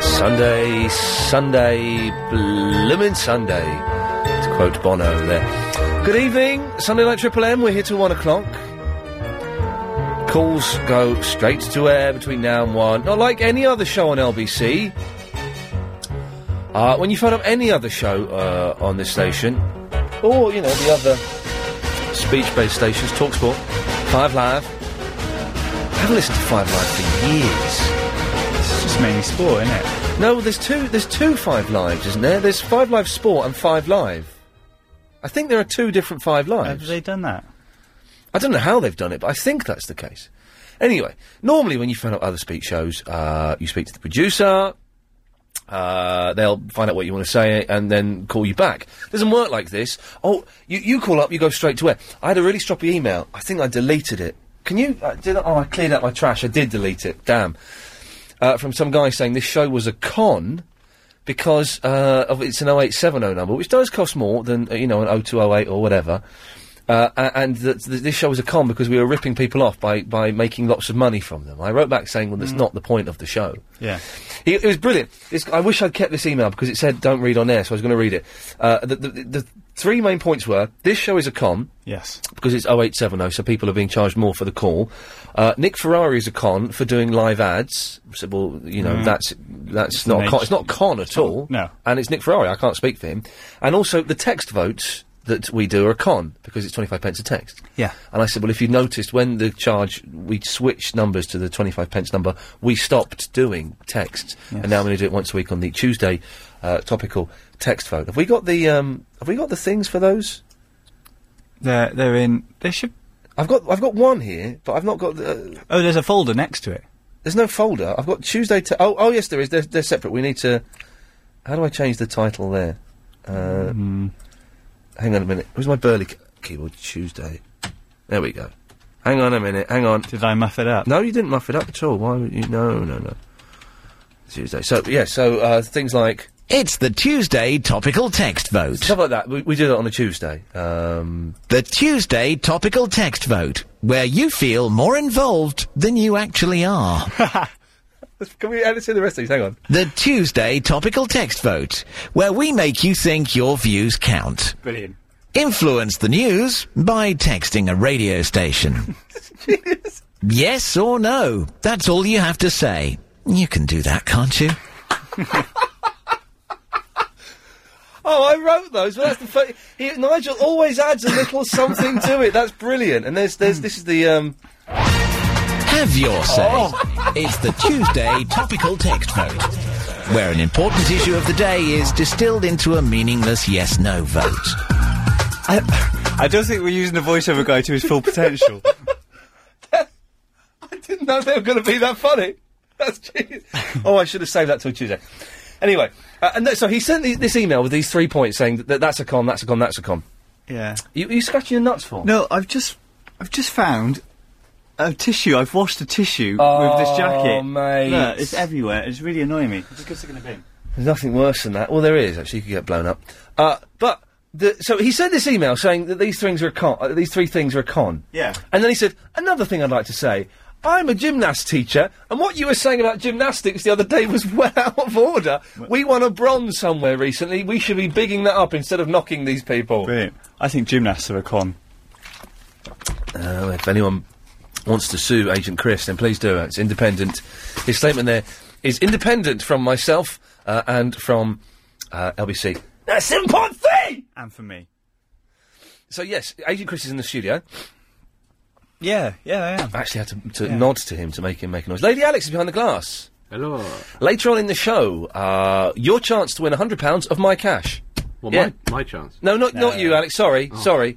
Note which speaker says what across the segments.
Speaker 1: Sunday, Sunday, bloomin' Sunday. To quote Bono there. Good evening, Sunday Night Triple M. We're here till one o'clock. Calls go straight to air between now and one. Not like any other show on LBC. Uh, when you phone up any other show uh, on this station, or you know the other speech-based stations, Talksport, Five Live. I haven't listened to Five Live for years. It's just mainly sport, isn't it? No, there's two. There's two Five Lives, isn't there? There's Five Live Sport and Five Live. I think there are two different Five Lives.
Speaker 2: Have they done that?
Speaker 1: I don't know how they've done it, but I think that's the case. Anyway, normally when you phone up other speech shows, uh, you speak to the producer. Uh, they'll find out what you want to say and then call you back. Doesn't work like this. Oh, you, you call up, you go straight to air. I had a really stroppy email. I think I deleted it. Can you? Uh, did I, oh, I cleared out my trash. I did delete it. Damn. Uh, from some guy saying this show was a con because uh, of it's an 0870 number, which does cost more than uh, you know an 0208 or whatever. Uh, a- and that th- this show was a con because we were ripping people off by, by making lots of money from them. I wrote back saying, "Well, that's not the point of the show."
Speaker 2: Yeah.
Speaker 1: He, it was brilliant. This, I wish I'd kept this email because it said "Don't read on air," so I was going to read it. Uh, the, the, the three main points were: this show is a con,
Speaker 2: Yes.
Speaker 1: because it's 0870, so people are being charged more for the call. Uh, Nick Ferrari is a con for doing live ads. So, well, you know,
Speaker 2: Mm.
Speaker 1: that's that's
Speaker 2: It's
Speaker 1: not
Speaker 2: an
Speaker 1: a con.
Speaker 2: age-
Speaker 1: It's not a con at all.
Speaker 2: no.
Speaker 1: And it's Nick Ferrari. I can't speak for him. And also, the text votes that we do are a con because it's 25 pence a text.
Speaker 2: Yeah.
Speaker 1: And I said, well, if you noticed, when the charge, we switched numbers to the 25 pence number, we stopped doing texts. And now I'm going to do it once a week on the Tuesday uh, topical text vote. Have we got the, um, have we got the things for those?
Speaker 2: They're they're in. They should.
Speaker 1: I've got, I've got one here, but I've not got the, uh,
Speaker 2: Oh, there's a folder next to it.
Speaker 1: there's no folder. I've got Tuesday to, oh, oh yes, there is. They're, they're separate. We need to, how do I change the title there? Uh,
Speaker 2: Hmm.
Speaker 1: Hang on a minute. Where's my Burley c- keyboard? Tuesday. There we go. Hang on a minute. Hang on.
Speaker 2: Did I muff it up?
Speaker 1: No, you didn't muff it up at all. Why would you? No, no, no. Tuesday. So yeah. So uh, things like
Speaker 3: It's the Tuesday topical text vote.
Speaker 1: stuff like that. We, we do that on a Tuesday. Um,
Speaker 3: The Tuesday topical text vote, where you feel more involved than you actually are.
Speaker 1: let's- can we edit in the rest of these? Hang on.
Speaker 3: the Tuesday topical text vote, where we make you think your views count.
Speaker 2: Brilliant.
Speaker 3: Influence the news by texting a radio station. yes or no. That's all you have to say. You can do that, can't you?
Speaker 1: Oh, I wrote those. Well, that's the fir- he, Nigel always adds a little something to it. That's brilliant. And there's there's this is the um. Oh.
Speaker 3: Have your say. It's the Tuesday topical text vote, where an important issue of the day is distilled into a meaningless yes no vote.
Speaker 2: I, I don't think we're using the voiceover guy to his full potential.
Speaker 1: I didn't know they were going to be that funny. That's genius. oh, I should have saved that till Tuesday. Anyway, uh, and th- so he sent the, this email with these three points saying that, that that's a con, that's a con, that's a con.
Speaker 2: yeah.
Speaker 1: You, you scratching your nuts for?
Speaker 2: No, I've just I've just found a tissue. I've washed a tissue with this jacket.
Speaker 1: Oh, mate.
Speaker 2: Look, it's everywhere. It's really annoying me. I'm just go stick it in a bin.
Speaker 1: There's nothing worse than that. Well, there is actually. You could get blown up. Uh, but the, so he sent this email saying that these things are a con. Uh, these three things are a con.
Speaker 2: Yeah.
Speaker 1: And then he said another thing I'd like to say. I'm a gymnast teacher, and what you were saying about gymnastics the other day was well out of order. We won a bronze somewhere recently. We should be bigging that up instead of knocking these people.
Speaker 2: Brilliant. I think gymnasts are a con.
Speaker 1: Uh, if anyone wants to sue Agent Chris, then please do. It's independent. His statement there is independent from myself uh, and from uh, LBC. That's seven point three.
Speaker 2: And for me.
Speaker 1: So yes, Agent Chris is in the studio.
Speaker 2: Yeah, yeah, I am.
Speaker 1: I actually had to, to
Speaker 2: Yeah.
Speaker 1: nod to him to make him make a noise. Lady Alex is behind the glass.
Speaker 4: Hello.
Speaker 1: Later on in the show, uh, your chance to win hundred pounds of my cash.
Speaker 4: Well,
Speaker 1: Yeah.
Speaker 4: my, my chance.
Speaker 1: No, not not you, Alex. Sorry, sorry.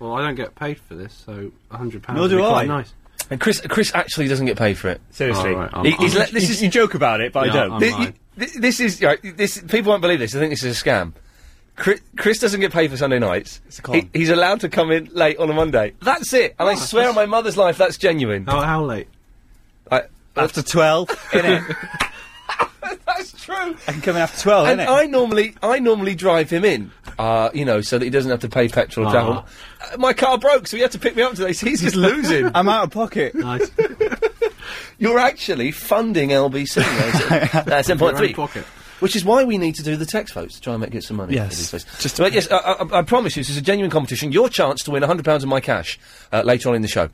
Speaker 4: Oh. Well, I don't get paid for this, so hundred pounds.
Speaker 2: Nor do
Speaker 4: would be
Speaker 2: I.
Speaker 4: Quite nice.
Speaker 1: And Chris Chris actually doesn't get paid for it.
Speaker 5: Seriously.
Speaker 4: All right, I'm-
Speaker 1: He- he's
Speaker 4: I'm-
Speaker 1: let- this is
Speaker 5: you joke about it, but
Speaker 4: Yeah,
Speaker 5: I don't.
Speaker 4: I'm-
Speaker 1: Thi-
Speaker 4: Online.
Speaker 1: you- thi- this is right, this. People won't believe this. I think this is a scam. Chris, Chris doesn't get paid for Sunday nights.
Speaker 2: It's a con.
Speaker 1: He- he's allowed to come in late on a Monday. That's it. And I swear on my mother's life, that's genuine.
Speaker 4: How, how late?
Speaker 1: I,
Speaker 2: After 12, innit?
Speaker 1: that's true.
Speaker 2: I can come in after 12,
Speaker 1: And
Speaker 2: innit?
Speaker 1: I normally, I normally drive him in, uh, you know, so that he doesn't have to pay petrol or travel. Uh, my car broke, so he had to pick me up today. So he's just losing.
Speaker 2: I'm out of pocket.
Speaker 4: Nice.
Speaker 1: You're actually funding LBC. That's, that's
Speaker 4: Out of your own
Speaker 1: 10.3.
Speaker 4: pocket.
Speaker 1: Which is why we need to do the text votes to try and make, get some money.
Speaker 2: Yes.
Speaker 1: Just but yes, I, I, I promise you, this is a genuine competition. Your chance to win £100 of my cash uh, later on in the show.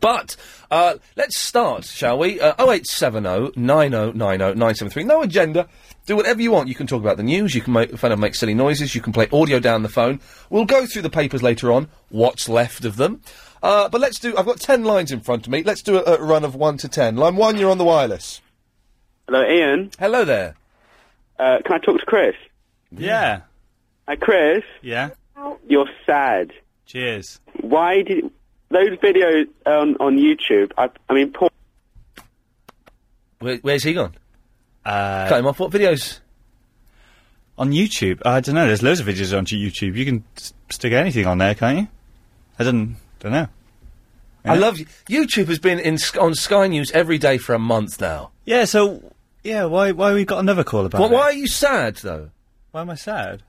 Speaker 1: But uh, let's start, shall we? Uh, 0870 9090 973. No agenda. Do whatever you want. You can talk about the news. You can make fun of make silly noises. You can play audio down the phone. We'll go through the papers later on. What's left of them? Uh, but let's do. I've got ten lines in front of me. Let's do a, a run of one to ten. Line one, you're on the wireless.
Speaker 5: Hello, Ian.
Speaker 1: Hello there.
Speaker 5: Uh, can I talk to Chris?
Speaker 6: Yeah.
Speaker 5: Hi, Chris.
Speaker 6: Yeah.
Speaker 5: You're sad.
Speaker 6: Cheers.
Speaker 5: Why did those videos on on YouTube? I, I mean, poor.
Speaker 1: Where, where's he gone?
Speaker 6: Uh,
Speaker 1: Cut him off. What videos?
Speaker 6: On YouTube, I don't know. There's loads of videos on YouTube. You can s- stick anything on there, can't you? I don't don't know.
Speaker 1: I love you. YouTube has been in Sk- on Sky News every day for a month now.
Speaker 6: Yeah. So yeah, why why we got another call about?
Speaker 1: Why-
Speaker 6: it?
Speaker 1: why are you sad though?
Speaker 6: Why am I sad?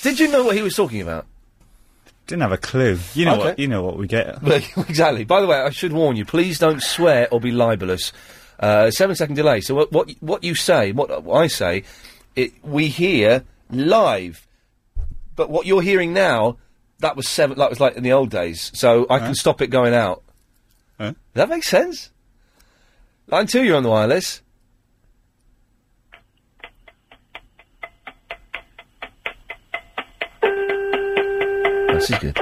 Speaker 1: Did you know what he was talking about?
Speaker 6: Didn't have a clue. You know
Speaker 1: Okay.
Speaker 6: what? You know what we get.
Speaker 1: Well, exactly. By the way, I should warn you: please don't swear or be libelous. Uh, seven-second delay. So what, what what you say, what I say, it, we hear live, but what you're hearing now, that was seven. That was like in the old days. So I can stop it going out.
Speaker 6: Huh?
Speaker 1: Does that make sense? Line two, you're on the wireless. This is good.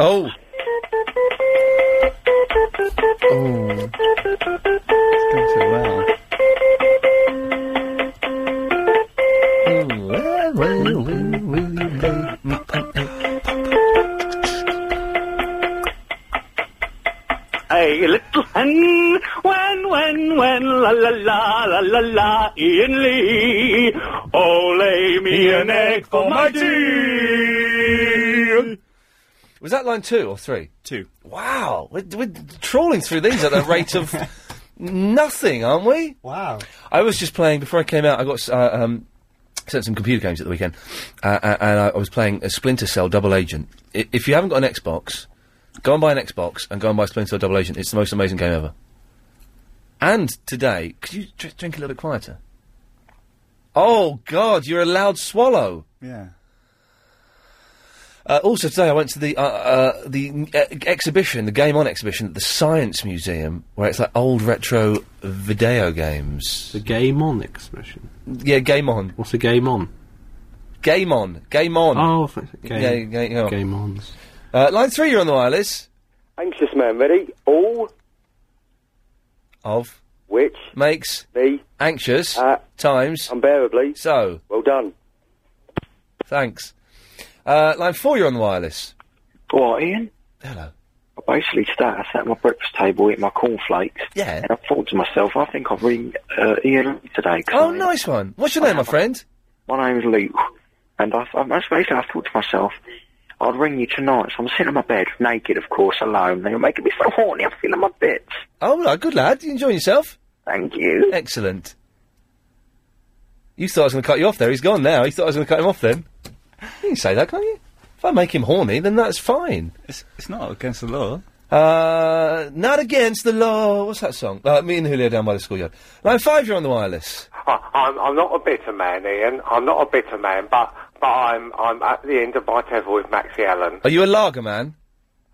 Speaker 1: Oh. Oh.
Speaker 7: A little hen, when, when, when, la la la la la la, Ian Lee. Oh, lay me an egg for my tea.
Speaker 1: Was that line two or three?
Speaker 6: Two.
Speaker 1: Wow. We're, we're trawling through these at a rate of nothing, aren't we?
Speaker 6: Wow.
Speaker 1: I was just playing before I came out. I got s- uh, um, sent some computer games at the weekend, uh, a- and I, I was playing a Splinter Cell Double Agent. I, if you haven't got an Xbox, go and buy an Xbox and go and buy Splinter Cell Double Agent. It's the most amazing game ever. And today, could you dr- drink a little bit quieter? Oh God, you're a loud swallow.
Speaker 6: Yeah.
Speaker 1: Uh, also today, I went to the uh, uh, the uh, exhibition, the Game On exhibition at the Science Museum, where it's like old retro video games.
Speaker 4: The game on expression.
Speaker 1: Yeah, Game On,
Speaker 4: What's a game on?
Speaker 1: Game On, Game On.
Speaker 4: Oh, f- game,
Speaker 1: Yeah, game on.
Speaker 4: game ons.
Speaker 1: Uh, line three, you're on the wireless.
Speaker 5: Anxious man, ready? All
Speaker 1: Of
Speaker 5: which
Speaker 1: makes
Speaker 5: me
Speaker 1: anxious
Speaker 5: Uh,
Speaker 1: times.
Speaker 5: unbearably.
Speaker 1: so
Speaker 5: Well done.
Speaker 1: thanks. Uh, line four, you're on the wireless.
Speaker 8: Well, Ian,
Speaker 1: Hello.
Speaker 8: I basically sat, I sat at my breakfast table eating my cornflakes.
Speaker 1: Yeah.
Speaker 8: And I thought to myself, I think I've ring uh, Ian Lee today. 'cause
Speaker 1: Oh,
Speaker 8: I-
Speaker 1: nice one. What's your name, my friend?
Speaker 8: My name's Luke. And I, I, that's basically, I thought to myself, I'll ring you tonight. So I'm sitting on my bed, naked, of course, alone. They're making me so horny, I'm feeling my bits.
Speaker 1: Oh, well, good lad. You enjoying yourself?
Speaker 8: Thank you.
Speaker 1: Excellent. You thought I was going to cut you off there. He's gone now. You thought I was going to cut him off then. You can say that, can't you? If I make him horny, then that's fine.
Speaker 6: It's it's not against the law.
Speaker 1: Uh, not against the law. What's that song? Uh, me and Julio down by the schoolyard. Line five, you're on the wireless.
Speaker 9: I, I'm, I'm not a bitter man, Ian. I'm not a bitter man, but but I'm I'm at the end of my tether with Maxie Allen.
Speaker 1: Are you a lager man?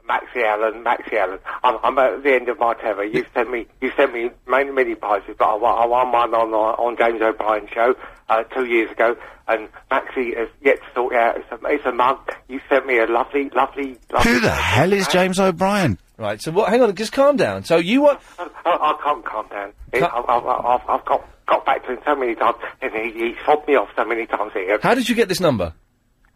Speaker 9: Maxie Allen, Maxie Allen. I'm, I'm at the end of my tether. You sent me you sent me many many prizes, but I won, I won one on uh, on James O'Brien show uh, two years ago, and Maxie has yet to sort it out. It's a, it's a mug. You sent me a lovely, lovely, lovely.
Speaker 6: Who the hell is James O'Brien?
Speaker 1: Right. So what? Hang on. Just calm down. So you want?
Speaker 9: I, I can't calm down. Ian.
Speaker 1: Ca-
Speaker 9: I've, I've, I've, I've got got back to him so many times, and he, he fobbed me off so many times. Ian.
Speaker 1: How did you get this number?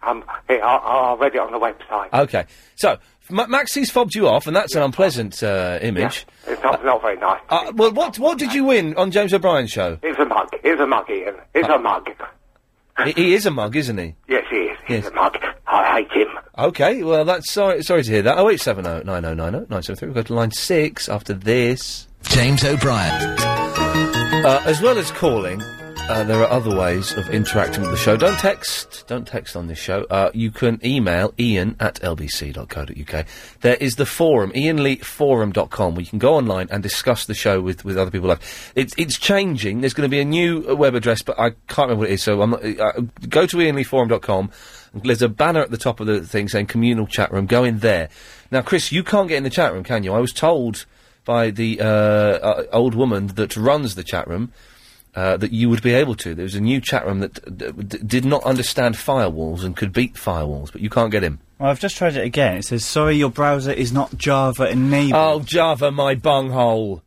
Speaker 9: Um, hey, I, I read it on the website.
Speaker 1: Okay. So M- Maxie's fobbed you off, and that's an unpleasant uh, image.
Speaker 9: It's not, not very nice.
Speaker 1: Uh, well, what what did you win on James O'Brien's show?
Speaker 9: It's a mug. It's a mug, Ian. It's a mug.
Speaker 1: he, he is a mug, isn't he?
Speaker 9: Yes, he is. He's
Speaker 1: Yes.
Speaker 9: a mug. I hate him.
Speaker 1: Okay, well, that's sorry, sorry to hear that. 0870 9090 973. We'll go to line six after this. James O'Brien. Uh, as well as calling, uh, there are other ways of interacting with the show. Don't text. Don't text on this show. Uh, you can email ian at lbc.co.uk. There is the forum, ianleeforum.com, where you can go online and discuss the show with, with other people. Like It's, it's changing. There's going to be a new uh, web address, but I can't remember what it is, so I'm not, uh, go to ianleeforum.com. There's a banner at the top of the thing saying communal chat room. Go in there. Now, Chris, you can't get in the chat room, can you? I was told by the uh, uh, old woman that runs the chat room uh, that you would be able to. There was a new chat room that d- d- did not understand firewalls and could beat firewalls, but you can't get in.
Speaker 6: Well, I've just tried it again. It says, sorry, your browser is not Java enabled.
Speaker 1: Oh, Java, my bunghole.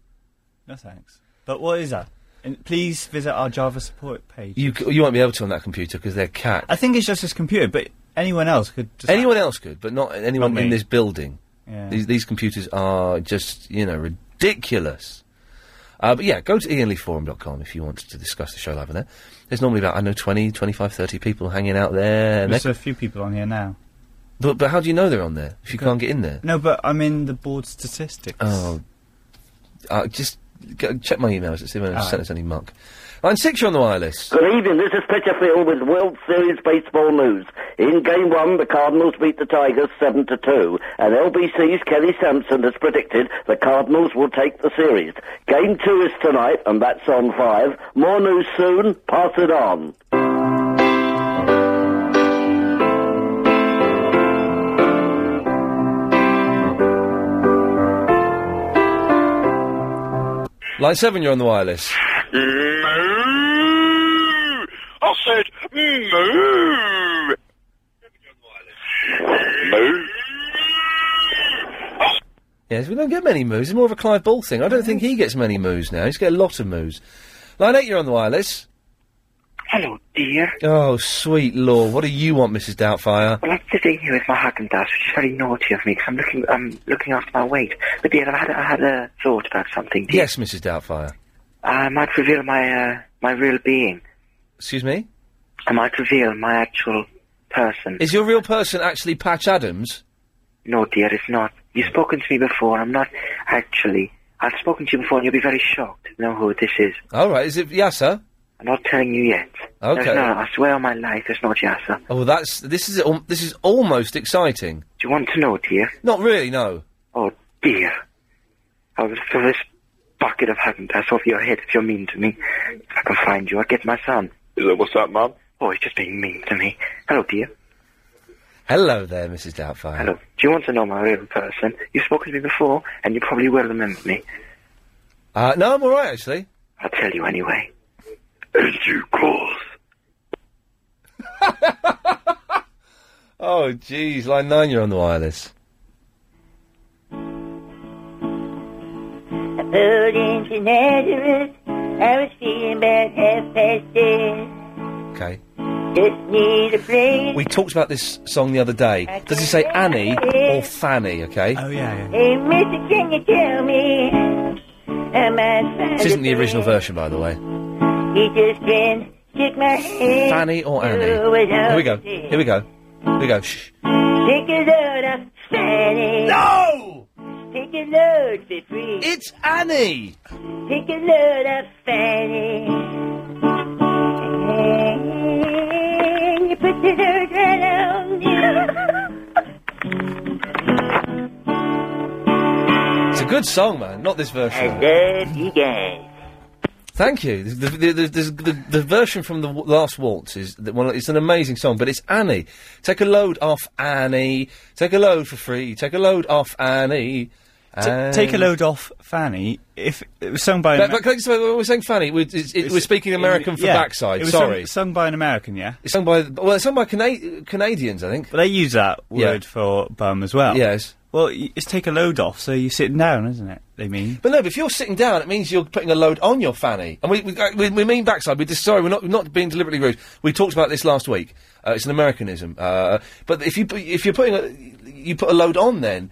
Speaker 6: No thanks. But what is that? And please visit our Java support page.
Speaker 1: You c- you won't be able to on that computer because they're cat.
Speaker 6: I think it's just this computer, but anyone else could just.
Speaker 1: Anyone else could, but not anyone
Speaker 6: Not me.
Speaker 1: in this building.
Speaker 6: Yeah.
Speaker 1: These, these computers are just, you know, ridiculous. Uh, but yeah, go to ianleeforum.com if you want to discuss the show live on there. There's normally about, I know, 20, 25, 30 people hanging out there. and
Speaker 6: There's
Speaker 1: they-
Speaker 6: a few people on here now.
Speaker 1: but, but how do you know they're on there if you can't get in there?
Speaker 6: No, but I'm in the board statistics.
Speaker 1: Oh, uh, just go, check my emails. It's anyone who
Speaker 6: Alright.
Speaker 1: sent us any muck. Line six, you're on the wireless.
Speaker 10: Good evening, this is Pitcherfield with World Series Baseball News. In Game 1, the Cardinals beat the Tigers 7 to 2, and LBC's Kelly Sampson has predicted the Cardinals will take the series. Game 2 is tonight, and that's on 5. More news soon, pass it on.
Speaker 1: Line seven, you're on the wireless.
Speaker 11: Mm. I said, mm. moo.
Speaker 1: Yes, we don't get many moves. It's more of a Clive Ball thing. I don't think he gets many moves now. He's got a lot of moves. Line eight, you're on the wireless.
Speaker 12: Hello, dear.
Speaker 1: Oh, sweet lord. What do you want, Mrs. Doubtfire?
Speaker 12: Well, I'm sitting here with my hug and dash, which is very naughty of me because I'm looking, I'm looking after my weight. But dear, I had, I had a thought about something. Dear.
Speaker 1: Yes, Mrs. Doubtfire.
Speaker 12: I might reveal my, uh, my real being.
Speaker 1: Excuse me?
Speaker 12: I might reveal my actual person.
Speaker 1: Is your real person actually Patch Adams?
Speaker 12: No, dear, it's not. You've spoken to me before. I'm not actually. I've spoken to you before, and you'll be very shocked to know who this is.
Speaker 1: All right, is it Yasser?
Speaker 12: I'm not telling you yet.
Speaker 1: Okay.
Speaker 12: No, no, I swear on my life, it's not Yasser.
Speaker 1: Oh, well, that's this is al- this is almost exciting.
Speaker 12: Do you want to know, dear?
Speaker 1: Not really, no.
Speaker 12: Oh dear. I'll throw this bucket of hot and pass off your head if you're mean to me. If I can find you, I'll get my son.
Speaker 4: What's up, Mum?
Speaker 12: Oh, he's just being mean to me. Hello, dear.
Speaker 1: Hello there, Mrs. Doubtfire.
Speaker 12: Hello. Do you want to know my real person? You've spoken to me before, and you probably will remember me.
Speaker 1: Uh, no, I'm all right actually.
Speaker 12: I'll tell you anyway.
Speaker 1: Oh, jeez, line nine, you're on the wireless.
Speaker 13: I pulled into Nazareth. I was feeling about half past dead.
Speaker 1: Okay.
Speaker 13: Just need a place.
Speaker 1: We talked about this song the other day. Does it say Annie or Fanny? Okay. Oh yeah.
Speaker 13: Hey, mister, can you tell me? Am I fine?
Speaker 1: This isn't the original version, by the way.
Speaker 13: He just grinned, shook my hand.
Speaker 1: Fanny or Annie? Here we go. Here we go. Here we go. Shh.
Speaker 13: Take a load of Fanny.
Speaker 1: No!
Speaker 13: Take a load for free.
Speaker 1: It's Annie!
Speaker 13: Take a load of Fanny. And you put the load right on me.
Speaker 1: It's a good song, man. Not this version.
Speaker 13: love you guys.
Speaker 1: Thank you. The, the, the, the, the, the version from the w- last waltz is the, well, it's an amazing song, but it's Annie. Take a load off Annie. Take a load for free. Take a load off Annie.
Speaker 6: Ta- take a
Speaker 1: And-
Speaker 6: load off Fanny. If it was sung by
Speaker 1: um, But,
Speaker 6: an
Speaker 1: but can I just say, we're saying Fanny. We're, it's, it,
Speaker 6: It's-
Speaker 1: we're speaking American for
Speaker 6: yeah,
Speaker 1: backside.
Speaker 6: it was
Speaker 1: sorry,
Speaker 6: sung, sung by an American, yeah.
Speaker 1: it's sung by well, it's sung by Cana- Canadians, I think.
Speaker 6: But they use that
Speaker 1: Yeah.
Speaker 6: word for bum as well.
Speaker 1: Yes.
Speaker 6: Well, y- it's take a load off, so you're sitting down, isn't it? They mean.
Speaker 1: But no, but if you're sitting down, it means you're putting a load on your fanny. And we we, uh, we, we mean backside. We just sorry, we're not we're not being deliberately rude. We talked about this last week. Uh, it's an Americanism. Uh, but if you pu- if you're putting a, you put a load on, then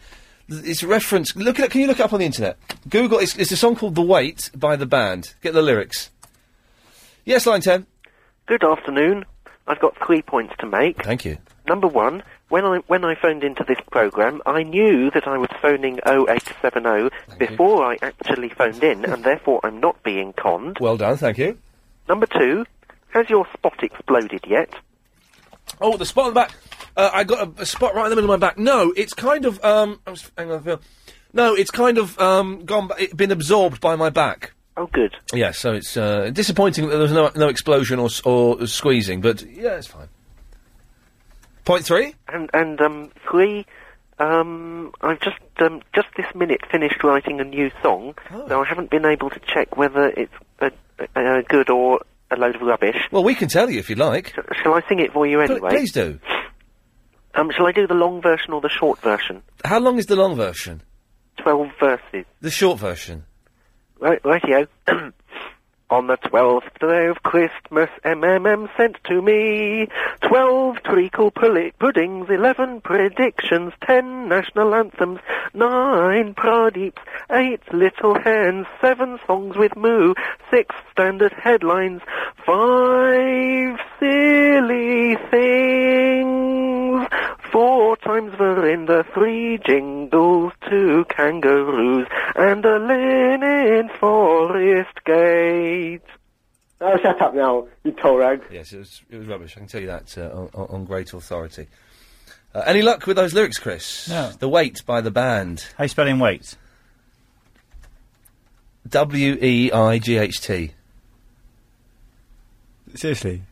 Speaker 1: th- it's a reference. Look at can you look it up on the internet? Google. It's, it's a song called "The Weight" by the band. Get the lyrics. Yes, line ten.
Speaker 14: Good afternoon. I've got three points to make.
Speaker 1: Thank you.
Speaker 14: Number one,
Speaker 12: when I when I phoned into this program, I knew that I was phoning 0870 before I actually phoned in, and therefore I'm not being conned.
Speaker 1: Well done, thank you.
Speaker 12: Number two, has your spot exploded yet?
Speaker 1: Oh, the spot on the back. Uh, I got a, a spot right in the middle of my back. No, it's kind of um. I was, hang on, Phil. No, it's kind of um gone. ba- It been absorbed by my back.
Speaker 12: Oh, good.
Speaker 1: Yeah, so it's uh, disappointing that there was no no explosion or s- or squeezing, but yeah, it's fine. Point three.
Speaker 12: And and um three, um I've just um just this minute finished writing a new song,
Speaker 1: Oh.
Speaker 12: so I haven't been able to check whether it's a, a, a good or a load of rubbish.
Speaker 1: Well, we can tell you if you'd like.
Speaker 12: Shall I sing it for you anyway?
Speaker 1: Please do.
Speaker 12: Um, shall I do the long version or the short version?
Speaker 1: How long is the long version?
Speaker 12: Twelve verses.
Speaker 1: The short version.
Speaker 12: Right, rightio. On the twelfth day of Christmas, MMM sent to me twelve treacle pulli- puddings, eleven predictions, ten national anthems, nine pradeeps, eight little hands, seven songs with moo, six standard headlines, five silly things, four times Verinda, three jingles, two kangaroos, and a linen forest gate.
Speaker 15: Oh, shut up now, you toll rag.
Speaker 1: Yes, it was it was rubbish. I can tell you that uh, on- on, on great authority. Uh, any luck with those lyrics, Chris?
Speaker 6: No.
Speaker 1: The Wait by the band.
Speaker 6: How you spelling wait?
Speaker 1: W e i g h t.
Speaker 6: Seriously?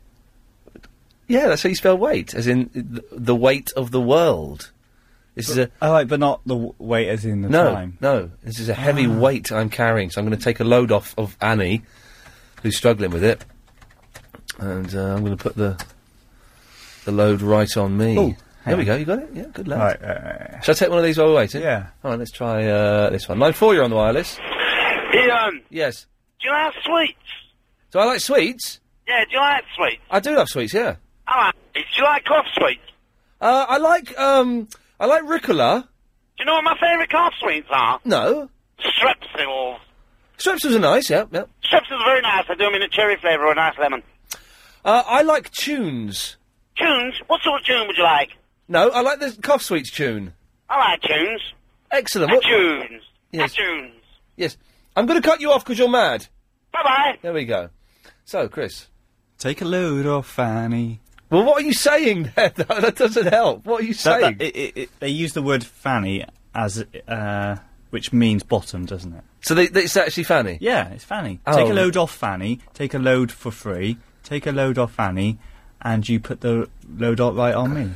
Speaker 1: Yeah, that's how you spell weight, as in th- the weight of the world. This is a
Speaker 6: Oh, right, but not the w- wait as in the
Speaker 1: no,
Speaker 6: time. Ah.
Speaker 1: no. This is a heavy weight I'm carrying, so I'm going to take a load off of Annie, who's struggling with it, and uh, I'm going to put the the load right on me.
Speaker 6: Oh,
Speaker 1: there we
Speaker 6: hang
Speaker 1: go.
Speaker 6: on.
Speaker 1: You got it. Yeah, good lad.
Speaker 6: Right, right, right, right.
Speaker 1: Shall I take one of these while we're waiting? Yeah. All right, let's try uh, this one. Line four, you're on the wireless.
Speaker 16: Ian,
Speaker 1: Yes.
Speaker 16: um, do you like sweets?
Speaker 1: Do I like sweets?
Speaker 16: Yeah, do you like sweets?
Speaker 1: I do love sweets. Yeah.
Speaker 16: I like sweets. Do you like cough sweets?
Speaker 1: Uh, I like um, I like Ricola.
Speaker 16: Do you know what my favourite cough sweets are?
Speaker 1: No.
Speaker 16: Strepsils.
Speaker 1: Strepsils are nice. Yeah, yeah.
Speaker 16: Strepsils are very nice. I do them in a cherry flavour or a nice lemon.
Speaker 1: Uh, I like tunes.
Speaker 16: Tunes? What sort of tune would you like?
Speaker 1: No, I like the cough sweets tune.
Speaker 16: I like tunes.
Speaker 1: Excellent. What-
Speaker 16: Tunes.
Speaker 1: Yes.
Speaker 16: Tunes.
Speaker 1: Yes. I'm going to cut you off because you're mad.
Speaker 16: Bye bye.
Speaker 1: There we go. So, Chris.
Speaker 6: Take a load off Fanny.
Speaker 1: Well, what are you saying there? though? that doesn't help. What are you
Speaker 6: That-
Speaker 1: saying?
Speaker 6: that- it- it- it- they use the word fanny as, uh, which means bottom, doesn't it?
Speaker 1: So they, they, it's actually Fanny.
Speaker 6: Yeah, it's Fanny.
Speaker 1: Oh.
Speaker 6: Take a load off Fanny. Take a load for free. Take a load off Fanny, and you put the load o- right on me.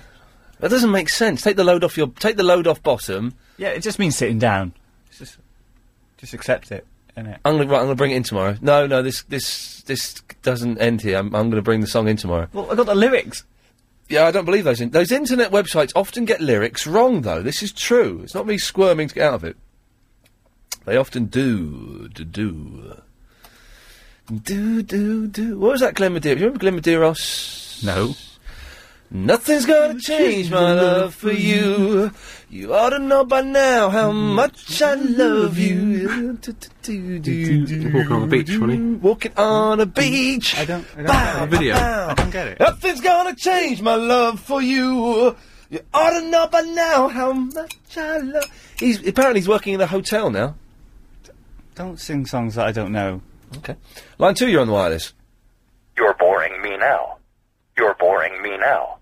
Speaker 1: That doesn't make sense. Take the load off your. Take the load off bottom.
Speaker 6: Yeah, it just means sitting down. It's just, just accept it, innit?
Speaker 1: I'm going right, I'm going to bring it in tomorrow. No, no, this this this doesn't end here. I'm, I'm going to bring the song in tomorrow.
Speaker 6: Well, I got the lyrics.
Speaker 1: Yeah, I don't believe those. In- those internet websites often get lyrics wrong, though. This is true. It's not me squirming to get out of it. They often do, do, do, do, do, do. What was that, Glenn Medeiros? Do you remember Glenn Medeiros?
Speaker 6: No.
Speaker 1: Nothing's gonna change my love for you. You ought to know by now how
Speaker 6: Mm.
Speaker 1: much I love you. Walking
Speaker 17: on the beach, Ronnie.
Speaker 1: Walking on a beach. I don't. I don't
Speaker 17: A video. I don't get it.
Speaker 1: Nothing's gonna change my love for you. You ought to know by now how much I love. He's apparently he's working in a hotel now.
Speaker 6: Don't sing songs that I don't know.
Speaker 1: Okay. Line two, you're on the wireless.
Speaker 2: You're boring me now. You're boring me now.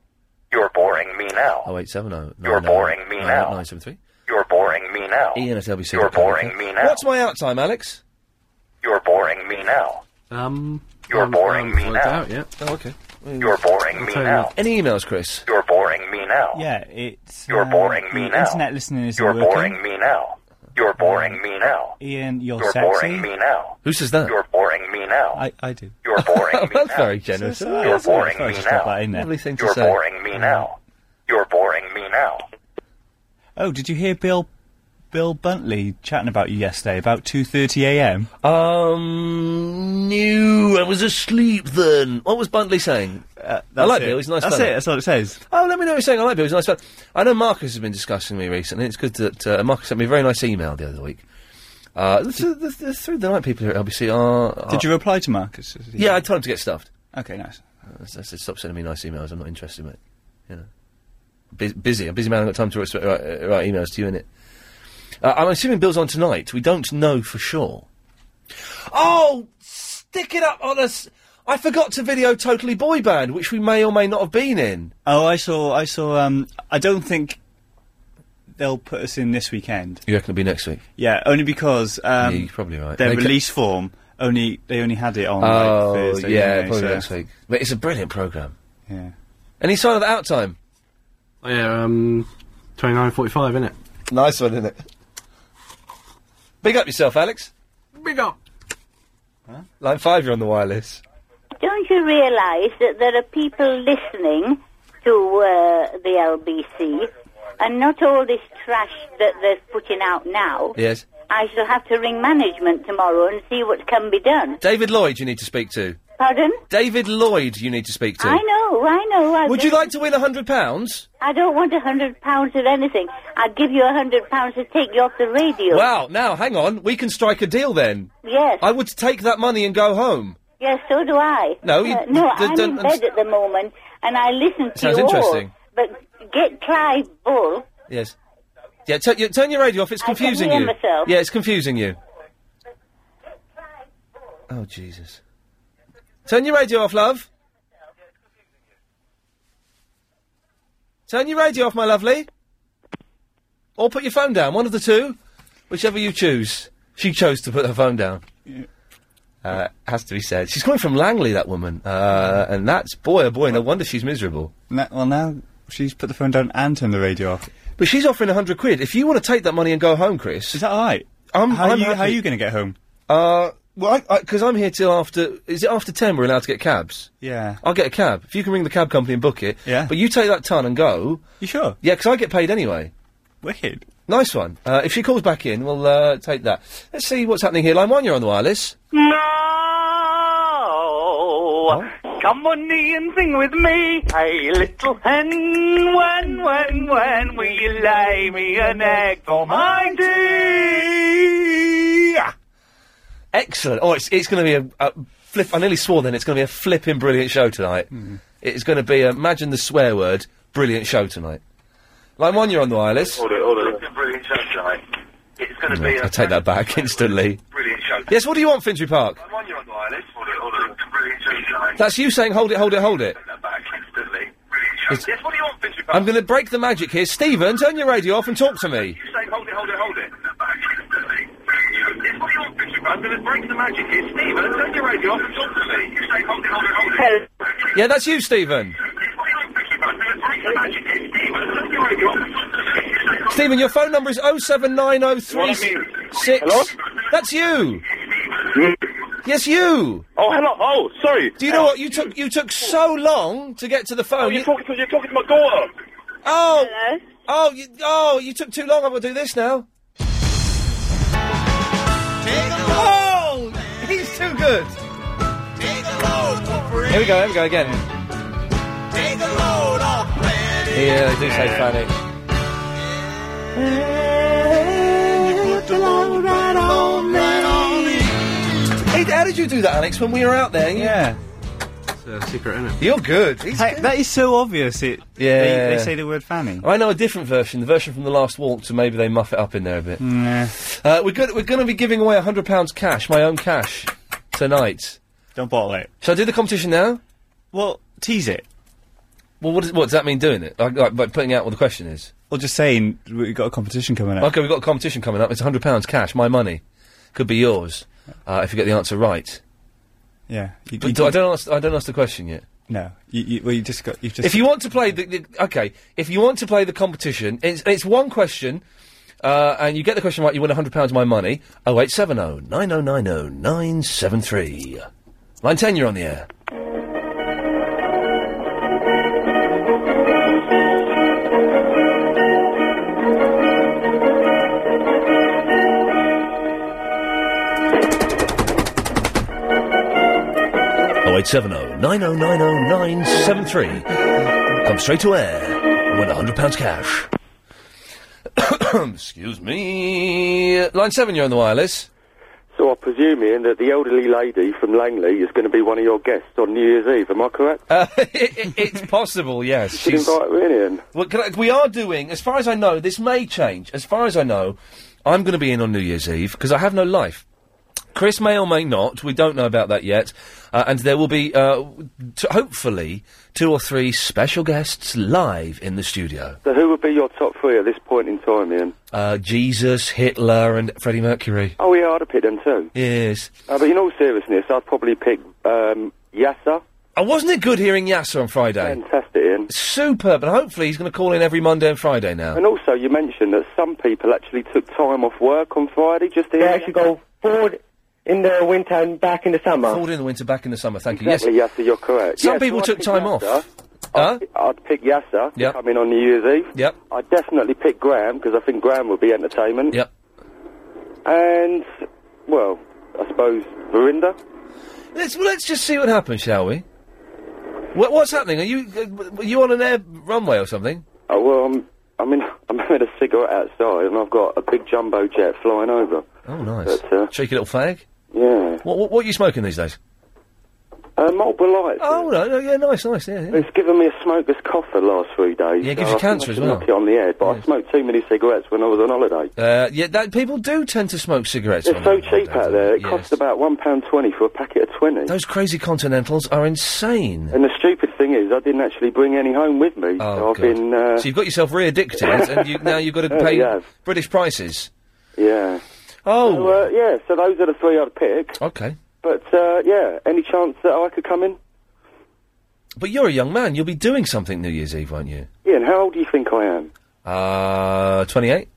Speaker 2: You're boring me now.
Speaker 1: Oh eight seven oh.
Speaker 2: You're boring me now.
Speaker 1: Nine seven three.
Speaker 2: You're boring me now.
Speaker 1: Ian at LBC.
Speaker 2: You're boring me now.
Speaker 1: What's my out time, Alex?
Speaker 2: You're boring me now.
Speaker 1: Um.
Speaker 2: You're boring me now.
Speaker 1: Oh, okay.
Speaker 2: You're boring me now.
Speaker 1: Any emails, Chris?
Speaker 2: You're boring me now.
Speaker 6: Yeah, it's.
Speaker 2: You're
Speaker 6: uh,
Speaker 2: boring me
Speaker 6: the
Speaker 2: now.
Speaker 6: Internet listening is
Speaker 2: You're
Speaker 6: working.
Speaker 2: boring me now. You're boring me now.
Speaker 6: Ian, you're,
Speaker 2: You're
Speaker 6: sexy.
Speaker 2: boring me now.
Speaker 1: Who says that?
Speaker 2: You're boring me now.
Speaker 6: I, I did.
Speaker 2: You're boring me
Speaker 1: That's
Speaker 2: now.
Speaker 1: very generous.
Speaker 6: So
Speaker 1: isn't it?
Speaker 2: You're boring me now.
Speaker 1: Lovely thing to
Speaker 2: You're
Speaker 1: say.
Speaker 2: boring
Speaker 6: Mm.
Speaker 2: me now. You're boring me now.
Speaker 6: Oh, did you hear Bill Bill Buntley chatting about you yesterday about two thirty a.m.?
Speaker 1: Um, no, I was asleep then. What was Buntley saying? I
Speaker 6: Uh, that's
Speaker 1: like
Speaker 6: it.
Speaker 1: Bill. He's a nice.
Speaker 6: That's
Speaker 1: fella.
Speaker 6: it, that's what it says.
Speaker 1: Oh, let me know what he's saying. I like Bill. He's a nice. Fella. I know Marcus has been discussing me recently. It's good that uh, Marcus sent me a very nice email the other week. Uh, the, the, the, through the night, people here at LBC are. are-
Speaker 6: Did you reply to Marcus?
Speaker 1: Yeah, I told him to get stuffed. Uh,
Speaker 6: Okay, nice.
Speaker 1: I said, stop sending me nice emails. I'm not interested, mate. You know. bu- busy. I'm a busy man. I've got time to write, write, write emails to you in it. Uh, I'm assuming Bill's on tonight. We don't know for sure. Oh, stick it up on us. I forgot to video Totally Boy Band, which we may or may not have been in.
Speaker 6: Oh, I saw. I saw. Um, I don't think they'll put us in this weekend.
Speaker 1: You reckon it'll be next week?
Speaker 6: Yeah, only because um,
Speaker 1: Yeah, you're probably right.
Speaker 6: Their
Speaker 1: They ca-
Speaker 6: release form only they only had it on.
Speaker 1: oh,
Speaker 6: like, Thursday,
Speaker 1: yeah,
Speaker 6: didn't they?
Speaker 1: probably
Speaker 6: So-
Speaker 1: next week. But it's a brilliant program.
Speaker 6: Yeah.
Speaker 1: Any sign of the out time?
Speaker 17: Oh, yeah, um, 29.45, isn't it?
Speaker 1: Nice one, isn't it? Big up yourself, Alex.
Speaker 17: Big up.
Speaker 1: Line five, you're on the wireless.
Speaker 18: Don't you realise that there are people listening to uh, the LBC and not all this trash that they're putting out now?
Speaker 1: Yes.
Speaker 18: I shall have to ring management tomorrow and see what can be done.
Speaker 1: David Lloyd, you need to speak to.
Speaker 18: Pardon?
Speaker 1: David Lloyd, you need to speak to.
Speaker 18: I know, I know. I
Speaker 1: Would you like to win a hundred pounds?
Speaker 18: I don't want a hundred pounds of anything. I'd give you a hundred pounds to take you off the radio.
Speaker 1: Wow. Now, hang on. We can strike a deal then.
Speaker 18: Yes,
Speaker 1: I would take that money and go home.
Speaker 18: yes, so do I.
Speaker 1: No, you-
Speaker 18: Uh, no,
Speaker 1: d-
Speaker 18: I'm in
Speaker 1: don't-
Speaker 18: bed at the moment and I listen to
Speaker 1: Sounds
Speaker 18: you
Speaker 1: interesting.
Speaker 18: all. But get Clive Bull.
Speaker 1: Yes. Yeah. T- you, turn your radio off. It's
Speaker 18: I can
Speaker 1: confusing
Speaker 18: hear
Speaker 1: you.
Speaker 18: myself.
Speaker 1: Yeah, it's confusing you. Oh Jesus. Turn your radio off, love. Turn your radio off, my lovely. Or put your phone down. One of the two, whichever you choose. She chose to put her phone down. Uh, has to be said. She's coming from Langley, that woman, uh, and that's boy, oh boy. No wonder she's miserable.
Speaker 6: Na- well, now she's put the phone down and turned the radio off.
Speaker 1: But she's offering hundred quid. If you want to take that money and go home, Chris, is
Speaker 6: that all right?
Speaker 1: I'm,
Speaker 6: How
Speaker 1: I'm
Speaker 6: you- how
Speaker 1: happy.
Speaker 6: you gonna get home?
Speaker 1: Uh, well, because I, am here till after. Is it after ten? We're allowed to get cabs.
Speaker 6: Yeah.
Speaker 1: I'll get a cab if you can ring the cab company and book it. Yeah. But you take that ton and go.
Speaker 6: You sure?
Speaker 1: Yeah, because I get paid anyway.
Speaker 6: Wicked.
Speaker 1: Nice one. Uh, if she calls back in, we'll uh, take that. Let's see what's happening here. Line one, you're on the wireless.
Speaker 12: No! Oh, Come on knee and sing with me. Hey, little hen, when, when, when will you lay me an egg for my tea?
Speaker 1: Excellent. Oh, it's it's going to be a, a flip. I nearly swore then. It's going to be a flipping brilliant show tonight. It's going to be uh, imagine the swear word. Brilliant show tonight. Line one, you're on the wireless.
Speaker 2: Hold it, hold it. It's a brilliant show tonight. It's going to be
Speaker 1: Mm, I
Speaker 2: a
Speaker 1: take that back instantly.
Speaker 2: brilliant show.
Speaker 1: Yes, what do you want, Finchley Park?
Speaker 2: I'm on you on the wireless. Hold it, hold it. It's a brilliant show tonight.
Speaker 1: That's you saying, hold it, hold it, hold it.
Speaker 2: Take that back instantly. Brilliant show.
Speaker 1: It's-
Speaker 2: Yes, what do you want, Finchley Park?
Speaker 1: I'm going to break the magic here. Stephen, turn your radio off and talk to me.
Speaker 2: You say, hold it, hold it, hold it. Take that back instantly. Brilliant show. Yes, what do you want, Finchley Park? I'm going to break the magic here. Stephen, turn your radio off and talk to me. You say, hold it, hold it, hold it.
Speaker 1: Yeah, that's you, Stephen. Stephen, your phone number is 07903
Speaker 19: Hello?
Speaker 1: That's you. Yes, you.
Speaker 19: Oh, hello. Oh, sorry.
Speaker 1: Do you know what? You took you took so long to get to the phone. you're,
Speaker 19: talking to, you're talking to my daughter.
Speaker 1: Oh. Oh, you, oh, you took too long. I'm going to do this now. Oh, he's too good. Here we go, here we go again. Yeah, they do say funny. Hey, how did you do that, Alex, when we were out there? You-
Speaker 6: Yeah.
Speaker 17: It's a secret, isn't it?
Speaker 1: You're good. He's
Speaker 6: Hey, that is so obvious. It.
Speaker 1: Yeah.
Speaker 6: They, they say the word fanny.
Speaker 1: I know a different version, the version from the last walk, so maybe they muff it up in there a bit.
Speaker 6: Hmm.
Speaker 1: Uh, we're good, we're going to be giving away hundred pounds cash, my own cash, tonight.
Speaker 6: Don't bottle it.
Speaker 1: Shall I do the competition now?
Speaker 6: Well, tease it.
Speaker 1: Well, what, is, what does that mean? Doing it like, like by putting out what the question is.
Speaker 6: Or just saying we've got a competition coming up.
Speaker 1: Okay, we've got a competition coming up. It's hundred pounds cash, my money. Could be yours uh, if you get the answer right.
Speaker 6: Yeah. You-
Speaker 1: But
Speaker 6: you
Speaker 1: do- I
Speaker 6: can-
Speaker 1: don't ask. I don't ask the question yet.
Speaker 6: No. You, you, well, you just got. You've just.
Speaker 1: If you want to play the, the okay, if you want to play the competition, it's it's one question, uh, and you get the question right, you win hundred pounds of my money. Oh eight seven oh nine oh nine oh nine seven three. Line ten, you're on the air. Oh eight seven oh nine oh nine oh nine seven three. Come straight to air. and Win hundred pounds cash. Excuse me. Line seven, you're on the wireless.
Speaker 5: So I presume, Ian, that the elderly lady from Langley is going to be one of your guests on New Year's Eve. Am I correct?
Speaker 1: Uh, it, it, it's possible, yes.
Speaker 5: You
Speaker 1: She's,
Speaker 5: should invite her in, Ian.
Speaker 1: well, can I, we are doing, as far as I know, this may change. As far as I know, I'm going to be in on New Year's Eve because I have no life. Chris may or may not. We don't know about that yet. Uh, and there will be, uh, t- hopefully, two or three special guests live in the studio.
Speaker 5: So who would be your top three at this point in time, Ian?
Speaker 1: Uh, Jesus, Hitler, and Freddie Mercury.
Speaker 5: Oh, yeah, I'd have picked them too.
Speaker 1: Yes.
Speaker 5: Uh, but in all seriousness, I'd probably pick um, Yasser.
Speaker 1: Uh, wasn't it good hearing Yasser on Friday?
Speaker 5: Fantastic, Ian.
Speaker 1: Superb, and hopefully he's going to call in every Monday and Friday now.
Speaker 5: And also, you mentioned that some people actually took time off work on Friday just to
Speaker 20: They actually go forward in the winter and back in the summer.
Speaker 1: Forward in the winter, back in the summer. Thank
Speaker 5: Exactly,
Speaker 1: you. Yes.
Speaker 5: Yasser, you're correct.
Speaker 1: Some
Speaker 5: Yeah, so
Speaker 1: people
Speaker 5: I'd
Speaker 1: took
Speaker 5: pick
Speaker 1: time
Speaker 5: Yasser.
Speaker 1: off. Huh?
Speaker 5: I'd pick Yasser
Speaker 1: Yep.
Speaker 5: to come in on New Year's Eve.
Speaker 1: Yep.
Speaker 5: I'd definitely pick Graham because I think Graham would be entertainment.
Speaker 1: Yep.
Speaker 5: And, well, I suppose Verinda.
Speaker 1: Let's well, let's just see what happens, shall we? What, what's happening? Are you uh, w- are you on an air runway or something?
Speaker 5: Oh, well, I'm, I'm, in, I'm having a cigarette outside and I've got a big jumbo jet flying over.
Speaker 1: Oh, nice.
Speaker 5: But, uh,
Speaker 1: Cheeky little fag.
Speaker 5: Yeah.
Speaker 1: What, what, what are you smoking these days?
Speaker 5: Uh, Marlboro Lights.
Speaker 1: Oh, no, no, yeah, nice, nice, yeah. yeah.
Speaker 5: It's given me a smoker's cough the last three days.
Speaker 1: Yeah, it
Speaker 5: so
Speaker 1: gives you
Speaker 5: I think I
Speaker 1: cancer as
Speaker 5: should
Speaker 1: well.
Speaker 5: knock it on the head, but I smoked too many cigarettes when I was on holiday.
Speaker 1: Uh, yeah, that people do tend to smoke cigarettes.
Speaker 5: They're
Speaker 1: on
Speaker 5: so
Speaker 1: them.
Speaker 5: cheap out there. It costs about one pound twenty for a packet of twenty.
Speaker 1: Those crazy Continentals are insane.
Speaker 5: And the stupid thing is, I didn't actually bring any home with me. so I've
Speaker 1: Oh, God.
Speaker 5: been. Uh, Oh,
Speaker 1: So you've got yourself re-addicted, and you, now you've got to
Speaker 5: Yeah,
Speaker 1: pay
Speaker 5: you have.
Speaker 1: British prices.
Speaker 5: Yeah.
Speaker 1: Oh.
Speaker 5: So, uh, yeah. So those are the three I'd pick.
Speaker 1: Okay.
Speaker 5: But uh, yeah, any chance that I could come in?
Speaker 1: But you're a young man. You'll be doing something New Year's Eve, won't you?
Speaker 5: Ian, how old do you think I am?
Speaker 1: Uh, 28?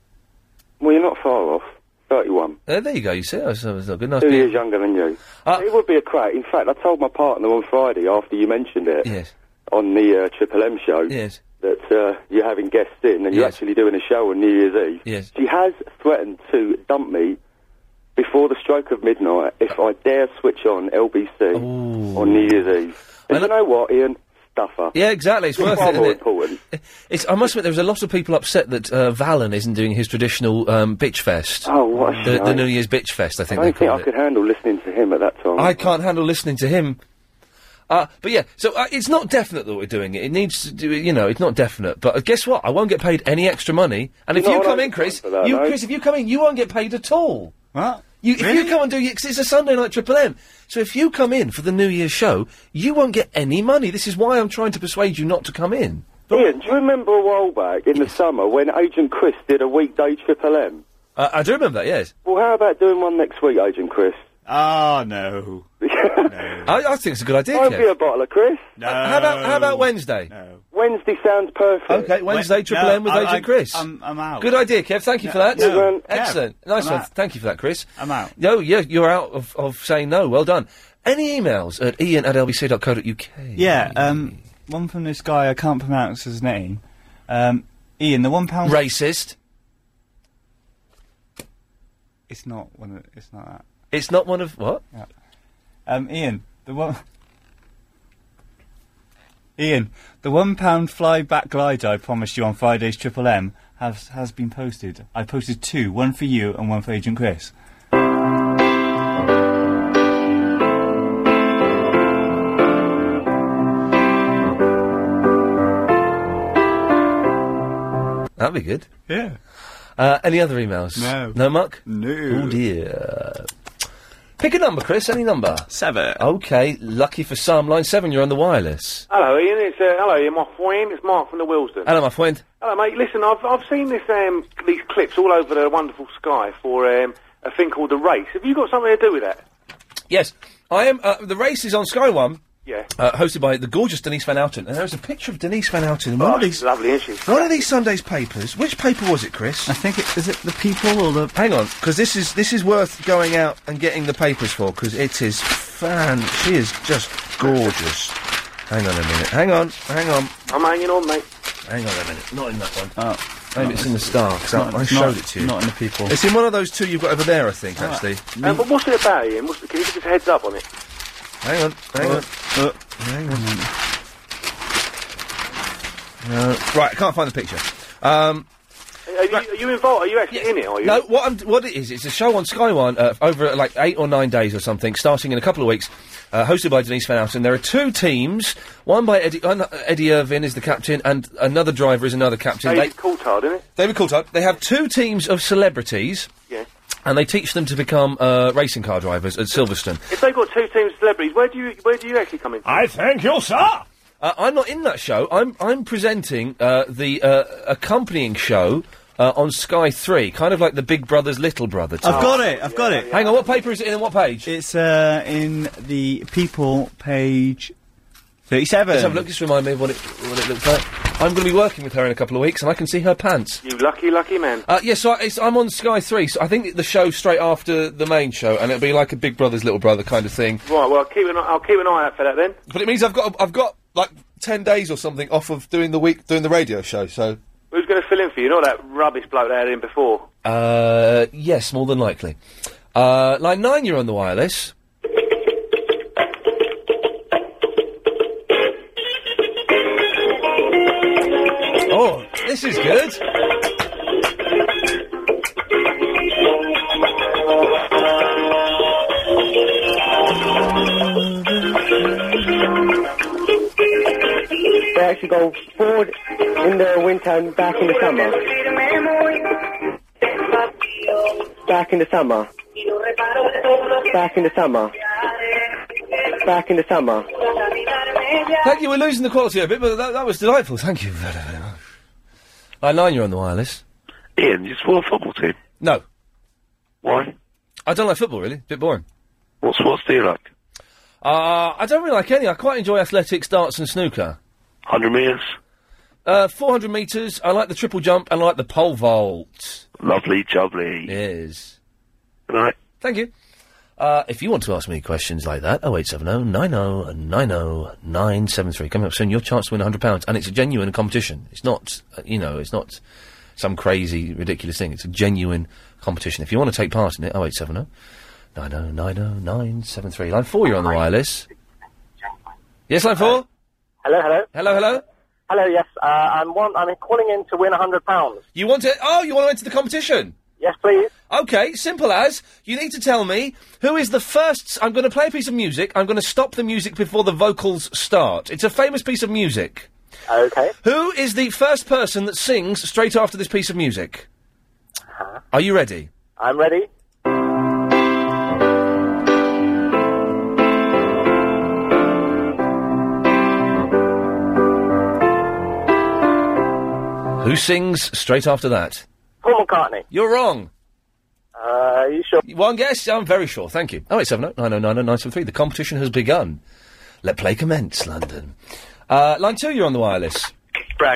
Speaker 5: Well, you're not far off. Thirty-one.
Speaker 1: Uh, there you go, you see. That's, that's not good. Nice
Speaker 5: Two
Speaker 1: being-
Speaker 5: years younger than you.
Speaker 1: Uh,
Speaker 5: it would be a crack. In fact, I told my partner on Friday after you mentioned it.
Speaker 1: Yes.
Speaker 5: On the uh, Triple M show.
Speaker 1: Yes.
Speaker 5: That uh, you're having guests in and you're actually doing a show on New Year's Eve.
Speaker 1: Yes.
Speaker 5: She has threatened to dump me before the stroke of midnight if I dare switch on LBC on New Year's Eve. And you know what, Ian? Stuffer.
Speaker 1: Yeah, exactly. It's worth
Speaker 5: far
Speaker 1: it, isn't
Speaker 5: more
Speaker 1: it?
Speaker 5: important.
Speaker 1: It's, I must admit, there was a lot of people upset that uh, Valen isn't doing his traditional um, bitch fest.
Speaker 5: Oh, what a
Speaker 1: the, the
Speaker 5: shame.
Speaker 1: New Year's bitch fest, I think
Speaker 5: I
Speaker 1: they
Speaker 5: don't think
Speaker 1: called
Speaker 5: I could handle listening to him at that time.
Speaker 1: it. I can't handle listening to him. Uh, but yeah, so uh, it's not definite that we're doing it. It needs to do, you know, it's not definite. But uh, guess what? I won't get paid any extra money. And
Speaker 5: You're
Speaker 1: if you
Speaker 5: not
Speaker 1: come
Speaker 5: allowed
Speaker 1: in,
Speaker 5: to
Speaker 1: Chris,
Speaker 5: for that,
Speaker 1: you,
Speaker 5: no?
Speaker 1: Chris, if you come in, you won't get paid at all. What? You, if you come and do, cause it's a Sunday night Triple M. So if you come in for the New Year's show, you won't get any money. This is why I'm trying to persuade you not to come in.
Speaker 5: Ian, do you remember a while back in the summer when Agent Chris did a weekday Triple M?
Speaker 1: Uh, I do remember that, yes.
Speaker 5: Well, how about doing one next week, Agent Chris?
Speaker 1: Ah, no. I, I think it's a good idea,
Speaker 5: Don't
Speaker 1: Kev.
Speaker 5: be a bottler, Chris.
Speaker 1: No. how about how about Wednesday? No.
Speaker 5: Wednesday sounds perfect.
Speaker 1: Okay, Wednesday, Triple M with Agent Chris. Good idea, Kev. Thank you for that.
Speaker 5: Oh. No. Kev,
Speaker 1: Excellent. Nice
Speaker 5: I'm
Speaker 1: one.
Speaker 5: out.
Speaker 1: Thank you for that, Chris.
Speaker 5: I'm out.
Speaker 1: No, yeah, you're out of, of saying no. Well done. Any emails at ian at lbc.co.uk?
Speaker 6: Yeah, um, one from this guy, I can't pronounce his name. Um, Ian, the one pound.
Speaker 1: Racist.
Speaker 6: It's not one of, it's not that.
Speaker 1: It's not one of, what?
Speaker 6: Yeah. Um, Ian, the one. Ian, the one pound fly back glider I promised you on Friday's Triple M has, has been posted. I posted two, one for you and one for Agent Chris.
Speaker 1: That'd be good.
Speaker 6: Yeah.
Speaker 1: Uh, any other emails?
Speaker 6: No.
Speaker 1: No, Mark?
Speaker 6: No.
Speaker 1: Oh, dear. Pick a number, Chris. Any number?
Speaker 6: Seven.
Speaker 1: Okay. Lucky for some. Line seven, you're on the wireless.
Speaker 17: Hello, Ian. It's uh, hello, Ian. My friend. It's Mark from the Wilsden.
Speaker 1: Hello, my friend.
Speaker 17: Hello, mate. Listen, I've I've seen this um these clips all over the wonderful sky for um a thing called the race. Have you got something to do with that?
Speaker 1: Yes, I am. Uh, the race is on Sky One.
Speaker 17: Yeah.
Speaker 1: Uh, hosted by the gorgeous Denise Van Outen, and there is a picture of Denise Van Outen in one of these
Speaker 17: Oh, lovely, isn't she?
Speaker 1: one of these Sunday's papers. Which paper was it, Chris? I
Speaker 6: think it is it the People or the.
Speaker 1: Hang on, because this is this is worth going out and getting the papers for because it is fan. She is just gorgeous. Hang on a minute. Hang on. Hang on.
Speaker 17: I'm hanging on, mate.
Speaker 1: Hang on a minute. Not in that one.
Speaker 6: Oh.
Speaker 1: Maybe it's in the star. 'cause I-
Speaker 6: Not-
Speaker 1: I
Speaker 6: it's
Speaker 1: showed
Speaker 6: not-
Speaker 1: it to you.
Speaker 6: Not in the people.
Speaker 1: It's in one of those two you've got over there, I think.
Speaker 6: Alright.
Speaker 1: Actually.
Speaker 17: Uh, but what's it about, Ian? What's, can you give us a heads up on it?
Speaker 1: Hang on, hang on. hang on. Uh, right, I can't find the picture. Um,
Speaker 17: Uh, Are you, are you involved? Are you actually in it? Are you?
Speaker 1: No, what I'm, what it is, it's a show on Sky One uh, over uh, like eight or nine days or something, starting in a couple of weeks, uh, hosted by Denise Van Outen. There are two teams, one by Eddie, one, Eddie Irvin is the captain, and another driver is another captain.
Speaker 17: David Coulthard, isn't it?
Speaker 1: David Coulthard. They have two teams of celebrities.
Speaker 17: Yeah.
Speaker 1: And they teach them to become uh, racing car drivers at Silverstone.
Speaker 17: If they've got two teams of celebrities, where do you where do you actually come in?
Speaker 1: I thank you, sir. Uh, I'm not in that show. I'm I'm presenting uh, the uh, accompanying show uh, on Sky Three, kind of like the Big Brother's Little Brother.
Speaker 6: I've
Speaker 1: type.
Speaker 6: got it. I've got it.
Speaker 1: Hang on. What paper is it in? and What page?
Speaker 6: It's uh, in the People page thirty-seven.
Speaker 1: Let's have a look. Just remind me of what it what it looks like. I'm going to be working with her in a couple of weeks, and I can see her pants.
Speaker 17: You lucky, lucky man.
Speaker 1: Uh, yeah, so I, it's, I'm on Sky Three. So I think the show's straight after the main show, and it'll be like a Big Brother's Little Brother kind of thing.
Speaker 17: Right, well, keep an, eye- I'll keep an eye out for that then.
Speaker 1: But it means I've got I've got like ten days or something off of doing the week doing the radio show. So
Speaker 17: Who's going to fill in for you? Not that rubbish bloke that had in before.
Speaker 1: uh, yes, more than likely. Uh, line nine, you're on the wireless. Oh, this is good.
Speaker 20: They actually go forward in the winter and back in the summer. Back in the summer. Back in the summer. Back in the summer.
Speaker 1: Thank you. We're losing the quality a bit, but that, that was delightful. Thank you very, very much. Line nine, you're on the wireless.
Speaker 19: Ian, you support a football team?
Speaker 1: No.
Speaker 19: Why?
Speaker 1: I don't like football, really. bit boring.
Speaker 19: What sports do you like?
Speaker 1: Uh, I don't really like any. I quite enjoy athletics, darts, and snooker.
Speaker 19: 100 metres?
Speaker 1: Uh, 400 metres. I like the triple jump and I like the pole vault.
Speaker 19: Lovely jubbly.
Speaker 1: Yes.
Speaker 19: Good night.
Speaker 1: Thank you. Uh, if you want to ask me questions like that, 0870 90 90 973. Coming up soon, your chance to win £100. And it's a genuine competition. It's not, uh, you know, it's not some crazy, ridiculous thing. It's a genuine competition. If you want to take part in it, 0870 90 90 973. Line 4, you're on the wireless. Yes, line 4?
Speaker 21: Hello, hello.
Speaker 1: Hello, hello.
Speaker 21: Hello, yes. Uh, I'm one, I'm calling in to win hundred pounds.
Speaker 1: You want to? Oh, you want to enter the competition?
Speaker 21: Yes, please.
Speaker 1: Okay, simple as you need to tell me who is the first. s- I'm going to play a piece of music. I'm going to stop the music before the vocals start. It's a famous piece of music.
Speaker 21: Okay.
Speaker 1: Who is the first person that sings straight after this piece of music? Are you ready?
Speaker 21: Uh-huh. I'm ready.
Speaker 1: Who sings straight after that?
Speaker 21: Paul McCartney.
Speaker 1: You're wrong.
Speaker 21: Uh, are you sure?
Speaker 1: One guess? I'm very sure. Thank you. Oh, eight seven oh nine oh nine oh nine seven three. The competition has begun. Let play commence, London. Uh, line two, you're on the wireless. Oh,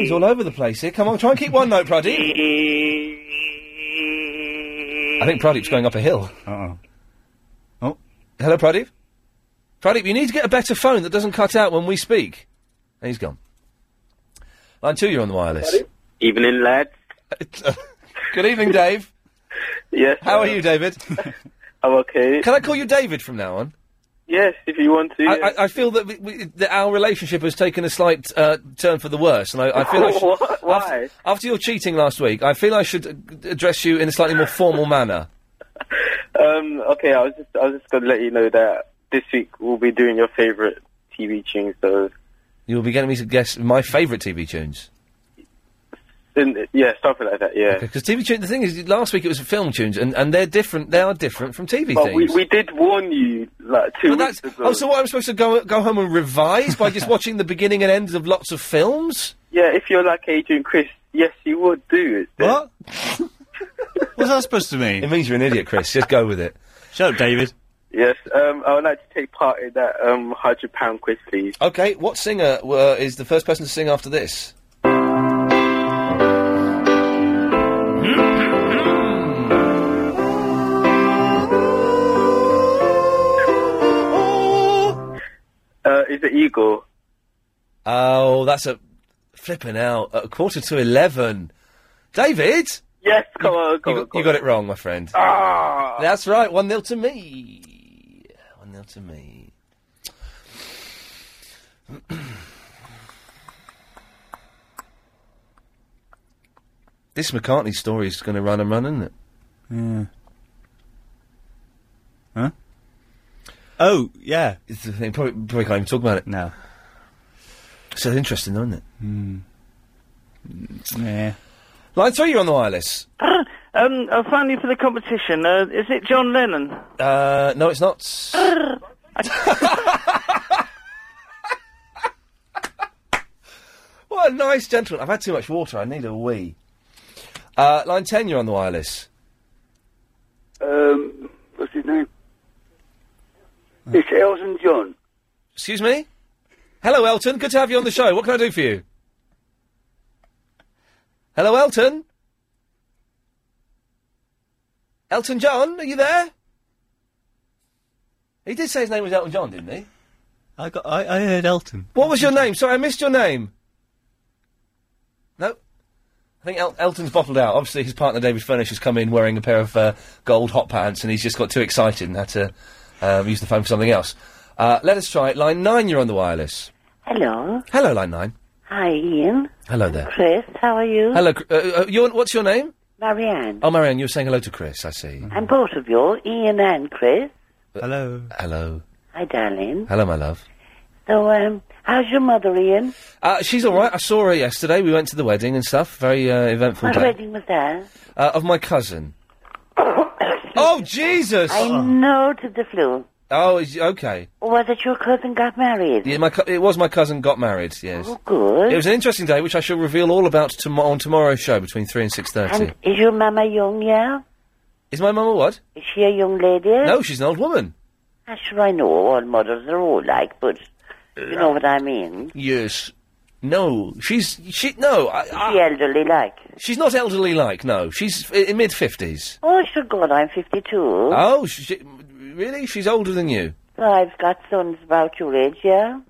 Speaker 1: he's all over the place here. Come on, try and keep one note, Pradip. I think Pradip's going up a hill.
Speaker 6: Uh-oh.
Speaker 1: Oh. Hello, Pradip. Pradip, you need to get a better phone that doesn't cut out when we speak. And he's gone. Line two, you're on the wireless.
Speaker 22: Evening, lads.
Speaker 1: Good evening, Dave.
Speaker 22: Yes.
Speaker 1: How are you, David?
Speaker 22: I'm okay.
Speaker 1: Can I call you David from now on?
Speaker 22: Yes, if you want to.
Speaker 1: I,
Speaker 22: yes.
Speaker 1: I, I feel that, we, we, that our relationship has taken a slight uh, turn for the worse, and I, I feel I should,
Speaker 22: What? Why?
Speaker 1: After, after your cheating last week, I feel I should uh, address you in a slightly more formal manner.
Speaker 22: Um, okay, I was just I was just gonna let you know that this week we'll be doing your favourite TV tunes. So,
Speaker 1: You'll be getting me to guess my favourite TV tunes.
Speaker 22: in, yeah, something like that. Yeah.
Speaker 1: Because TV tune, the thing is, last week it was film tunes, and, and they're different. They are different from TV
Speaker 22: But
Speaker 1: things.
Speaker 22: we, we did warn you like two
Speaker 1: But
Speaker 22: weeks
Speaker 1: that's-
Speaker 22: ago.
Speaker 1: oh, so what I'm supposed to go go home and revise by just watching the beginning and ends of lots of films?
Speaker 22: yeah, if you're like Adrian Chris, yes, you would do it.
Speaker 1: What?
Speaker 6: What's that supposed to mean?
Speaker 1: It means you're an idiot, Chris. Just go with it.
Speaker 6: Shut up, David.
Speaker 22: Yes, um, I would like to take part in that um, hundred pound quiz, please.
Speaker 1: Okay, what singer uh, is the first person to sing after this?
Speaker 22: Uh, is it Eagle?
Speaker 1: Oh, that's a flipping out. A quarter to eleven. David?
Speaker 22: Yes, come on, come
Speaker 1: you,
Speaker 22: on,
Speaker 1: You got it wrong, my friend. Ah! That's right, 1 0 to me. 1 0 to me. This McCartney story is going to run and run, isn't it?
Speaker 6: Yeah. Oh, yeah.
Speaker 1: It's the thing. Probably, probably can't even talk about it.
Speaker 6: No.
Speaker 1: So interesting, though, isn't it?
Speaker 6: Mm. Yeah.
Speaker 1: Line three, you're on the wireless.
Speaker 23: um, uh, finally for the competition, uh, is it John Lennon?
Speaker 1: Uh, no, it's not. What a nice gentleman. I've had too much water. I need a wee. Uh, line 10, you're on the wireless.
Speaker 8: Um, what's his name? It's Elton John.
Speaker 1: Excuse me? Hello, Elton. Good to have you on the show. What can I do for you? Hello, Elton? Elton John, are you there? He did say his name was Elton John, didn't he?
Speaker 6: I got. I, I heard Elton.
Speaker 1: What was your name? Sorry, I missed your name. No. I think El- Elton's bottled out. Obviously, his partner David Furnish has come in wearing a pair of uh, gold hot pants, and he's just got too excited and had to um, use the phone for something else. Uh, let us try it. line nine. You're on the wireless.
Speaker 13: Hello.
Speaker 1: Hello, line nine.
Speaker 13: Hi, Ian.
Speaker 1: Hello there.
Speaker 13: Chris, how are you?
Speaker 1: Hello. Cr- Uh, uh, your, what's your name?
Speaker 13: Marianne.
Speaker 1: Oh, Marianne, you were saying hello to Chris. I see.
Speaker 13: And both of you, Ian and Chris.
Speaker 1: Hello. Hello.
Speaker 13: Hi, darling.
Speaker 1: Hello, my love.
Speaker 13: So, um, how's your mother, Ian?
Speaker 1: Uh, she's all right. I saw her yesterday. We went to the wedding and stuff. Very uh, eventful
Speaker 13: What
Speaker 1: day.
Speaker 13: wedding was that?
Speaker 1: Uh, of my cousin. oh Jesus!
Speaker 13: I know to the flu.
Speaker 1: Oh, is, okay.
Speaker 13: Was it your cousin got married?
Speaker 1: Yeah, my cou- it was my cousin got married. Yes.
Speaker 13: Oh, good.
Speaker 1: It was an interesting day, which I shall reveal all about tomo- on tomorrow's show between three and six thirty.
Speaker 13: And is your mama young, yeah?
Speaker 1: Is my mama what?
Speaker 13: Is she a young lady?
Speaker 1: No, she's an old woman.
Speaker 13: I'm sure I know all mothers are all like, but you know what I mean.
Speaker 1: Yes. No, she's she no. I, I,
Speaker 13: she elderly like?
Speaker 1: She's not elderly like. No, she's i- in mid fifties.
Speaker 13: Oh, sure, God, I'm 52.
Speaker 1: Oh, she, really? She's older than you.
Speaker 13: So I've got sons about your age, yeah?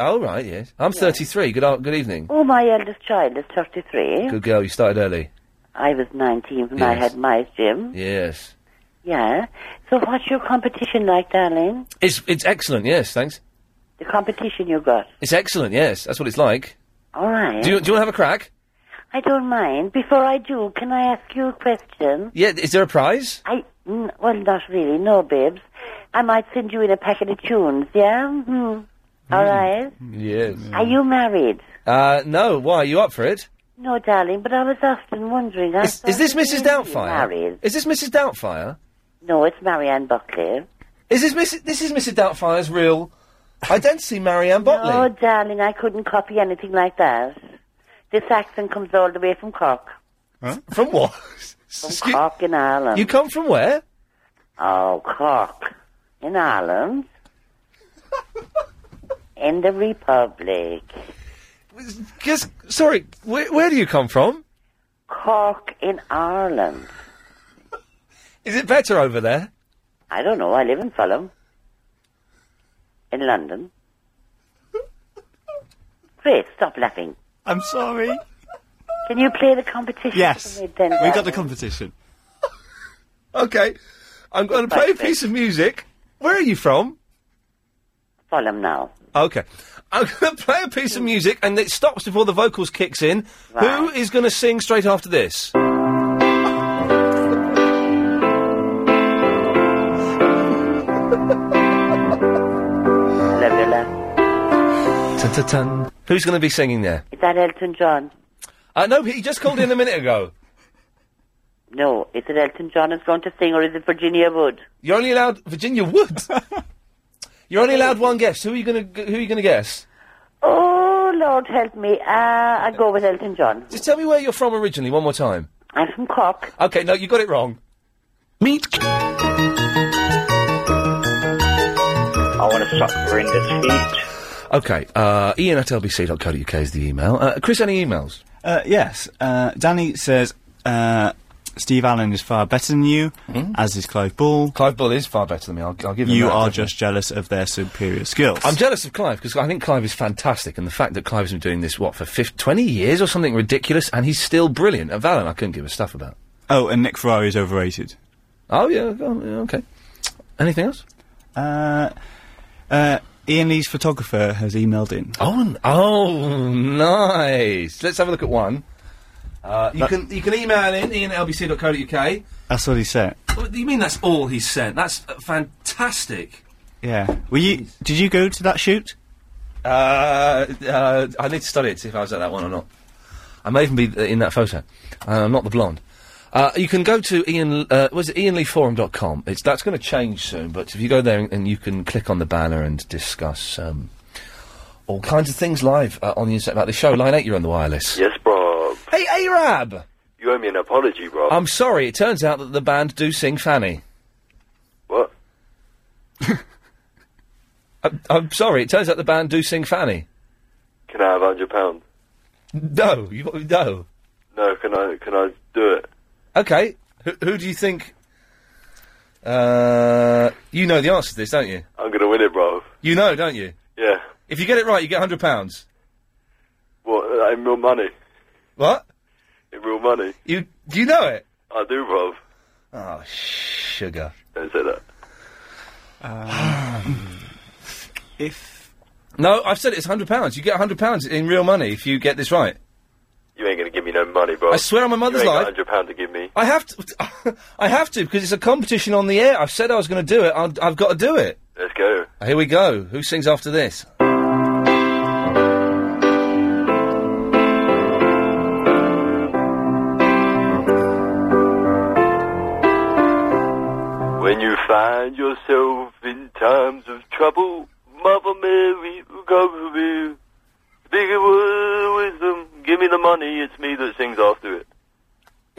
Speaker 1: Oh right, yes. I'm thirty three. Good ar- good evening.
Speaker 13: Oh, my eldest child is 33.
Speaker 1: Good girl. You started early.
Speaker 13: I was 19 when I
Speaker 1: Yes.
Speaker 13: had my Jim.
Speaker 1: Yes.
Speaker 13: Yeah. So what's your competition like, darling?
Speaker 1: It's it's excellent. Yes, thanks.
Speaker 13: The competition you got.
Speaker 1: It's excellent. Yes, that's what it's like.
Speaker 13: All right.
Speaker 1: Do you do you want to have a crack?
Speaker 13: I don't mind. Before I do, can I ask you a question?
Speaker 1: Yeah. Is there a prize?
Speaker 13: I, mm, well, not really. No, babes. I might send you in a packet of tunes, yeah?
Speaker 1: Mm,
Speaker 13: Mhm. All right.
Speaker 1: Yes.
Speaker 13: Are you married?
Speaker 1: Uh, no. Why are you up for it?
Speaker 13: No, darling, but I was often wondering. I
Speaker 1: Is this
Speaker 13: thought,
Speaker 1: Mrs.
Speaker 13: really,
Speaker 1: Doubtfire?
Speaker 13: Married.
Speaker 1: Is this Mrs. Doubtfire?
Speaker 13: No, it's Marianne Buckley.
Speaker 1: Is this Mrs. This is Mrs. Doubtfire's real identity, Marianne Botley?
Speaker 13: Oh, darling, I couldn't copy anything like that. This accent comes all the way from Cork.
Speaker 1: From what?
Speaker 13: From Cork in Ireland.
Speaker 1: You come from where?
Speaker 13: Oh, Cork. In Ireland. in the Republic.
Speaker 1: Just sorry. Where, where do you come from?
Speaker 13: Cork in Ireland.
Speaker 1: Is it better over there?
Speaker 13: I don't know. I live in Fulham. In London. Chris, stop laughing.
Speaker 6: I'm sorry.
Speaker 13: Can you play the competition?
Speaker 6: Yes.
Speaker 13: for me then,
Speaker 6: we got the
Speaker 13: darling?
Speaker 6: competition.
Speaker 1: Okay, I'm going to play a piece of music. Where are you from?
Speaker 13: Fulham now.
Speaker 1: Okay, I'm going to play a piece of music, and it stops before the vocals kicks in. Who is going to sing straight after this?
Speaker 13: Love you, love.
Speaker 1: Dun-dun-dun. Who's going to be singing there?
Speaker 13: Is that Elton John?
Speaker 1: Uh, no, he just called in a minute ago.
Speaker 13: No. Is it Elton John is going to sing or is it Virginia Wood?
Speaker 1: You're only allowed Virginia Wood. You're only allowed one guess. Who are you going to Who are you going to guess?
Speaker 13: Oh, Lord help me. Uh, I go with Elton John.
Speaker 1: Just tell me where you're from originally, one more time.
Speaker 13: I'm from Cork.
Speaker 1: Okay, no, you got it wrong. Meet.
Speaker 2: I want to suck Verinda's feet.
Speaker 1: Okay, uh, Ian at lbc.co.uk is the email. Uh, Chris, any emails?
Speaker 6: Uh, yes. Uh, Danny says uh, Steve Allen is far better than you, as is Clive Bull.
Speaker 1: Mm-hmm. Clive Bull is far better than me. I'll, I'll give him
Speaker 6: You
Speaker 1: that,
Speaker 6: are
Speaker 1: definitely.
Speaker 6: just jealous of their superior skills.
Speaker 1: I'm jealous of Clive because I think Clive is fantastic, and the fact that Clive's been doing this what for 50, 20 years or something ridiculous, and he's still brilliant. And Valen, I couldn't give a stuff about.
Speaker 6: Oh, and Nick Ferrari is overrated.
Speaker 1: Oh yeah, oh, yeah, okay. Anything else?
Speaker 6: Uh, uh, Ian Lee's photographer has emailed in.
Speaker 1: Oh, n- oh, nice. Let's have a look at one. Uh, you
Speaker 6: That-
Speaker 1: can you can email in ian at lbc.co.uk.
Speaker 6: That's what he said.
Speaker 1: What do you mean that's all he sent? That's uh, fantastic.
Speaker 6: Yeah. Were you? Did you go to that shoot?
Speaker 1: Uh, uh, I need to study it to see if I was at that one or not. I may even be th- in that photo. Uh, I'm not the blonde. Uh, you can go to Ian. Uh, was it IanLeeForum.com? It's that's going to change soon. But if you go there and, and you can click on the banner and discuss um, all kinds of things live uh, on the internet about the show. Line eight, you're on the wireless.
Speaker 2: Yes, Rob.
Speaker 1: Hey, Arab.
Speaker 2: Oh, You owe me an apology,
Speaker 22: Oh.
Speaker 2: Rob.
Speaker 1: I'm sorry. It turns out that the band do sing Fanny.
Speaker 2: What?
Speaker 1: I'm, I'm sorry. It turns out the band do sing Fanny.
Speaker 2: Can I have hundred pounds?
Speaker 1: No, you no.
Speaker 2: No, can I? Can I do it?
Speaker 1: Okay. Who, who do you think? Uh, you know the answer to this, don't you?
Speaker 2: I'm gonna win it, bro.
Speaker 1: You know, don't you?
Speaker 2: Yeah.
Speaker 1: If you get it right, you get hundred pounds.
Speaker 2: What? uh, In real money.
Speaker 1: What?
Speaker 2: In real money.
Speaker 1: You do you know it?
Speaker 2: I do, Rob.
Speaker 1: Oh, sugar.
Speaker 2: Don't say that.
Speaker 1: Um, if no, I've said it's hundred pounds. You get hundred pounds in real money if you get this right.
Speaker 2: You ain't gonna give me no money, bro.
Speaker 1: I swear on my mother's
Speaker 2: you ain't
Speaker 1: life.
Speaker 2: Hundred pound to give me.
Speaker 1: I have to. I have to because it's a competition on the air. I've said I was going to do it. i I've got to do it.
Speaker 2: Let's go.
Speaker 1: Here we go. Who sings after this?
Speaker 2: When you find yourself in times of trouble, Mother Mary, come to me. Speak a word of wisdom. Give me the money. It's me that sings after it.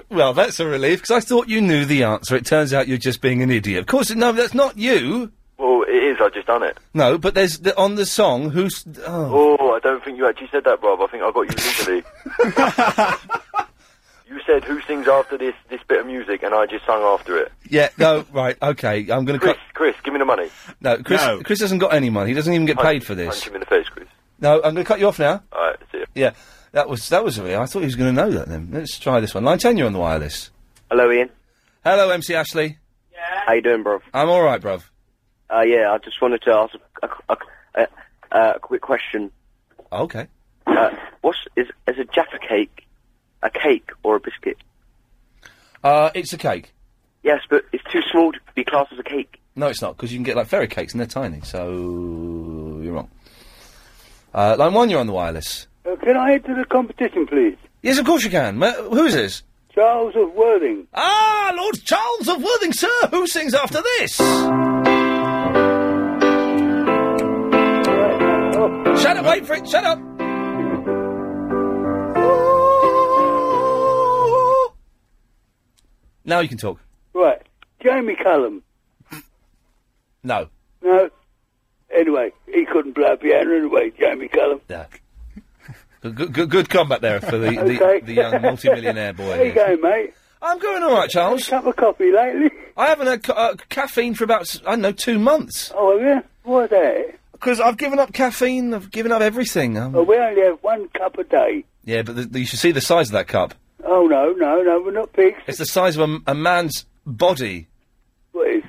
Speaker 1: Well, that's a relief because I thought you knew the answer. It turns out you're just being an idiot. Of course, no, that's not you.
Speaker 2: Well, it is. I've just done it.
Speaker 1: No, but there's the, on the song. Who's oh.
Speaker 2: Oh, I don't think you actually said that, Rob. I think I got you legally. you said who sings after this this bit of music, and I just sung after it.
Speaker 1: Yeah, no, right, okay. I'm going to cut.
Speaker 2: Chris, give me the money.
Speaker 1: No, Chris.
Speaker 2: No.
Speaker 1: Chris hasn't got any money. He doesn't even get
Speaker 2: Punch-
Speaker 1: paid for
Speaker 2: Punch
Speaker 1: this.
Speaker 2: him in the face, Chris.
Speaker 1: No, I'm going to cut you off now.
Speaker 2: All right, see ya.
Speaker 1: Yeah, that was that was real. I thought he was going to know that. Then let's try this one. Line ten, you're on the wireless.
Speaker 3: Hello, Ian.
Speaker 1: Hello, MC Ashley.
Speaker 3: How you doing, bro?
Speaker 1: I'm all right, bruv.
Speaker 3: Uh, yeah, I just wanted to ask a, a, a,
Speaker 20: uh,
Speaker 3: a, a quick question.
Speaker 1: Okay.
Speaker 3: Uh, what's is is a jaffa cake a cake or a biscuit?
Speaker 1: Uh, it's a cake.
Speaker 3: Yes, but it's too small to be classed as a cake.
Speaker 1: No, it's not because you can get like fairy cakes and they're tiny. So you're wrong. Uh, line one, you're on the wireless.
Speaker 8: Uh, can I enter the competition, please?
Speaker 1: Yes, of course you can. Ma- who is this?
Speaker 8: Charles of Worthing.
Speaker 1: Ah, Lord Charles of Worthing, sir. Who sings after this? Shut up! Wait for it. Shut up. Now you can talk.
Speaker 8: Right. Jamie Cullum.
Speaker 1: No.
Speaker 8: No. Anyway, he couldn't play a piano anyway, Jamie Cullum.
Speaker 1: No. Good, good, good combat there for the, the,
Speaker 8: Okay.
Speaker 1: the young multimillionaire boy.
Speaker 8: There you
Speaker 1: here.
Speaker 8: go, mate.
Speaker 1: I'm going all right, Charles.
Speaker 8: Had a cup of coffee lately.
Speaker 1: I haven't had ca- uh, caffeine for about, s- I don't know, two months.
Speaker 8: Oh, have you? Why that?
Speaker 1: Because I've given up caffeine, I've given up everything. Um,
Speaker 8: Well, we only have one cup a day.
Speaker 1: Yeah, but the, the, you should see the size of that cup.
Speaker 8: Oh, no, no, no, we're not pigs.
Speaker 1: It's the size of a, m- a man's body.
Speaker 8: What is?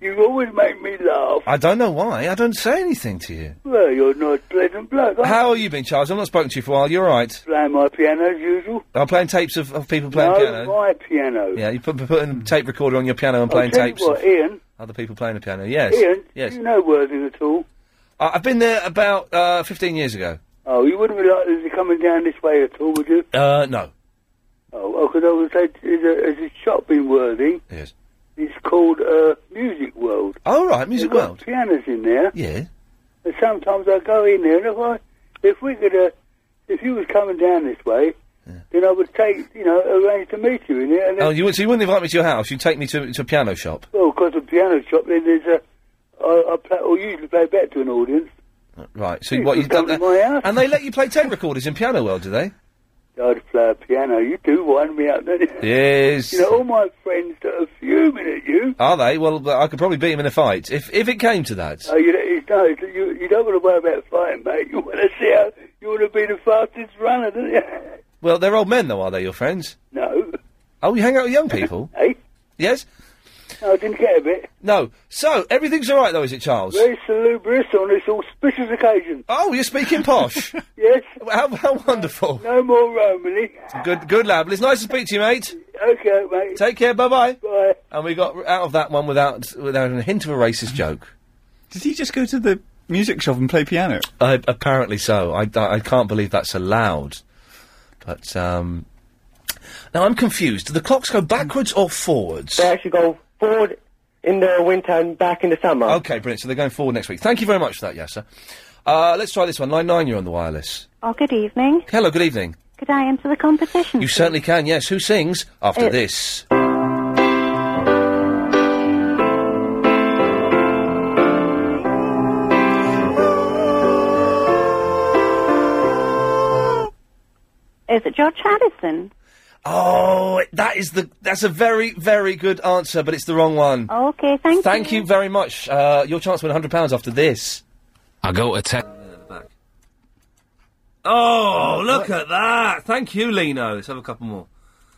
Speaker 8: you always make me laugh.
Speaker 1: I don't know why. I don't say anything to you.
Speaker 8: Well, you're not a pleasant bloke. I'm
Speaker 1: How have you been, Charles? I've not spoken to you for a while. You're all right.
Speaker 8: playing my piano as usual.
Speaker 1: I'm playing tapes of, of people playing
Speaker 8: no,
Speaker 1: piano.
Speaker 8: my piano.
Speaker 1: Yeah, you put, putting a tape recorder on your piano and playing
Speaker 8: I'll tell
Speaker 1: tapes.
Speaker 8: You what,
Speaker 1: of
Speaker 8: Ian,
Speaker 1: Other people playing the piano. Yes.
Speaker 8: Ian,
Speaker 1: yes.
Speaker 8: you know Worthing at all?
Speaker 1: I- I've been there about uh, 15 years ago.
Speaker 8: Oh, you wouldn't be likely to be coming down this way at all, would you?
Speaker 1: Uh, no.
Speaker 8: Oh, because I would say, is a, is a shop in Worthing?
Speaker 1: Yes.
Speaker 8: It's called uh, Music World.
Speaker 1: Oh, right, Music
Speaker 8: They've got
Speaker 1: World.
Speaker 8: pianos in there.
Speaker 1: Yeah.
Speaker 8: And sometimes I go in there, and if I, if we could, uh, if you was coming down this way, then I would take, you know, arrange to meet you in there. And then,
Speaker 1: Oh, you, wouldn't- so you wouldn't invite me to your house. You'd take me to, to a piano shop.
Speaker 8: well, because the piano shop, then there's a, I, I play, or usually play back to an audience.
Speaker 1: Right. So
Speaker 8: You
Speaker 1: what
Speaker 8: could
Speaker 1: you've
Speaker 8: come
Speaker 1: done
Speaker 8: to
Speaker 1: that-
Speaker 8: my house.
Speaker 1: and they let you play tape recorders in Piano World, do they?
Speaker 8: I'd play a piano. You do wind me up, don't you?
Speaker 1: Yes.
Speaker 8: You know, all my friends that are fuming at you.
Speaker 1: Are they? Well, th- I could probably beat them in a fight if if it came to that.
Speaker 8: Oh, you, don't- you, don't- you, you don't want to worry about fighting, mate. You want to see how you want to be the fastest runner, don't you?
Speaker 1: Well, they're old men, though, are they? Your friends?
Speaker 8: No,
Speaker 1: Oh, you hang out with young people?
Speaker 8: Eh?
Speaker 1: Yes.
Speaker 8: no, I didn't get a bit.
Speaker 1: No. So, everything's alright though, is it, Charles?
Speaker 8: Very salubrious on this auspicious occasion.
Speaker 1: Oh, you're speaking posh.
Speaker 8: yes.
Speaker 1: How, how wonderful.
Speaker 8: No more Romany.
Speaker 1: Good, good lad. Well, it's nice to speak to you, mate.
Speaker 8: Okay, mate.
Speaker 1: Take care. Bye bye.
Speaker 8: Bye.
Speaker 1: And we got r- out of that one without without a hint of a racist joke.
Speaker 6: Did he just go to the music shop and play piano?
Speaker 1: Uh, apparently so. I, I, I can't believe that's allowed. But um, now I'm confused. Do the clocks go backwards or forwards?
Speaker 20: They actually go forward in the winter and back in the summer.
Speaker 1: Okay, brilliant. So they're going forward next week. Thank you very much for that, Yasser. Uh, let's try this one. Line nine, you're on the wireless.
Speaker 9: Oh, good evening.
Speaker 1: Hello, good evening.
Speaker 9: Could I enter the competition?
Speaker 1: You certainly can. Yes. Who sings after
Speaker 9: It's-
Speaker 1: this?
Speaker 9: Is it George Harrison?
Speaker 1: Oh, that is the that's a very very good answer, but it's the wrong one.
Speaker 9: Okay, thank you.
Speaker 1: Thank you very much. Uh, your chance to win hundred pounds after this. I go to tech. Oh, look at that! Thank you, Lino. Let's have a couple more.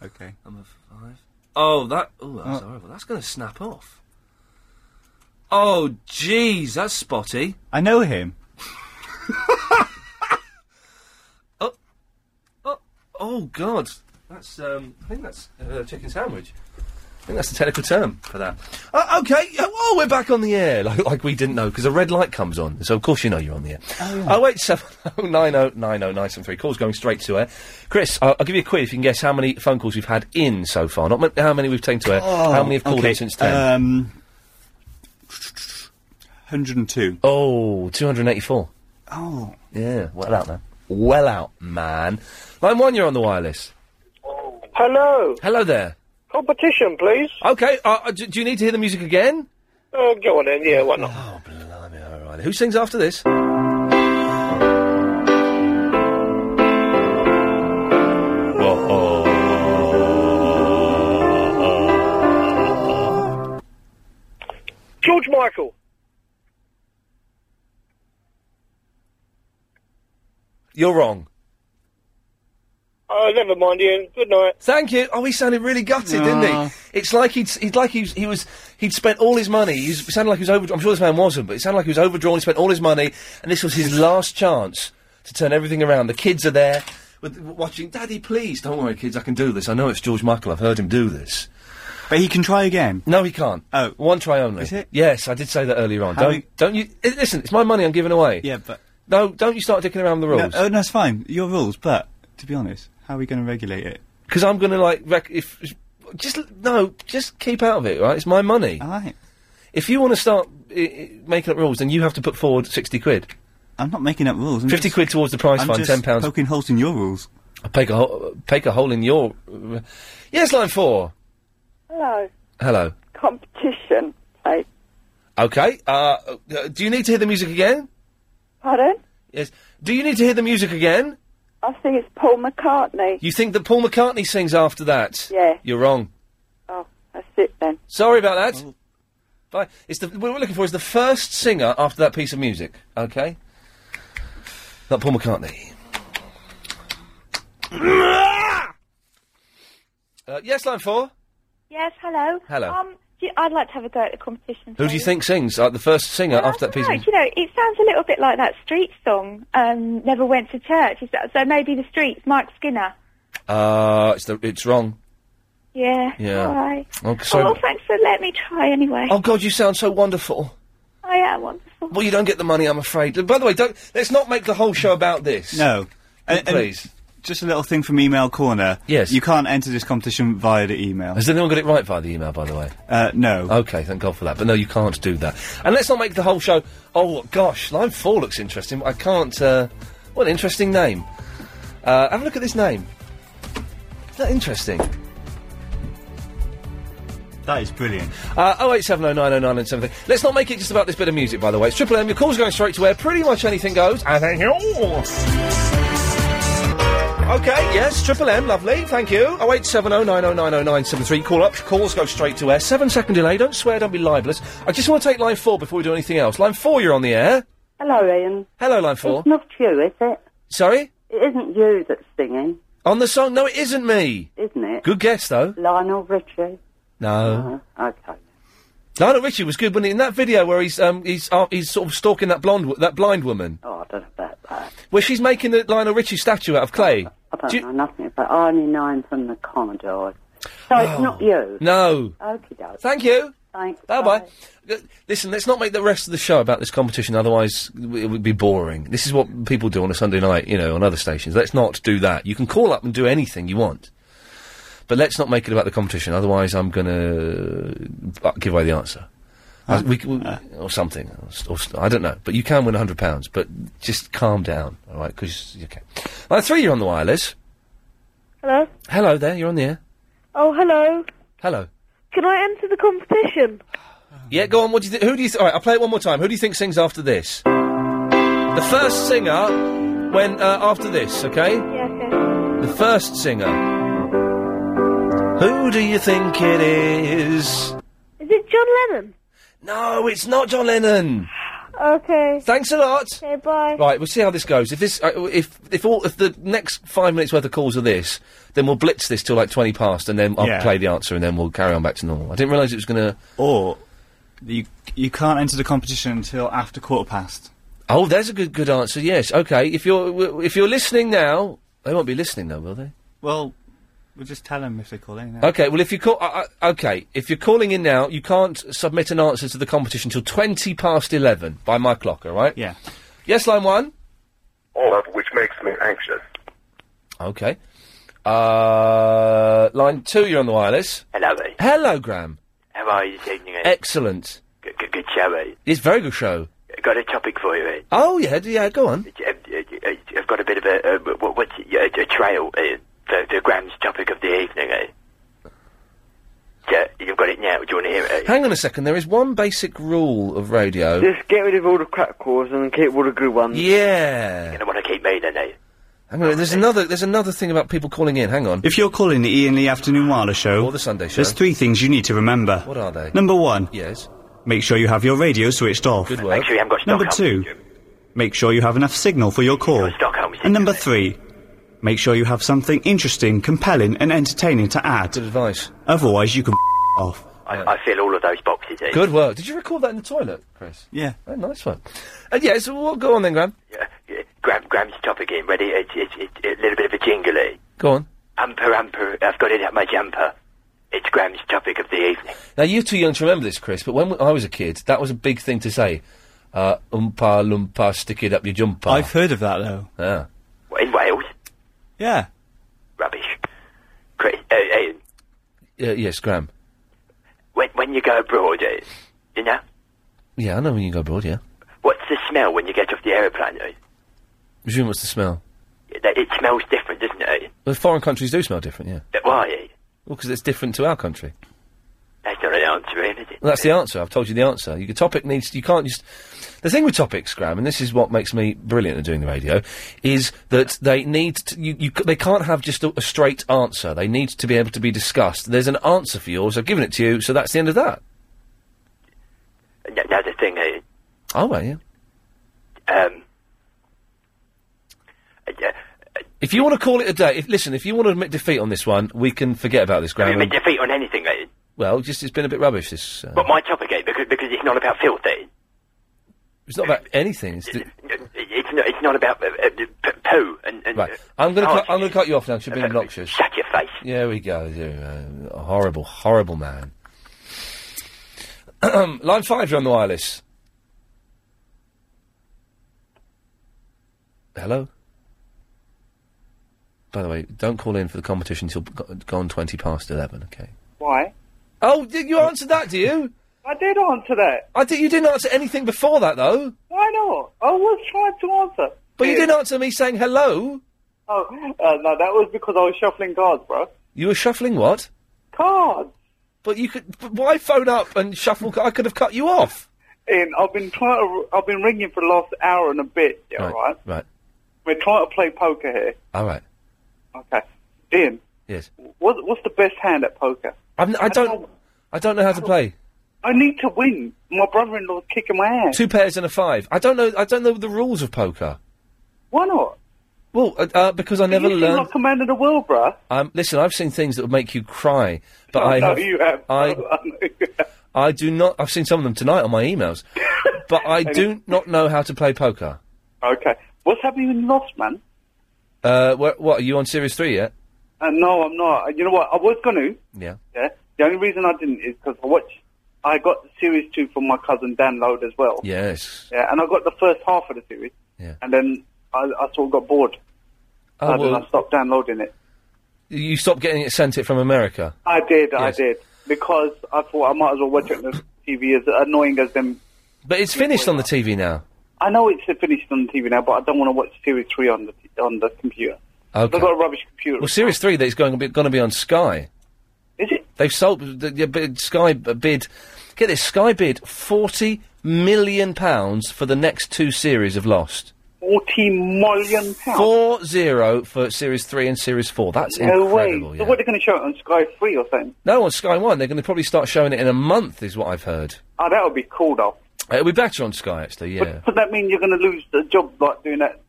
Speaker 6: Okay.
Speaker 1: I'm a five. Oh, that. Oh, that's horrible. That's going to snap off. Oh, jeez, that's spotty.
Speaker 6: I know him.
Speaker 1: Oh God, that's um, I think that's uh, chicken sandwich. I think that's the technical term for that. Uh, okay, uh, oh, we're back on the air, like, like we didn't know, because a red light comes on, so of course you know you're on the air. Oh wait, seven oh nine oh nine oh nine seven three calls going straight to air. Chris, I'll, I'll give you a quiz if you can guess how many phone calls we've had in so far, not ma- how many we've taken to air, Oh, how many have called
Speaker 6: Oh, okay,
Speaker 1: in since ten.
Speaker 6: Um, 102.
Speaker 1: Oh, 284.
Speaker 6: Oh.
Speaker 1: Yeah, well out man. Well out, man. Line one, you're on the wireless.
Speaker 24: Hello.
Speaker 1: Hello there.
Speaker 24: Competition, please.
Speaker 1: Okay, uh, uh, do, do you need to hear the music again? Oh.
Speaker 24: Oh, go on then. Yeah, why not?
Speaker 1: All right, who sings after this? oh.
Speaker 24: George Michael.
Speaker 1: You're wrong.
Speaker 24: Oh, never mind, Ian. Good night.
Speaker 1: Thank you. Oh, he sounded really gutted, didn't
Speaker 24: Ah.
Speaker 1: he? It's like he'd, he'd like he was, he was he'd spent all his money. He was, it sounded like he was overdrawn. I'm sure this man wasn't, but it sounded like he was overdrawn. He spent all his money, and this was his last chance to turn everything around. The kids are there with, watching. Daddy, please don't worry, kids. I can do this. I know it's George Michael. I've heard him do this.
Speaker 6: But he can try again.
Speaker 1: No, he can't. Oh, one try only. Is it? Yes, I did say that earlier on.
Speaker 6: How
Speaker 1: don't
Speaker 6: we-
Speaker 1: don't you eh, listen? It's my money. I'm giving away.
Speaker 6: Yeah, but
Speaker 1: no, don't you start dicking around with the rules.
Speaker 6: No, oh, that's fine. Your rules, but to be honest, how are we going to regulate it?
Speaker 1: Because I'm going to like rec- if if- just l- no, just keep out of it. Right, it's my money. All
Speaker 6: right.
Speaker 1: If you want to start i i making up rules, then you have to put forward sixty quid.
Speaker 6: I'm not making up rules. I'm
Speaker 1: Fifty
Speaker 6: just-
Speaker 1: quid towards the prize
Speaker 6: I'm
Speaker 1: fund.
Speaker 6: just
Speaker 1: Ten pounds.
Speaker 6: Poking holes in your rules.
Speaker 1: I poke a hole, poke a hole in your. yes, line four.
Speaker 11: Hello.
Speaker 1: Hello.
Speaker 11: Competition. Hey.
Speaker 1: Okay. Uh, uh, do you need to hear the music again?
Speaker 11: Pardon?
Speaker 1: Yes. Do you need to hear the music again?
Speaker 11: I think it's Paul McCartney.
Speaker 1: You think that Paul McCartney sings after that?
Speaker 11: Yeah.
Speaker 1: You're wrong.
Speaker 11: Oh, that's it then.
Speaker 1: Sorry about that. Bye. It's the what we're looking for is the first singer after that piece of music. Okay. Not Paul McCartney. Uh, yes, line four.
Speaker 13: Yes, hello.
Speaker 1: Hello.
Speaker 13: Um, do you- I'd like to have a go at the competition.
Speaker 1: Who do you
Speaker 13: please.
Speaker 1: think sings like the first singer after that piece?
Speaker 13: No,
Speaker 1: of
Speaker 13: do you know, it sounds a little bit like that street song. Um, never went to church. Is that, so maybe the streets, Mike Skinner.
Speaker 1: Uh, it's the, it's wrong.
Speaker 13: Yeah.
Speaker 1: Yeah.
Speaker 13: All right.
Speaker 1: Oh, sorry.
Speaker 13: Oh, thanks for letting me try anyway.
Speaker 1: Oh God, you sound so wonderful.
Speaker 13: I am wonderful.
Speaker 1: Well, you don't get the money, I'm afraid. By the way, don't let's not make the whole show about this.
Speaker 6: No. And- and
Speaker 1: Please.
Speaker 6: just a little thing from Email Corner.
Speaker 1: Yes.
Speaker 6: You can't enter this competition via the email.
Speaker 1: Has anyone got it right via the email, by the way?
Speaker 6: Uh, no.
Speaker 1: Okay, thank God for that. But no, you can't do that. And let's not make the whole show. Oh gosh, line four looks interesting. I can't. Uh, what an interesting name. Uh, have a look at this name. Isn't that interesting?
Speaker 6: That is brilliant.
Speaker 1: Uh, 0870909 and something. Let's not make it just about this bit of music, by the way. It's Triple M. Your call's going straight to where pretty much anything goes. And thank you. Okay, yes, Triple M, lovely, thank you. Oh, 08709090973, call up, calls go straight to air. Seven second delay, don't swear, don't be libelous. I just want to take line four before we do anything else. Line four, you're on the air.
Speaker 11: Hello, Ian.
Speaker 1: Hello, line four.
Speaker 11: It's not you, is it?
Speaker 1: Sorry?
Speaker 11: It isn't you that's singing,
Speaker 1: On the song? No, it isn't me.
Speaker 11: isn't it?
Speaker 1: Good guess, though.
Speaker 11: Lionel Richie.
Speaker 1: No.
Speaker 11: Uh-huh, Okay.
Speaker 1: Lionel Richie was good, wasn't he? In that video where he's um, he's uh, he's sort of stalking that blonde wo- that blind woman.
Speaker 13: Oh, I don't know about that.
Speaker 1: Where she's making the Lionel Richie statue out of
Speaker 11: Uh,
Speaker 1: clay.
Speaker 13: I don't know nothing about. I only know him from the Commodore. So it's not
Speaker 11: uh,
Speaker 13: you.
Speaker 1: Oh. No.
Speaker 13: Okie doke.
Speaker 1: Thank you.
Speaker 13: Thanks.
Speaker 1: Bye bye. Listen, let's not make the rest of the show about this competition, otherwise w- it would be boring. This is what people do on a Sunday night, you know, on other stations. Let's not do that. You can call up and do anything you want. But let's not make it about the competition, otherwise I'm going to give away the answer. Uh, we, we, or something. Or, s- or, s- I don't know. But you can win £100, but just calm down, all right? Because, okay. Line 3, you're on the wire, Liz.
Speaker 12: Hello?
Speaker 1: Hello there, you're on the air.
Speaker 12: Oh, hello.
Speaker 1: Hello.
Speaker 12: Can I enter the competition?
Speaker 1: Yeah, go on. What do you think? Who do you? Th- all right, I'll play it one more time. Who do you think sings after this? The first singer, when uh, after this, okay?
Speaker 12: Yeah, okay.
Speaker 1: The first singer. Who do you think it is?
Speaker 12: Is it John Lennon?
Speaker 1: No, it's not John Lennon.
Speaker 12: Okay.
Speaker 1: Thanks a lot.
Speaker 12: Okay, bye.
Speaker 1: Right, we'll see how this goes. If this, uh, if if all, if the next five minutes worth of calls are this, then we'll blitz this till like twenty past, and then I'll
Speaker 6: Yeah.
Speaker 1: play the answer, and then we'll carry on back to normal. I didn't realise it was going to.
Speaker 6: Or you you can't enter the competition until after quarter past.
Speaker 1: Oh, there's a good good answer. Yes. Okay. If you're w- if you're listening now, they won't be listening though, will they?
Speaker 6: Well, we'll just tell them if they call in.
Speaker 1: Okay. Well, if you call, uh, uh, okay, if you're calling in now, you can't submit an answer to the competition till twenty past eleven by my clock. All right.
Speaker 6: Yeah.
Speaker 1: Yes, line one.
Speaker 4: All of Oh, which makes me anxious.
Speaker 1: Okay. Uh, line two. You're on the wireless.
Speaker 4: Hello, mate.
Speaker 1: Hello, Graham.
Speaker 4: How are you this evening, eh?
Speaker 1: Excellent.
Speaker 4: Good, good, good show, eh?
Speaker 1: It's a very good show.
Speaker 4: I've got a topic for you, eh?
Speaker 1: Oh yeah, d- yeah. Go on.
Speaker 4: Um, uh, uh, I've got a bit of a, uh, what, what's it, a, a trail uh, for, for Graham's topic of the evening, eh? Yeah, you've got it now. Do you want to hear it? eh?
Speaker 1: Hang on a second. There is one basic rule of radio.
Speaker 4: Yes.
Speaker 25: Get rid of all the crap calls and keep all the good ones.
Speaker 1: Oh. Yeah.
Speaker 4: I want to keep me, then, eh?
Speaker 1: Hang on. There's another. There's another thing about people calling in. Hang on.
Speaker 6: If you're calling the Ian Lee Afternoon Wireless Show or the
Speaker 1: Sunday Show,
Speaker 6: there's three things you need to remember.
Speaker 1: What are they?
Speaker 6: Number one,
Speaker 1: Yes.
Speaker 6: make sure you have your radio switched off.
Speaker 1: Good work. Make
Speaker 4: sure you haven't got
Speaker 6: Number two, make sure you have enough signal for your call. And number three, make sure you have something interesting, compelling, and entertaining to add. Good
Speaker 1: advice.
Speaker 6: Otherwise, you can off.
Speaker 4: I, I fill all of those boxes, eh?
Speaker 1: Good work. Did you record that in the toilet, Chris?
Speaker 6: Yeah.
Speaker 1: Oh, nice one. Uh, yeah, so we'll go on then, Graham.
Speaker 4: Graham, Graham's topic in. Ready? It's, it's, it's a little bit of a jingle, eh?
Speaker 1: Go on.
Speaker 4: Umper, umper, I've got it at my jumper. It's Graham's topic of the evening.
Speaker 1: Now, you're too young to remember this, Chris, but when I was a kid, that was a big thing to say. Uh, umpa lumpa, stick it up your jumper. Ah.
Speaker 6: I've heard of that though.
Speaker 1: Yeah.
Speaker 4: In Wales?
Speaker 6: Yeah.
Speaker 4: Rubbish. Chris, eh, eh,
Speaker 1: Yeah, yes, Graham.
Speaker 4: when, when you go abroad, eh, you know,
Speaker 1: Yeah, I know when you go abroad, yeah.
Speaker 4: what's the smell when you get off the aeroplane, eh?
Speaker 1: Resume what's the smell?
Speaker 4: It, it smells different, doesn't it?
Speaker 1: Well, foreign countries do smell different, yeah.
Speaker 4: eh? Why, eh?
Speaker 1: Well, because it's different to our country.
Speaker 4: That's not an answer, eh, is it?
Speaker 1: Well, that's the answer. I've told you the answer. Your topic needs. You can't just. The thing with topics, Graham, and this is what makes me brilliant at doing the radio, is that they need to, you, you. c- They can't have just a, a straight answer. They need to be able to be discussed. There's an answer for yours. I've given it to you, so that's the end of that.
Speaker 4: N- Now the thing, eh,
Speaker 1: Oh, well, yeah.
Speaker 4: um, eh, eh,
Speaker 1: If you want to call it a day, if, listen. If you want to admit defeat on this one, we can forget about this,
Speaker 4: I
Speaker 1: Graham.
Speaker 4: mean,
Speaker 1: and-
Speaker 4: defeat on anything, eh?
Speaker 1: well, just it's been a bit rubbish. This. Uh,
Speaker 4: But my topic, eh, because, because it's not about filth, eh?
Speaker 1: it's not about anything. It's the-
Speaker 4: It's not, it's not about uh, uh, p- poo and, uh, and
Speaker 1: right. I'm going to. Cut, I'm going to cut you off now. 'cause You're being obnoxious.
Speaker 4: shut your face.
Speaker 1: Yeah, we go. There we go. A horrible, horrible man. Line five, you're on the wireless. Hello. By the way, don't call in for the competition till go- gone twenty past eleven. Okay.
Speaker 24: Why?
Speaker 1: Oh, did you answer that? Do you?
Speaker 24: I did answer that.
Speaker 1: I did. You didn't answer anything before that, though.
Speaker 24: Why not? I was trying to answer.
Speaker 1: But you didn't answer me saying hello.
Speaker 24: Oh, uh, no, that was because I was shuffling cards, bro.
Speaker 1: You were shuffling what?
Speaker 24: Cards.
Speaker 1: But you could. But why phone up and shuffle? I could have cut you off.
Speaker 24: And I've been trying to, I've been ringing for the last hour and a bit, yeah, right.
Speaker 1: Right. Right.
Speaker 24: We're trying to play poker here.
Speaker 1: All right.
Speaker 24: Okay. Ian,
Speaker 1: Yes.
Speaker 24: what, what's the best hand at poker?
Speaker 1: I'm, I don't. I don't know how to play.
Speaker 24: I need to win. My brother-in-law's kicking my ass.
Speaker 1: Two pairs and a five. I don't know. I don't know the rules of poker.
Speaker 24: Why not?
Speaker 1: Well, uh, uh, because I never
Speaker 24: you
Speaker 1: learned.
Speaker 24: Seem like a man of the world, bruh.
Speaker 1: Um, listen, I've seen things that would make you cry, but
Speaker 24: Oh,
Speaker 1: I
Speaker 24: no,
Speaker 1: have.
Speaker 24: you have.
Speaker 1: I. I do not. I've seen some of them tonight on my emails, but I do not know how to play poker.
Speaker 24: Okay. What's happening in Lost, man?
Speaker 1: Uh, wha- what are you on Series Three yet?
Speaker 24: Uh, no, I'm not. Uh, You know what? I was going to.
Speaker 1: Yeah.
Speaker 24: Yeah. The only reason I didn't is because I watched. I got series two from my cousin Dan Load as well.
Speaker 1: Yes.
Speaker 24: Yeah, and I got the first half of the series.
Speaker 1: Yeah.
Speaker 24: And then I, I sort of got bored.
Speaker 1: Oh,
Speaker 24: and then
Speaker 1: well-
Speaker 24: I stopped downloading it.
Speaker 1: You stopped getting it sent it from America.
Speaker 24: I did, I did. Because I thought I might as well watch it on the TV as annoying as them.
Speaker 1: But it's finished on the TV now.
Speaker 24: I know it's finished on the TV now, but I don't want to watch series three on the t- on the computer.
Speaker 1: Okay.
Speaker 24: I've got a rubbish computer.
Speaker 1: Well, Series Three that's going to be going to be on Sky.
Speaker 24: Is it?
Speaker 1: They've sold the, the bid, Sky b- bid. Get this, Sky bid forty million pounds for the next two series of Lost.
Speaker 24: Forty million pounds.
Speaker 1: Four zero for Series Three and Series Four. That's
Speaker 24: no
Speaker 1: incredible.
Speaker 24: way.
Speaker 1: yeah.
Speaker 24: So what they're going to show it on Sky Three or something?
Speaker 1: No, on Sky One, they're going to probably start showing it in a month, is what I've heard.
Speaker 24: Oh, that would be cool though.
Speaker 1: It'll be better on Sky, actually. Yeah,
Speaker 24: But that mean you're going to lose the job like doing that.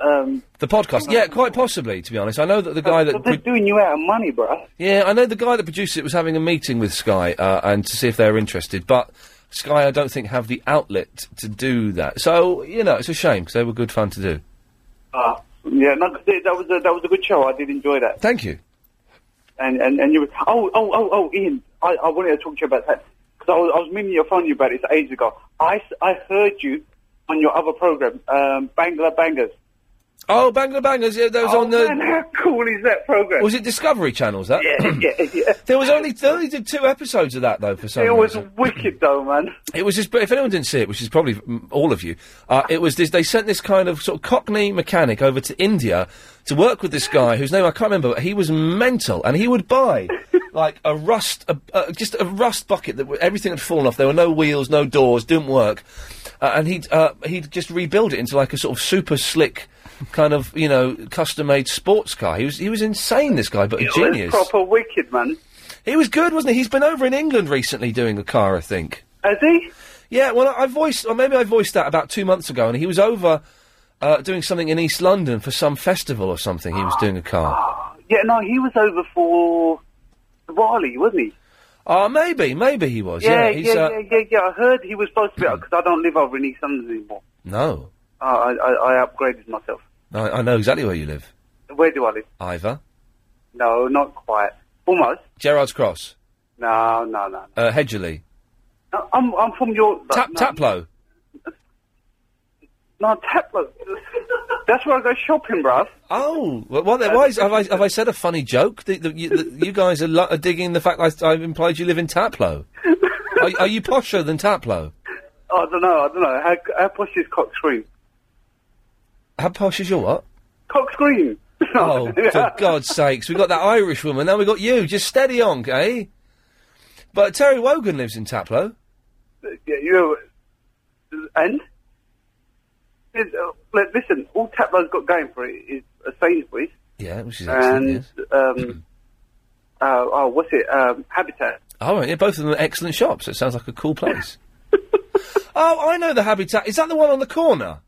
Speaker 24: Um, Uh,
Speaker 1: the podcast. Yeah, quite possibly. To be honest, I know that the guy that
Speaker 24: they're doing you out of money, bruh.
Speaker 1: Yeah, I know the guy that produced it was having a meeting with Sky uh, and to see if they were interested, but Sky, I don't think, have the outlet to do that. So you know, it's a shame because they were good fun to do.
Speaker 24: Uh, yeah, no, 'cause they- that was a, that was a good show. I did enjoy that.
Speaker 1: Thank you.
Speaker 24: And and and you were oh oh oh oh Ian, I, I wanted to talk to you about that because I was I was meaning to phone you about it ages ago. I, s- I heard you on your other program, um, Bangla Bangers.
Speaker 1: Oh, Bangla Bangers! Yeah, that was
Speaker 24: Oh,
Speaker 1: on the.
Speaker 24: man, how cool is that program?
Speaker 1: Was it Discovery Channels? That.
Speaker 24: Yeah, yeah, yeah.
Speaker 1: there was only they only did two episodes of that though for some
Speaker 24: It was
Speaker 1: reason.
Speaker 24: wicked though, man.
Speaker 1: It was just, but if anyone didn't see it, which is probably mm, all of you, uh, it was this. They sent this kind of sort of Cockney mechanic over to India to work with this guy whose name I can't remember. But he was mental, and he would buy like a rust, a, uh, just a rust bucket that w- everything had fallen off. There were no wheels, no doors, didn't work, uh, and he'd uh, he'd just rebuild it into like a sort of super slick. Kind of, you know, custom-made sports car. He was he was insane. This guy, but a
Speaker 24: It was
Speaker 1: genius.
Speaker 24: proper wicked, man.
Speaker 1: He was good, wasn't he? He's been over in England recently doing a car, I think.
Speaker 24: Has he?
Speaker 1: Yeah, well, I I voiced, or maybe I voiced that about two months ago, and he was over uh, doing something in East London for some festival or something. He was doing a car.
Speaker 24: Yeah, no, he was over for Wally, wasn't he?
Speaker 1: Ah, maybe, maybe he was.
Speaker 24: yeah,
Speaker 1: Yeah,
Speaker 24: yeah,
Speaker 1: he's,
Speaker 24: yeah,
Speaker 1: uh,
Speaker 24: yeah, yeah, I heard he was supposed to be because I don't live over in East London anymore.
Speaker 1: No,
Speaker 24: Uh, I, I, I upgraded myself.
Speaker 1: I, I know exactly where you live.
Speaker 24: Where do I live?
Speaker 1: Ivor,
Speaker 24: No, not quite. Almost.
Speaker 1: Gerrard's Cross,
Speaker 24: No, no, no.
Speaker 1: uh, Hedgerley,
Speaker 24: no. I'm, I'm from your.
Speaker 1: Tap,
Speaker 24: no,
Speaker 1: Taplow.
Speaker 24: No, Taplow. That's where I go shopping, bruv.
Speaker 1: Oh, well, what, why is, have, I, have I said a funny joke? The, the, you, the, you guys are, lo- are digging the fact I, I've implied you live in Taplow. are, are you posher than Taplow?
Speaker 24: oh, I don't know. I don't know. How, how posh is Cox Green?
Speaker 1: How posh is your what?
Speaker 24: Cox Green.
Speaker 1: Oh, for God's sakes. We've got that Irish woman, now we've got you. Just steady on, eh? But Terry Wogan lives in Taplow.
Speaker 24: Yeah, you know, and Is- uh, li- listen, all Taplow's got going for it is a Sainsbury's
Speaker 1: Yeah, which is excellent,
Speaker 24: and
Speaker 1: yes. Mm-hmm.
Speaker 24: um, uh, oh, what's it? Um, Habitat.
Speaker 1: Oh, right, yeah, both of them are excellent shops. It sounds like a cool place. oh, I know the Habitat. Is that the one on the corner?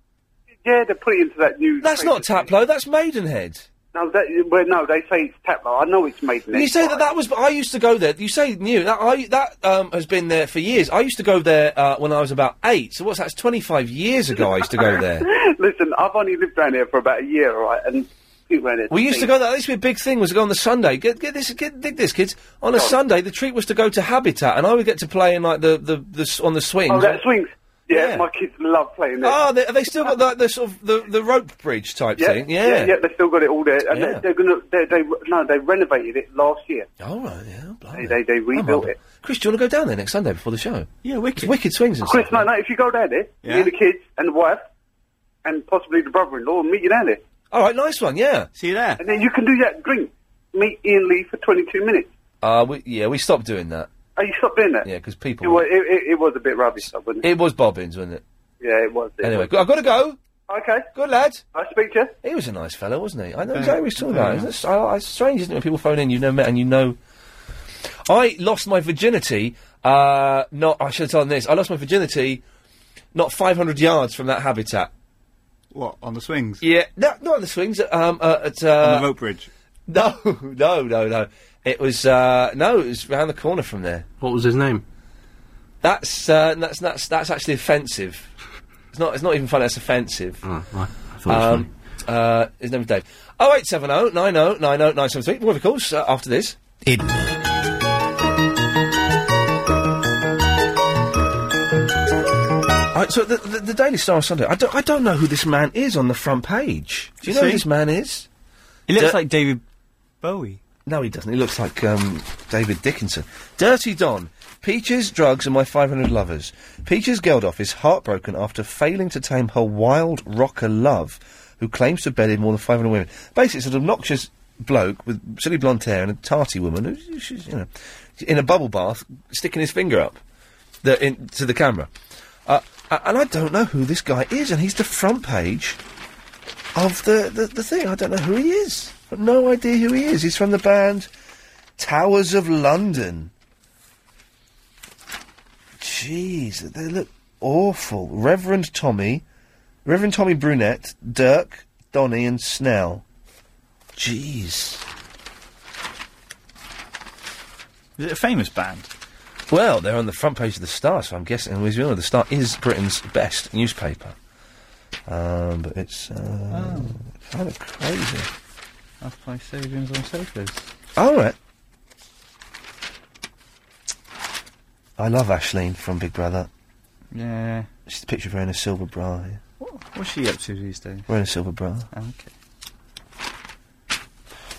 Speaker 24: Yeah, they put it into that new.
Speaker 1: That's not Taplow, that's Maidenhead.
Speaker 24: No, that, well, no, they say it's Taplow. I know it's made.
Speaker 1: You say that that was. I used to go there. You say new. That I, that um, has been there for years. I used to go there uh, when I was about eight. So what's that? It's twenty five years ago. I used to go there.
Speaker 24: listen, I've only lived down here for about a year, all right? And people around here.
Speaker 1: We used to go. That used to be a big thing. Was to go on the Sunday. Get, get this. Get, dig this, kids. On a Sunday, the treat was to go to Habitat, and I would get to play in like the the, the s- on the swings.
Speaker 24: Oh, that swings. Yeah,
Speaker 1: Yeah.
Speaker 24: my kids love playing there.
Speaker 1: Oh, they, have they still got the, the sort of the, the rope bridge type
Speaker 24: yeah,
Speaker 1: thing?
Speaker 24: yeah, yeah, They still got it all there, and
Speaker 1: Yeah.
Speaker 24: they're, they're gonna. They, they no, they renovated it last year.
Speaker 1: Oh right, yeah.
Speaker 24: They they, they rebuilt it.
Speaker 1: Chris, do you want to go down there next Sunday before the show?
Speaker 6: Yeah,
Speaker 1: wicked. wicked swings and
Speaker 24: Chris, no, no. If you go down there,
Speaker 1: Yeah.
Speaker 24: you and the kids and the wife, and possibly the brother-in-law, will meet you down there.
Speaker 1: All right, nice one. Yeah. See you there.
Speaker 24: And then you can do that drink. Meet Ian Lee for 22 minutes.
Speaker 1: Uh, we, yeah, we stopped doing that.
Speaker 24: Oh, you stopped doing that?
Speaker 1: Yeah, because people.
Speaker 24: It was, it, it, it was a bit rubbish, though, wasn't it?
Speaker 1: It was Bobbins, wasn't it?
Speaker 24: Yeah, it was. It
Speaker 1: Anyway,
Speaker 24: was.
Speaker 1: go- I've got to go.
Speaker 24: Okay.
Speaker 1: Good lad.
Speaker 24: I speak to you.
Speaker 1: He was a nice fellow, wasn't he? I know
Speaker 24: Very-
Speaker 1: exactly what he's talking
Speaker 24: very
Speaker 1: about. Isn't it, I, I- it's strange, isn't it, when people phone in you've never met and you know. I lost my virginity. Uh, not. I should have told them this. I lost my virginity, not 500 yards from that habitat.
Speaker 6: What on the swings?
Speaker 1: Yeah, no, not on the swings. Um, uh, at uh,
Speaker 6: On the rope bridge.
Speaker 1: No, no, no, no. It was uh, no. It was round the corner from there.
Speaker 4: What was his name?
Speaker 1: That's uh, that's that's that's actually offensive. It's not. It's not even funny. That's offensive.
Speaker 4: Oh, thought it was
Speaker 1: um, uh, his name is Dave. Oh eight seven oh nine oh nine oh nine seven three. More of your calls uh, after this.
Speaker 4: It.
Speaker 1: so the, the, the Daily Star on Sunday. I don't, I don't know who this man is on the front page. Do you know who
Speaker 6: See?
Speaker 1: this man is?
Speaker 6: He looks
Speaker 1: like
Speaker 6: David Bowie.
Speaker 1: No, he doesn't. He looks like um, David Dickinson. Dirty Don. Peaches, drugs, and my 500 lovers. Peaches Geldof is heartbroken after failing to tame her wild rocker love, who claims to have bedded more than 500 women. Basically, it's an obnoxious bloke with silly blonde hair and a tarty woman who's, she's, you know, in a bubble bath, sticking his finger up the, in, to the camera. Uh, a- and I don't know who this guy is, and he's the front page of the, the, the thing. I don't know who he is. I've no idea who he is. He's from the band Towers of London. Jeez, they look awful. Reverend Tommy, Reverend Tommy Brunette, Dirk, Donny, and Snell. Jeez.
Speaker 6: Is it a famous band?
Speaker 1: Well, they're on the front page of the Star, so I'm guessing. Well, as you know, the Star is Britain's best newspaper. Um, but it's uh,
Speaker 6: Oh.
Speaker 1: kind of crazy.
Speaker 6: I'll play Savings on Sofas.
Speaker 1: All right. I love Ashleen from Big Brother.
Speaker 6: Yeah.
Speaker 1: She's a picture of her in a silver bra. yeah.
Speaker 6: What's she up to these days?
Speaker 1: Wearing a silver bra.
Speaker 6: Okay.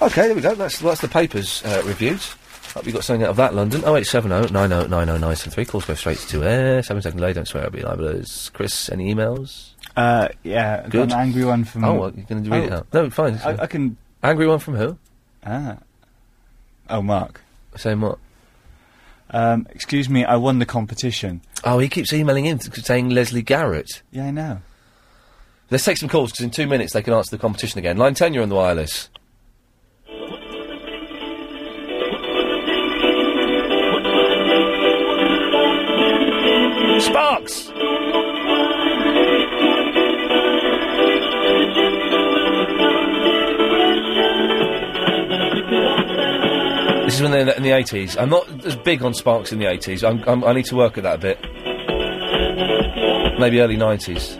Speaker 1: Okay, there we go. That's that's the papers uh, reviews. Hope you got something out of that, London. 0870 90 90973. Calls go straight to air. Seven second delay. Don't swear. I'll be libelous. Chris, any emails?
Speaker 6: Uh, yeah, I got
Speaker 1: Good.
Speaker 6: an angry one from.
Speaker 1: Oh, well, you're going to read it
Speaker 6: Oh,
Speaker 1: out? No, fine.
Speaker 6: I, I can.
Speaker 1: Angry one from who?
Speaker 6: Ah. Oh, Mark.
Speaker 1: Saying what?
Speaker 6: Um, excuse me, I won the competition.
Speaker 1: Oh, he keeps emailing in t- saying Leslie Garrett.
Speaker 6: Yeah, I know.
Speaker 1: Let's take some calls because in two minutes they can answer the competition again. Line 10, you're on the wireless. Sparks! This is when they're in the 80s. I'm not as big on Sparks in the 80s. I'm, I'm, I need to work at that a bit. Maybe early 90s.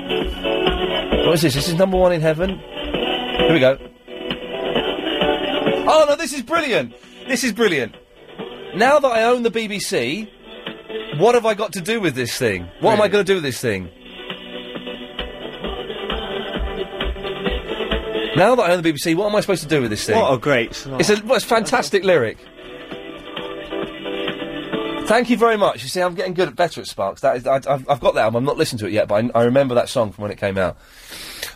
Speaker 1: What is this? This is number one in heaven. Here we go. Oh no, this is brilliant. This is brilliant. Now that I own the BBC, what have I got to do with this thing? What am I going to do with this thing? Now that I own the BBC, what am I supposed to do with this thing?
Speaker 6: What a great song.
Speaker 1: It's a, well, it's a fantastic lyric. Thank you very much. You see, I'm getting good at better at Sparks. That is, I, I've, I've got that album. I've not listened to it yet, but I, I remember that song from when it came out.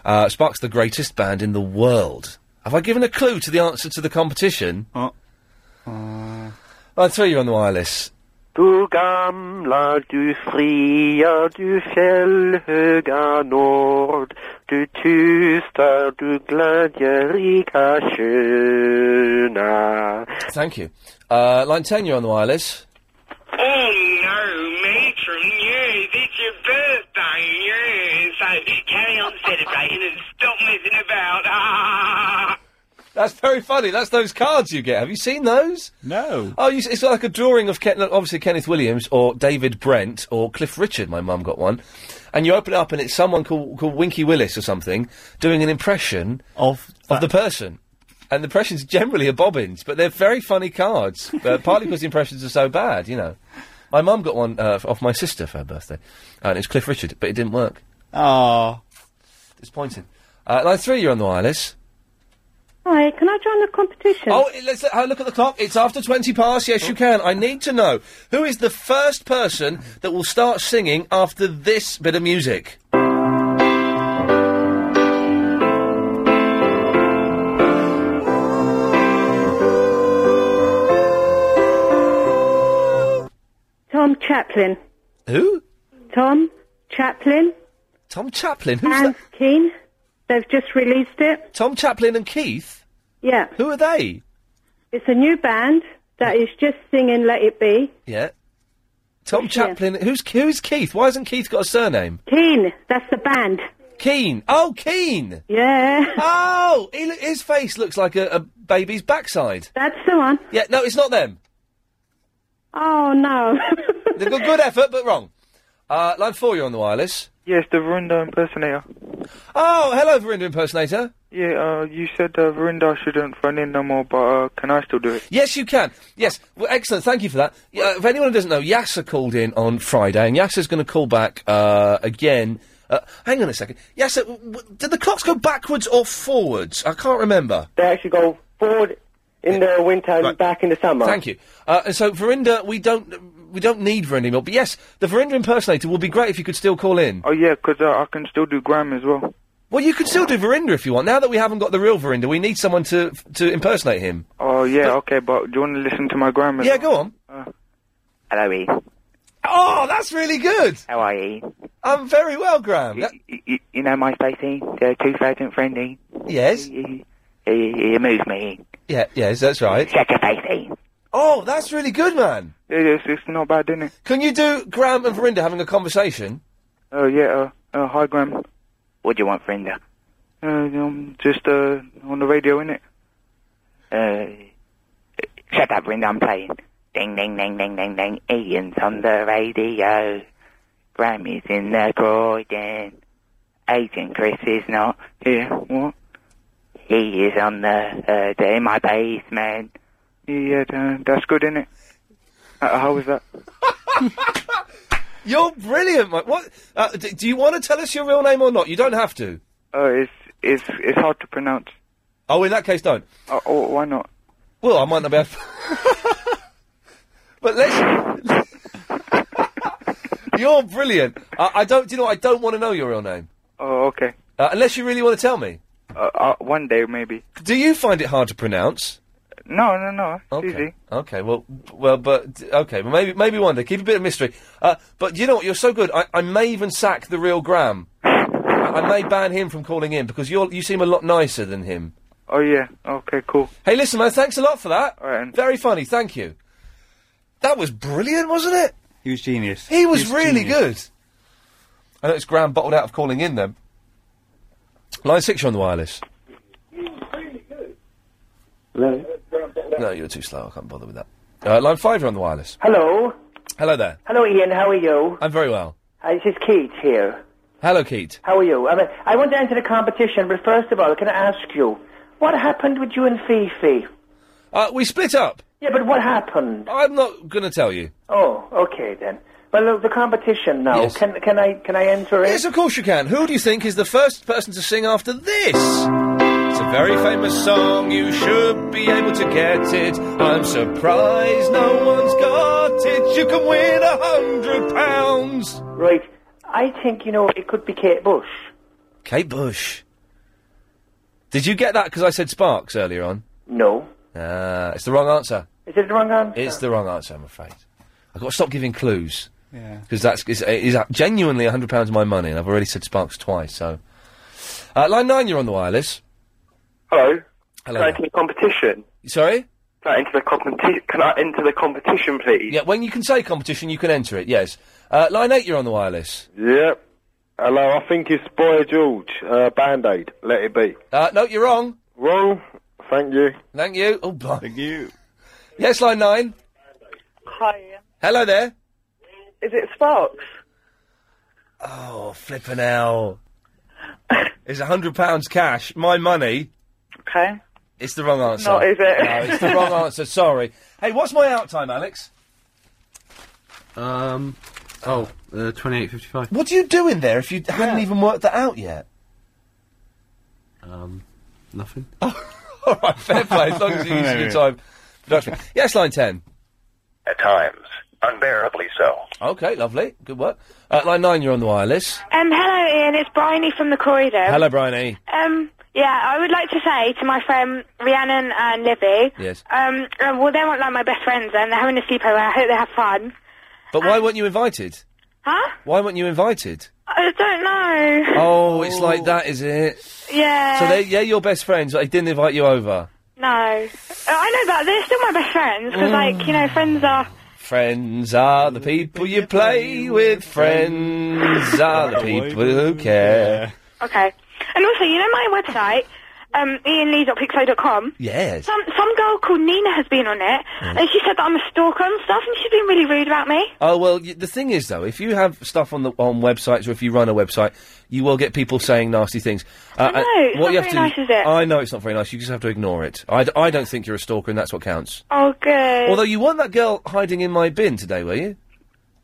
Speaker 1: Uh, Sparks, the greatest band in the world. Have I given a clue to the answer to the competition?
Speaker 6: Oh. uh,
Speaker 1: I'll tell you on the wireless.
Speaker 5: Du gamla, du fria, du fjällhöga nord, du tysta, du glädjerika sköna.
Speaker 1: Thank you. Uh, line 10, you're on the wireless.
Speaker 26: Oh no, matron, yes, it's your birthday, yes. So carry on celebrating and stop messing about. Ah.
Speaker 1: That's very funny. That's those cards you get. Have you seen those?
Speaker 6: No.
Speaker 1: Oh, you, s- it's like a drawing of Ken, obviously Kenneth Williams or David Brent or Cliff Richard. My mum got one, and you open it up and it's someone called, called Winky Willis or something doing an impression
Speaker 6: of
Speaker 1: of the person. And the impressions generally are bobbins, but they're very funny cards. uh, partly because the impressions are so bad, you know. My mum got one uh, f- off my sister for her birthday, Uh, and it was Cliff Richard, but it didn't work.
Speaker 6: Ah,
Speaker 1: disappointing. Uh, line three, you're on the wireless.
Speaker 7: Hi, can I join the competition?
Speaker 1: Oh, it- let's uh, look at the clock. It's after 20 past. Yes, you can. I need to know who is the first person that will start singing after this bit of music?
Speaker 7: Tom Chaplin.
Speaker 1: Who?
Speaker 7: Tom Chaplin.
Speaker 1: Tom Chaplin? Who's
Speaker 7: and Keane. They've just released it.
Speaker 1: Tom Chaplin and Keith?
Speaker 7: Yeah.
Speaker 1: Who are they?
Speaker 7: It's a new band that is just singing Let It Be.
Speaker 1: Yeah. Tom Chaplin. Who's who's Keith? Why hasn't Keith got a surname?
Speaker 7: Keane, that's the band.
Speaker 1: Keen. Oh, Keen.
Speaker 7: Yeah.
Speaker 1: Oh, he, lo- his face looks like a, a baby's backside.
Speaker 7: That's the one.
Speaker 1: Yeah. No, it's not them.
Speaker 7: Oh, no.
Speaker 1: They've got good effort, but wrong. Uh, line four, you're on the wireless.
Speaker 3: Yes, the Verinder impersonator.
Speaker 1: Oh, hello, Verinder impersonator.
Speaker 3: Yeah, uh, you said uh, Verinder shouldn't phone in no more, but uh, can I still do it?
Speaker 1: Yes, you can. Yes, well, excellent. Thank you for that. Yeah, Uh, if anyone doesn't know, Yasser called in on Friday, and Yasser's going to call back uh, again. Uh, hang on a second. Yasser, w- w- did the clocks go backwards or forwards? I can't remember.
Speaker 27: They actually go forward in the winter and back in the summer.
Speaker 1: Thank you. Uh, and so, Verinda, we don't we don't need Verinda anymore. But yes, the Verinda impersonator would be great if you could still call in.
Speaker 3: Oh yeah, because uh, I can still do Graham as well.
Speaker 1: Well, you could still do Verinda if you want. Now that we haven't got the real Verinda, we need someone to to impersonate him.
Speaker 3: Oh yeah, okay, but do you want to listen to my Graham? As Uh.
Speaker 1: Yeah, go on.
Speaker 3: Hello, E.
Speaker 1: Oh, that's really good.
Speaker 3: How are you?
Speaker 1: I'm very well, Graham. That-
Speaker 3: You, you know my spacey, the 2000 friendly.
Speaker 1: Yes.
Speaker 3: He, he, he amused me.
Speaker 1: yeah, yes, that's right.
Speaker 3: Check your eh? facey.
Speaker 1: Oh, that's really good, man.
Speaker 3: Yeah, it's, it's not bad, isn't it?
Speaker 1: Can you do Graham and Verinda having a conversation?
Speaker 3: Oh yeah, uh, uh, hi Graham.
Speaker 1: What do you want, Verinda?
Speaker 3: Uh, um, just uh, on the radio, innit?
Speaker 28: Uh, shut up, Rind, I'm playing. Ding, ding, ding, ding, ding, ding. Ian's on the radio. Grammy's in the Croydon. Agent Chris is not here.
Speaker 3: What?
Speaker 28: He is on the, uh, the- in my basement.
Speaker 3: Yeah, uh, that's good, innit? Uh, how was that?
Speaker 1: You're brilliant, mate. What? Uh, d- do you want to tell us your real name or not? You don't have to.
Speaker 3: Oh, it's it's it's hard to pronounce.
Speaker 1: Oh, in that case, don't.
Speaker 3: Oh, oh why not?
Speaker 1: Well, I might not be. Able but let's. You're brilliant. I, I don't. Do you know? what? I don't want to know your real name
Speaker 3: Oh, okay.
Speaker 1: uh, unless you really want to tell me.
Speaker 3: Uh, uh, one day maybe.
Speaker 1: Do you find it hard to pronounce?
Speaker 3: No, no, no. it's
Speaker 1: Okay.
Speaker 3: Easy.
Speaker 1: Okay. Well. Well. But. d- Okay. Well, maybe. Maybe one day. Keep a bit of mystery. Uh, but you know what? You're so good. I, I may even sack the real Graham. I, I may ban him from calling in because you're. You seem a lot nicer than him.
Speaker 3: Oh yeah. Okay, cool.
Speaker 1: Hey, listen, man. Thanks a lot for that. Very funny. Thank you. That was brilliant, wasn't it?
Speaker 29: He was genius.
Speaker 1: He was really good. I know it's Graham bottled out of calling in then. Line six, you're on the wireless.
Speaker 12: Hello.
Speaker 1: No, you're too slow. I can't bother with that. Uh, line five, you're on the wireless.
Speaker 12: Hello.
Speaker 1: Hello there.
Speaker 12: Hello, Ian. How are you?
Speaker 1: I'm very well.
Speaker 12: Uh, this is Keith here.
Speaker 1: Hello, Keith.
Speaker 12: How are you? I, mean, I want to enter the competition, but first of all, can I ask you, what happened with you and Fifi?
Speaker 1: Uh, we split up.
Speaker 12: Yeah, but what happened?
Speaker 1: I'm not going to tell you.
Speaker 12: Oh, okay then. Well, look, the competition now.
Speaker 1: Yes.
Speaker 12: Can can I can I enter it?
Speaker 1: Yes, of course you can. Who do you think is the first person to sing after this? It's a very famous song. You should be able to get it. I'm surprised no one's got it. You can win a hundred pounds.
Speaker 12: Right. I think you know it could be Kate Bush.
Speaker 1: Kate Bush. Did you get that because I said Sparks earlier on?
Speaker 12: No.
Speaker 1: Ah, it's the wrong answer.
Speaker 12: Is it the wrong answer?
Speaker 1: It's the wrong answer, I'm afraid. I've got to stop giving clues.
Speaker 12: Yeah.
Speaker 1: Because that's is, is genuinely £100 of my money, and I've already said Sparks twice, so. Uh, line 9, you're on the wireless.
Speaker 30: Hello. Can
Speaker 1: Hello.
Speaker 30: I enter the competition?
Speaker 1: Sorry?
Speaker 30: Can I enter the competition? Can I enter the competition, please?
Speaker 1: Yeah, when you can say competition, you can enter it, yes. Uh, line 8, you're on the wireless.
Speaker 30: Yep. Hello, I think it's Boy George, uh, Band Aid. Let it be.
Speaker 1: Uh, no, you're wrong.
Speaker 30: Wrong. Thank you.
Speaker 1: Thank you. Oh, blimey. Thank you. Yes, line 9.
Speaker 31: Hi.
Speaker 1: Hello there.
Speaker 31: Is it Sparks?
Speaker 1: Oh, flippin' hell. it's £100 cash, my money.
Speaker 31: Okay.
Speaker 1: It's the wrong answer.
Speaker 31: not, is it?
Speaker 1: No, it's the wrong answer, sorry. Hey, what's my out time, Alex?
Speaker 2: Um. Oh, uh, twenty-eight fifty-five.
Speaker 1: What are you doing there if you hadn't even worked that out yet?
Speaker 2: Um. Nothing.
Speaker 1: All right, fair play, as long as you're using your
Speaker 2: Maybe.
Speaker 1: time. Production. Yes, line 10.
Speaker 32: At times, unbearably so.
Speaker 1: Okay, lovely. Good work. Uh, line 9, you're on the wireless.
Speaker 33: Um, hello, Ian. It's Bryony from the corridor.
Speaker 1: Hello, Bryony.
Speaker 33: Um, yeah, I would like to say to my friend Rhiannon and Libby.
Speaker 1: Yes.
Speaker 33: Um, uh, well, they aren't like my best friends, and they're having a sleepover. I hope they have fun.
Speaker 1: But
Speaker 31: um,
Speaker 1: why weren't you invited?
Speaker 33: Huh?
Speaker 1: Why weren't you invited?
Speaker 33: I don't know.
Speaker 1: Oh, it's like that, is it?
Speaker 33: Yeah.
Speaker 1: So they, yeah, your best friends, but they didn't invite you over.
Speaker 33: No, Uh, I know, but they're still my best friends because, like, you
Speaker 1: Mm.
Speaker 33: know, friends are.
Speaker 1: Friends are the people you play with. Friends are the people who care.
Speaker 33: Okay. And also, you know my website? um, ianlees.pixo.com.
Speaker 1: Yes. Mm.
Speaker 33: Some some girl called Nina has been on it, and she said that I'm a stalker and stuff, and she's been really rude about me.
Speaker 1: Oh well, y- the thing is though, if you have stuff on the on websites or if you run a website, you will get people saying nasty things. Uh,
Speaker 33: I know,
Speaker 1: and
Speaker 33: it's
Speaker 1: what
Speaker 33: not
Speaker 1: you have
Speaker 33: very
Speaker 1: to do-
Speaker 33: nice, is it?
Speaker 1: I know it's not very nice. You just have to ignore it. I, d- I don't think you're a stalker, and that's what counts.
Speaker 33: Oh, good.
Speaker 1: Although you weren't that girl hiding in my bin today, were you?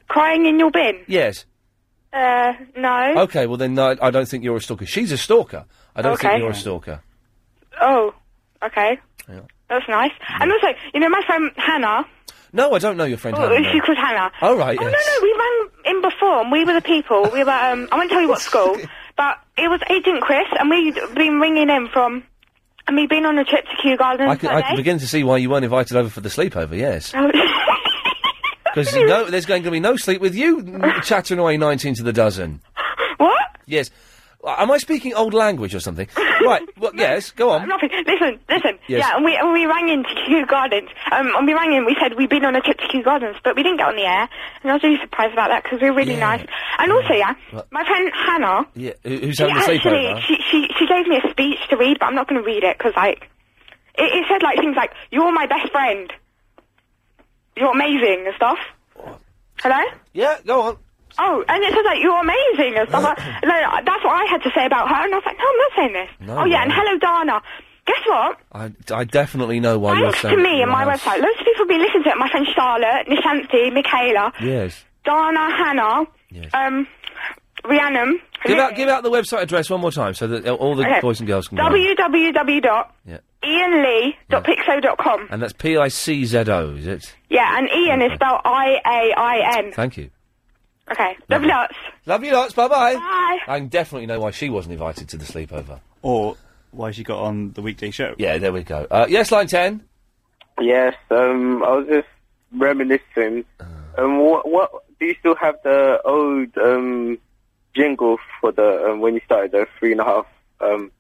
Speaker 33: crying in your bin.
Speaker 1: Yes.
Speaker 33: Uh, no.
Speaker 1: Okay. Well, then no, I don't think you're a stalker. She's a stalker. I don't
Speaker 33: Okay.
Speaker 1: think you're a stalker.
Speaker 33: Oh, okay.
Speaker 1: Yeah.
Speaker 33: That's nice.
Speaker 1: Mm.
Speaker 33: And also, you know, my friend Hannah.
Speaker 1: No, I don't know your friend.
Speaker 33: Oh,
Speaker 1: Hannah, no.
Speaker 33: she called Hannah.
Speaker 1: All right.
Speaker 33: Oh,
Speaker 1: yes.
Speaker 33: no, no, we rang in before, and we were the people. We were. Um, I won't tell you what school, but it was Agent Chris, and we'd been ringing in from, and we'd been on a trip to Kew Gardens. Oh,
Speaker 1: I can, I can begin to see why you weren't invited over for the sleepover. Yes. Because no, there's going to be no sleep with you n- chattering away nineteen to the dozen.
Speaker 33: What?
Speaker 1: Yes. Uh, Am I speaking old language or something? right. Well, yes. Go on.
Speaker 33: Nothing. Listen, listen.
Speaker 1: Yes.
Speaker 33: Yeah, and we and we rang in to Kew Gardens. Um, and we rang in. We said we'd been on a trip to Kew Gardens, but we didn't get on the air. And I was really surprised about that because we were really nice. And also, yeah,
Speaker 1: What?
Speaker 33: my friend Hannah.
Speaker 1: Yeah. who- Who's
Speaker 33: she
Speaker 1: having the
Speaker 33: actually
Speaker 1: sleepover?
Speaker 33: she, she she gave me a speech to read, but I'm not going to read it because like it, it said like things like you're my best friend, you're amazing and stuff. Hello.
Speaker 1: Yeah, go on.
Speaker 33: Oh, and it says like you're amazing and stuff. Like, like, that's what I had to say about her, and I was like, no, I'm not saying this.
Speaker 1: No,
Speaker 33: oh yeah,
Speaker 1: no.
Speaker 33: and hello, Dana. Guess what?
Speaker 1: I, I definitely know why you're
Speaker 33: Thanks
Speaker 1: saying
Speaker 33: to me and my
Speaker 1: Yes.
Speaker 33: website, loads of people have been listening to it. My friend Charlotte, Nishanti, Michaela,
Speaker 1: Yes.
Speaker 33: Dana, Hannah, um, Rhiannon.
Speaker 1: Give out give out the website address one more time so that uh, all the
Speaker 33: Okay.
Speaker 1: boys and girls can go. on. Yeah.
Speaker 33: www.ianlee.pixo.com.
Speaker 1: And that's P I C Z O, is it?
Speaker 33: Yeah, and Ian is spelled I A I N.
Speaker 1: Thank you.
Speaker 33: Okay, love lots.
Speaker 1: Love you lots. Bye bye.
Speaker 33: Bye.
Speaker 1: I can definitely know why she wasn't invited to the sleepover.
Speaker 6: Or why she got on the weekday show.
Speaker 1: Yeah, there we go. Uh, yes, line 10.
Speaker 20: Yes, um, I was just reminiscing.
Speaker 1: Uh.
Speaker 20: Um, what, what do you still have the old um, jingle for the um, when you started the three and a half, um,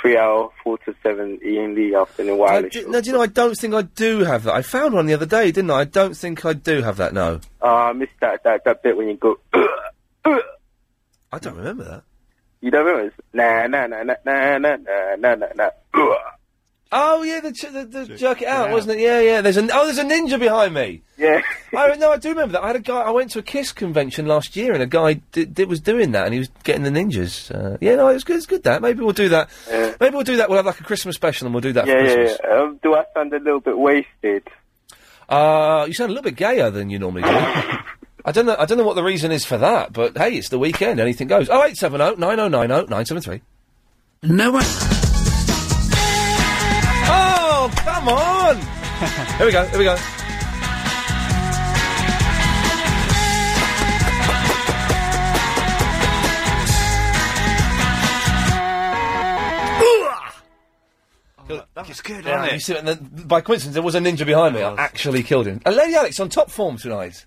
Speaker 20: three hour, four to seven Ian Lee afternoon
Speaker 1: I
Speaker 20: wireless?
Speaker 1: d- Uh, no, do you know, I don't think I do have that. I found one the other day, didn't I? I don't think I do have that, no.
Speaker 20: Uh, I missed that, that that bit when you go.
Speaker 1: I don't remember that.
Speaker 20: You don't remember? It's Na na na na na na na na na.
Speaker 1: Oh, yeah, the, ch- the, the jerk it out, wasn't it? Yeah, yeah. There's a, oh, there's a ninja behind me.
Speaker 20: Yeah.
Speaker 1: I no, I do remember that. I had a guy. I went to a Kiss convention last year, and a guy d- d- was doing that, and he was getting the ninjas. Uh, yeah, no, it's good. It's good that maybe we'll do that. Maybe we'll do that. We'll have like a Christmas special, and we'll do that for
Speaker 20: Yeah, yeah.
Speaker 1: Christmas.
Speaker 20: yeah. Um, do I sound a little bit wasted?
Speaker 1: Uh, you sound a little bit gayer than you normally do. I don't know. I don't know what the reason is for that, but hey, it's the weekend. Anything goes. Oh eight seven oh nine oh nine oh nine seven three. No one. Oh come on! here we go. Here we go. Oh, That was good,
Speaker 6: wasn't it?
Speaker 1: You see, and then, by coincidence, there was a ninja behind me. I actually killed him. And Lady Alex on top form tonight.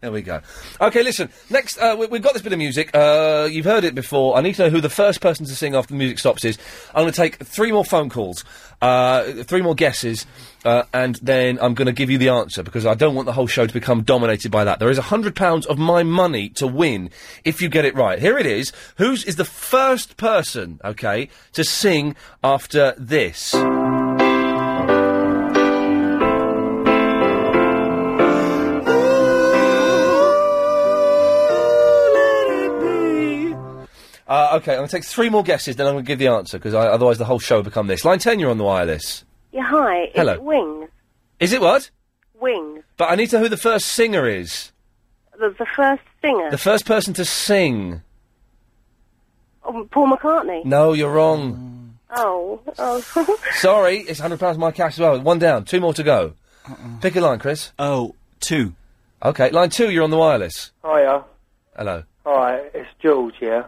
Speaker 1: There we go. Okay, listen. Next, uh, we, we've got this bit of music. Uh, you've heard it before. I need to know who the first person to sing after the music stops is. I'm going to take three more phone calls, uh, three more guesses, uh, and then I'm going to give you the answer because I don't want the whole show to become dominated by that. There is a hundred pounds of my money to win if you get it right. Here it is. Who's is the first person? Okay, to sing after this. Uh, okay, I'm going to take three more guesses, then I'm going to give the answer, because otherwise the whole show will become this. Line 10, you're on the wireless.
Speaker 2: Yeah, hi. Is
Speaker 1: Hello.
Speaker 2: it Wings?
Speaker 1: Is it what?
Speaker 2: Wings.
Speaker 1: But I need to know who the first singer is.
Speaker 2: The, the first singer.
Speaker 1: The first person to sing.
Speaker 2: Oh, Paul McCartney.
Speaker 1: No, you're wrong.
Speaker 2: Oh. oh.
Speaker 1: Sorry, it's £100 my cash as well. One down, two more to go. Pick a line, Chris. Uh-uh. Oh, two. Okay, line two, you're on the wireless.
Speaker 3: Hiya.
Speaker 1: Hello.
Speaker 3: Hi, it's George here.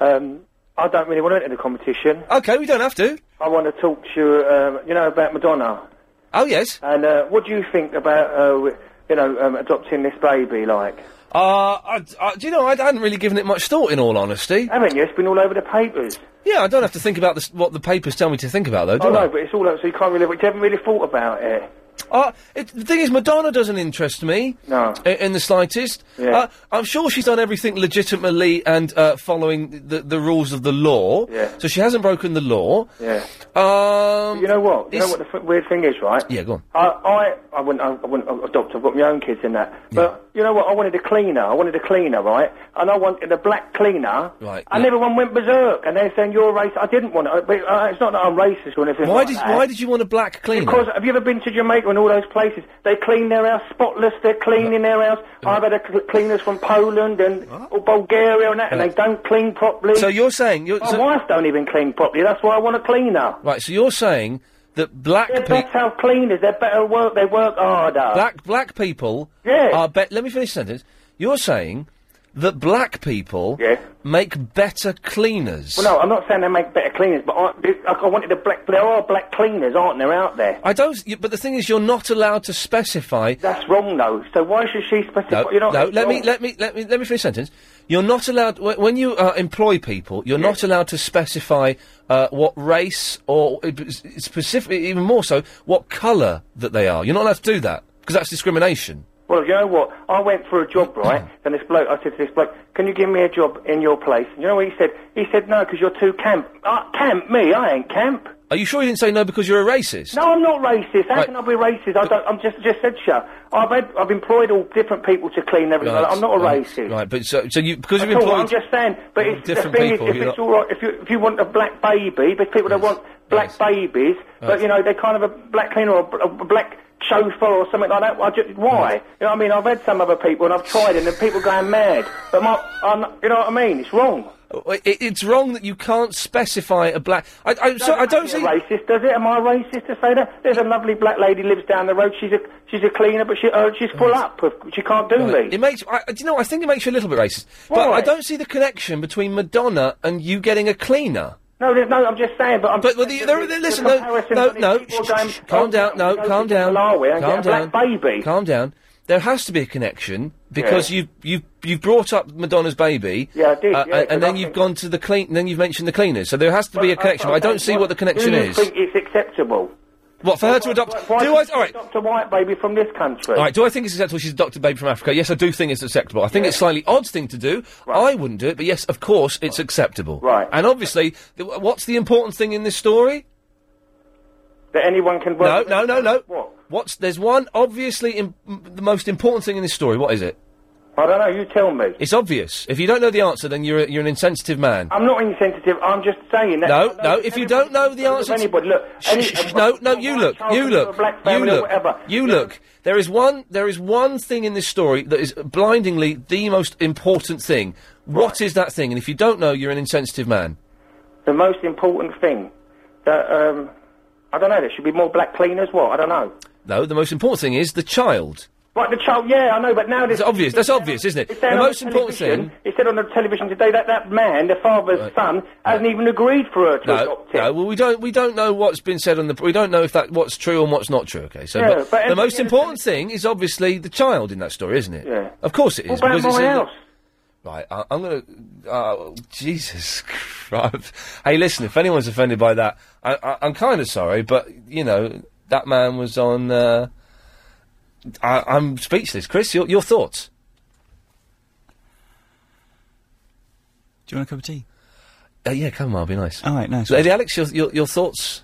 Speaker 3: Um, I don't really want to enter the competition.
Speaker 1: Okay, we don't have to.
Speaker 3: I want to talk to you, um, you know, about Madonna.
Speaker 1: Oh, yes.
Speaker 3: And uh, what do you think about, uh, w- you know, um, adopting this baby, like?
Speaker 1: Uh, I, I, do you know, I hadn't really given it much thought, in all honesty.
Speaker 3: Haven't you? It's been all over the papers. Oh,
Speaker 1: Yeah, I don't have to think about this, what the papers tell me to think about, though, do
Speaker 3: I
Speaker 1: I?
Speaker 3: know, but it's all over, so you can't really, you haven't really thought about it.
Speaker 1: Uh, it, the thing is, Madonna doesn't interest me no. in, the slightest.
Speaker 34: Yeah.
Speaker 1: Uh, I'm sure she's done everything legitimately and uh, following the, the rules of the law.
Speaker 2: Yeah.
Speaker 1: So she hasn't broken the law.
Speaker 2: Yeah.
Speaker 1: Um,
Speaker 2: you know what? You know
Speaker 1: it's-
Speaker 2: what the f- weird thing is, right?
Speaker 1: Yeah, go on.
Speaker 2: I, I, I wouldn't, I wouldn't adopt. I've got my own kids in that. But you know what? I wanted a cleaner. I wanted a cleaner, right? And I wanted a black cleaner.
Speaker 1: Right.
Speaker 2: And everyone went berserk, and they're saying you're racist. I didn't want it. But, uh, it's not that I'm racist or anything.
Speaker 1: Why
Speaker 2: like
Speaker 1: did-
Speaker 2: that.
Speaker 1: why did you want a black cleaner?
Speaker 2: Because have you ever been to Jamaica and all those places? They clean their house spotless. They're cleaning their house. I've had a cl- cleaners from Poland and or Bulgaria and that, and they don't clean properly.
Speaker 1: So you're saying you're,
Speaker 2: my wife don't even clean properly. That's why I want a cleaner.
Speaker 1: Right, so you're saying that black
Speaker 2: They're
Speaker 1: people.
Speaker 2: better cleaners. They're better work. They work harder.
Speaker 1: Black black people
Speaker 2: Yeah.
Speaker 1: are bet. Let me finish the sentence. You're saying that black people make better cleaners.
Speaker 2: Well, no, I'm not saying they make better cleaners, but I, I I wanted a black. There are black cleaners, aren't there, out there?
Speaker 1: I don't. you- But the thing is, you're not allowed to specify.
Speaker 2: That's wrong, though. So why should she specify?
Speaker 1: No,
Speaker 2: you know,
Speaker 1: no.
Speaker 2: it's
Speaker 1: Let me
Speaker 2: wrong.
Speaker 1: let me let me let me finish the sentence. You're not allowed wh- when you uh, employ people. You're not allowed to specify uh, what race or uh, specifically, even more so, what colour that they are. You're not allowed to do that because that's discrimination.
Speaker 2: Well, you know what? I went for a job, right? and this bloke, I said to this bloke, "Can you give me a job in your place?" And you know what he said? He said, "No, because you're too camp." Uh, camp me? I ain't camp.
Speaker 1: Are you sure you didn't say no because you're a racist?
Speaker 2: No, I'm not racist. How
Speaker 1: Right.
Speaker 2: can I be racist? I don't. I'm just just said, "Show." I've had, I've employed all different people to clean everything. I'm not a
Speaker 1: right,
Speaker 2: racist.
Speaker 1: Right, but so so you because
Speaker 2: At
Speaker 1: you've
Speaker 2: all,
Speaker 1: employed.
Speaker 2: I'm just saying, but it's, the
Speaker 1: different
Speaker 2: thing
Speaker 1: people,
Speaker 2: is, if
Speaker 1: you're
Speaker 2: it's
Speaker 1: not-
Speaker 2: all right, if you if you want a black baby, there's people that want black babies, but you know they kind of a black cleaner or a bl- a black chauffeur or something like that. I just, why? You know, what I mean, I've had some other people and I've tried, and then people going mad. But my, I'm, you know what I mean? It's wrong.
Speaker 1: It, it's wrong that you can't specify a black. I, I, so I don't see.
Speaker 2: Racist, does it? Am I racist to say that? There's a lovely black lady lives down the road. She's a she's a cleaner, but she uh, she's full up. of- She can't do
Speaker 1: Right.
Speaker 2: me.
Speaker 1: It makes. I, I- do you know? I think it makes you a little bit racist. But
Speaker 2: Why?
Speaker 1: I don't see the connection between Madonna and you getting a cleaner.
Speaker 2: No, there's no. I'm just saying, but I'm.
Speaker 1: But well, the, there, there, listen, no, no, no. sh- sh- sh-
Speaker 2: Oh,
Speaker 1: calm down. No, calm down. Calm down. Baby. Calm down. There has to be a connection because
Speaker 2: Yeah.
Speaker 1: you've you've you've brought up Madonna's baby.
Speaker 2: Yeah, I did,
Speaker 1: uh,
Speaker 2: yeah,
Speaker 1: and, and
Speaker 2: 'cause I
Speaker 1: then you've gone to the clean. Then you've mentioned the cleaners. So there has to be a
Speaker 2: Well,
Speaker 1: connection. but I don't see what, the connection
Speaker 2: do you
Speaker 1: is.
Speaker 2: Think it's acceptable.
Speaker 1: What for her to adopt?
Speaker 2: Why
Speaker 1: do
Speaker 2: should
Speaker 1: I?
Speaker 2: she
Speaker 1: All right.
Speaker 2: adopt a white baby from this country?
Speaker 1: All right, do I think it's acceptable she's adopted baby from Africa? Yes, I do think it's acceptable. I think it's slightly odd thing to do. I wouldn't do it, but yes, of course, it's acceptable. Right. And obviously, th- what's the important thing in this story?
Speaker 2: That anyone can
Speaker 1: No, no, no, no. What? What's there's one obviously im- m- the most important thing in this story. What is it?
Speaker 2: I don't know. You tell me.
Speaker 1: It's obvious. If you don't know the answer, then you're a, you're an insensitive man.
Speaker 2: I'm not insensitive. I'm just saying that.
Speaker 1: No, no. If you don't know the answer, to-
Speaker 2: anybody look.
Speaker 1: Shh, shh, shh, no, no. You look. You look. You
Speaker 2: family or
Speaker 1: look.
Speaker 2: whatever.
Speaker 1: You look. There is one. There is one thing in this story that is blindingly the most important thing. What is that thing? And if you don't know, you're an insensitive man.
Speaker 2: The most important thing that um, I don't know. There should be more black cleaners. What? I don't know.
Speaker 1: No, the most important thing is the child.
Speaker 2: Right, the child. Yeah, I know. But now this
Speaker 1: It's obvious. That's obvious, isn't it?
Speaker 2: said
Speaker 1: The
Speaker 2: on
Speaker 1: most important
Speaker 2: television-
Speaker 1: thing.
Speaker 2: It said on the television today that that man, the father's son, hasn't even agreed for her to adopt.
Speaker 1: No, no. Well, we don't. We don't know what's been said on the. We don't know if that what's true and what's not true. Okay. So,
Speaker 2: Yeah,
Speaker 1: but,
Speaker 2: but
Speaker 1: the
Speaker 2: everything
Speaker 1: most
Speaker 2: else-
Speaker 1: important thing is obviously the child in that story, isn't it?
Speaker 2: Yeah.
Speaker 1: Of course it
Speaker 2: What
Speaker 1: is.
Speaker 2: about
Speaker 1: because it's
Speaker 2: my
Speaker 1: in the-
Speaker 2: house?
Speaker 1: Right, I, I'm gonna. Uh, Jesus Christ! Hey, listen, if anyone's offended by that, I, I, I'm kind of sorry, but you know that man was on. Uh, I, I'm speechless, Chris. Your, your thoughts?
Speaker 6: Do you want a cup of tea?
Speaker 1: Uh, yeah, come on, be nice.
Speaker 6: All right, nice.
Speaker 1: Lady Alex, your your, your thoughts?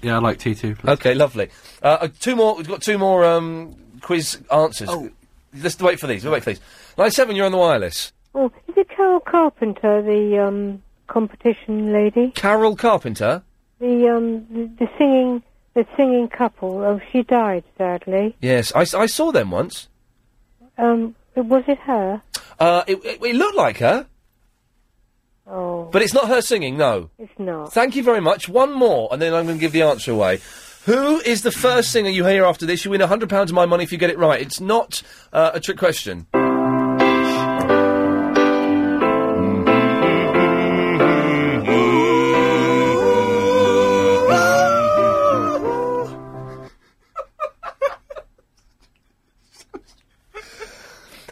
Speaker 35: Yeah, I like tea too.
Speaker 1: Okay, lovely. Uh, uh, two more. We've got two more um, quiz answers.
Speaker 35: Oh.
Speaker 1: Let's wait for these. We'll wait for these. Line seven, you're on the wireless.
Speaker 12: Oh, is it Carol Carpenter, the um, competition lady?
Speaker 1: Carol Carpenter.
Speaker 12: The um, the, the singing, the singing couple. Oh, she died sadly.
Speaker 1: Yes, I, s- I saw them once.
Speaker 12: Um, was it her?
Speaker 1: Uh, it, it, it looked like her,
Speaker 12: Oh,
Speaker 1: but it's not her singing. No.
Speaker 12: it's not.
Speaker 1: Thank you very much. One more, and then I'm going to give the answer away. Who is the first singer you hear after this? You win £100 of my money if you get it right. It's not uh, a trick question.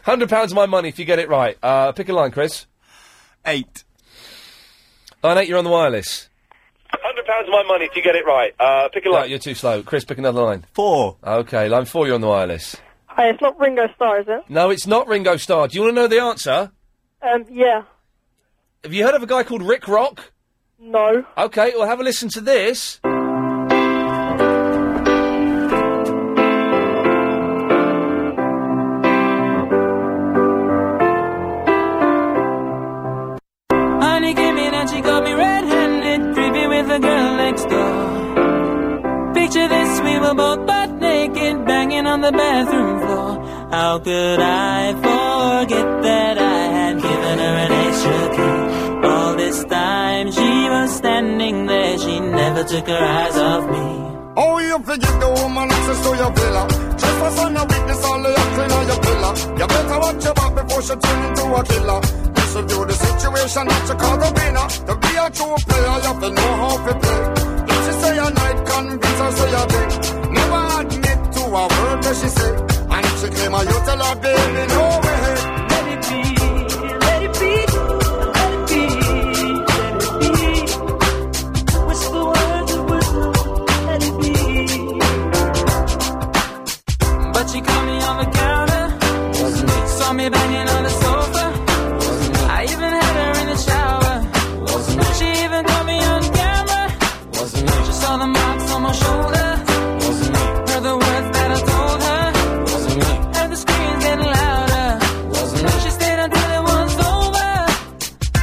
Speaker 1: Hundred pounds of my money if you get it right. Uh, pick a line, Chris. Eight. Line eight. You're on the wireless.
Speaker 36: Hundred
Speaker 2: pounds of my money if you get it right. Uh, pick a
Speaker 1: No,
Speaker 2: line.
Speaker 1: you're too slow. Chris, pick another line.
Speaker 37: Four.
Speaker 1: Okay, line four, you're on the wireless.
Speaker 19: Hi, it's not Ringo Starr, is it?
Speaker 1: No, it's not Ringo Starr. Do you want to know the answer?
Speaker 19: Um, yeah.
Speaker 1: Have you heard of a guy called Rick Rock?
Speaker 19: No.
Speaker 1: Okay, well, have a listen to this.
Speaker 38: Honey came in and she got me red-handed, creepy with the girl next door. Picture this, we were both butt naked, banging on the bathroom floor. How could I forget that I had given her an extra key? All this time she was standing there, she never took her eyes off me.
Speaker 22: Oh, you forget the woman access to your villa. Just for son of witness, all the acting on your pillar. You better watch your back before she turn into a killer. Listen to the situation that you call the winner. To be a true player, you have to know how to play. If she say a night, convince her say a day. Never admit to a word that she say. And if she claim a you tell her, baby, no way. Let it be, let it be, let it be, let it be.
Speaker 38: Whisper words of wisdom, let it be. But she caught me on the counter. Saw me banging on the sofa. I even had her in the shower. She even caught me on camera. She saw the marks on my shoulder. Heard the words that I told her. Heard the screams getting louder. She stayed until it was over.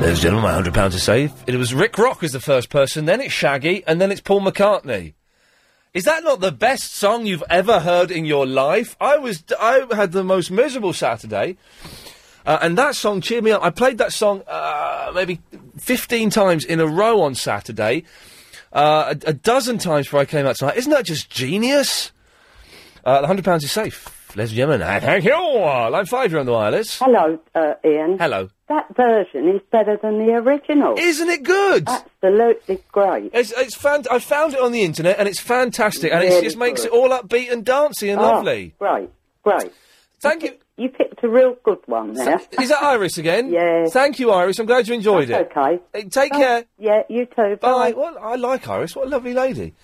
Speaker 1: Ladies and gentlemen, my £100 to save. It was Rick Rock as the first person, then it's Shaggy, and then it's Paul McCartney. Is that not the best song you've ever heard in your life? I was, I had the most miserable Saturday, uh, and that song cheered me up. I played that song uh, maybe 15 times in a row on Saturday, uh, a, a dozen times before I came out tonight. Isn't that just genius? Uh, the £100 is safe. Ladies and gentlemen, I thank you. Uh, Line 5, you're on the wireless.
Speaker 13: Hello, uh, Ian.
Speaker 1: Hello.
Speaker 13: That version is better than the original.
Speaker 1: Isn't it good?
Speaker 13: Absolutely great.
Speaker 1: It's, it's fan- I found it on the internet and it's fantastic and it
Speaker 13: Really
Speaker 1: just makes
Speaker 13: good.
Speaker 1: it all upbeat and dancey and
Speaker 13: Ah,
Speaker 1: lovely.
Speaker 12: Oh,
Speaker 13: Great, great.
Speaker 1: Thank you.
Speaker 13: You picked a real good one there.
Speaker 1: Is that Iris again? yeah. Thank you, Iris. I'm glad you enjoyed
Speaker 13: That's
Speaker 1: it. Okay. take care.
Speaker 13: Yeah, you too.
Speaker 1: Bye. Well, I like Iris. What a lovely lady.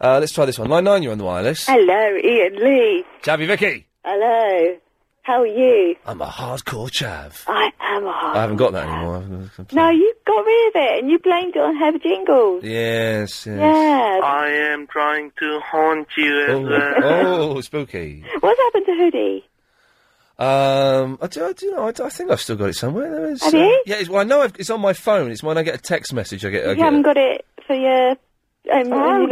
Speaker 1: Uh, let's try this one. Line nine, you're on the wireless.
Speaker 39: Hello, Ian Lee.
Speaker 1: Chavy Vicky.
Speaker 39: Hello. How are you?
Speaker 1: I'm a hardcore chav.
Speaker 39: I am a
Speaker 1: I haven't got that anymore. I've- I've-
Speaker 39: No, you got rid of it and you blamed it on Heather Jingles.
Speaker 1: Yes. yes.
Speaker 39: Yeah.
Speaker 12: I am trying to haunt you as
Speaker 1: Oh, oh, spooky.
Speaker 39: What's happened to Hoodie?
Speaker 1: Um, I do, I do you know. I, do- I think I've still got it somewhere. There is.
Speaker 39: Have you?
Speaker 1: Yeah. It's, well, I know I've, it's on my phone. It's when I get a text message. I get. I
Speaker 39: you
Speaker 1: get
Speaker 39: haven't got it for your. Um, oh,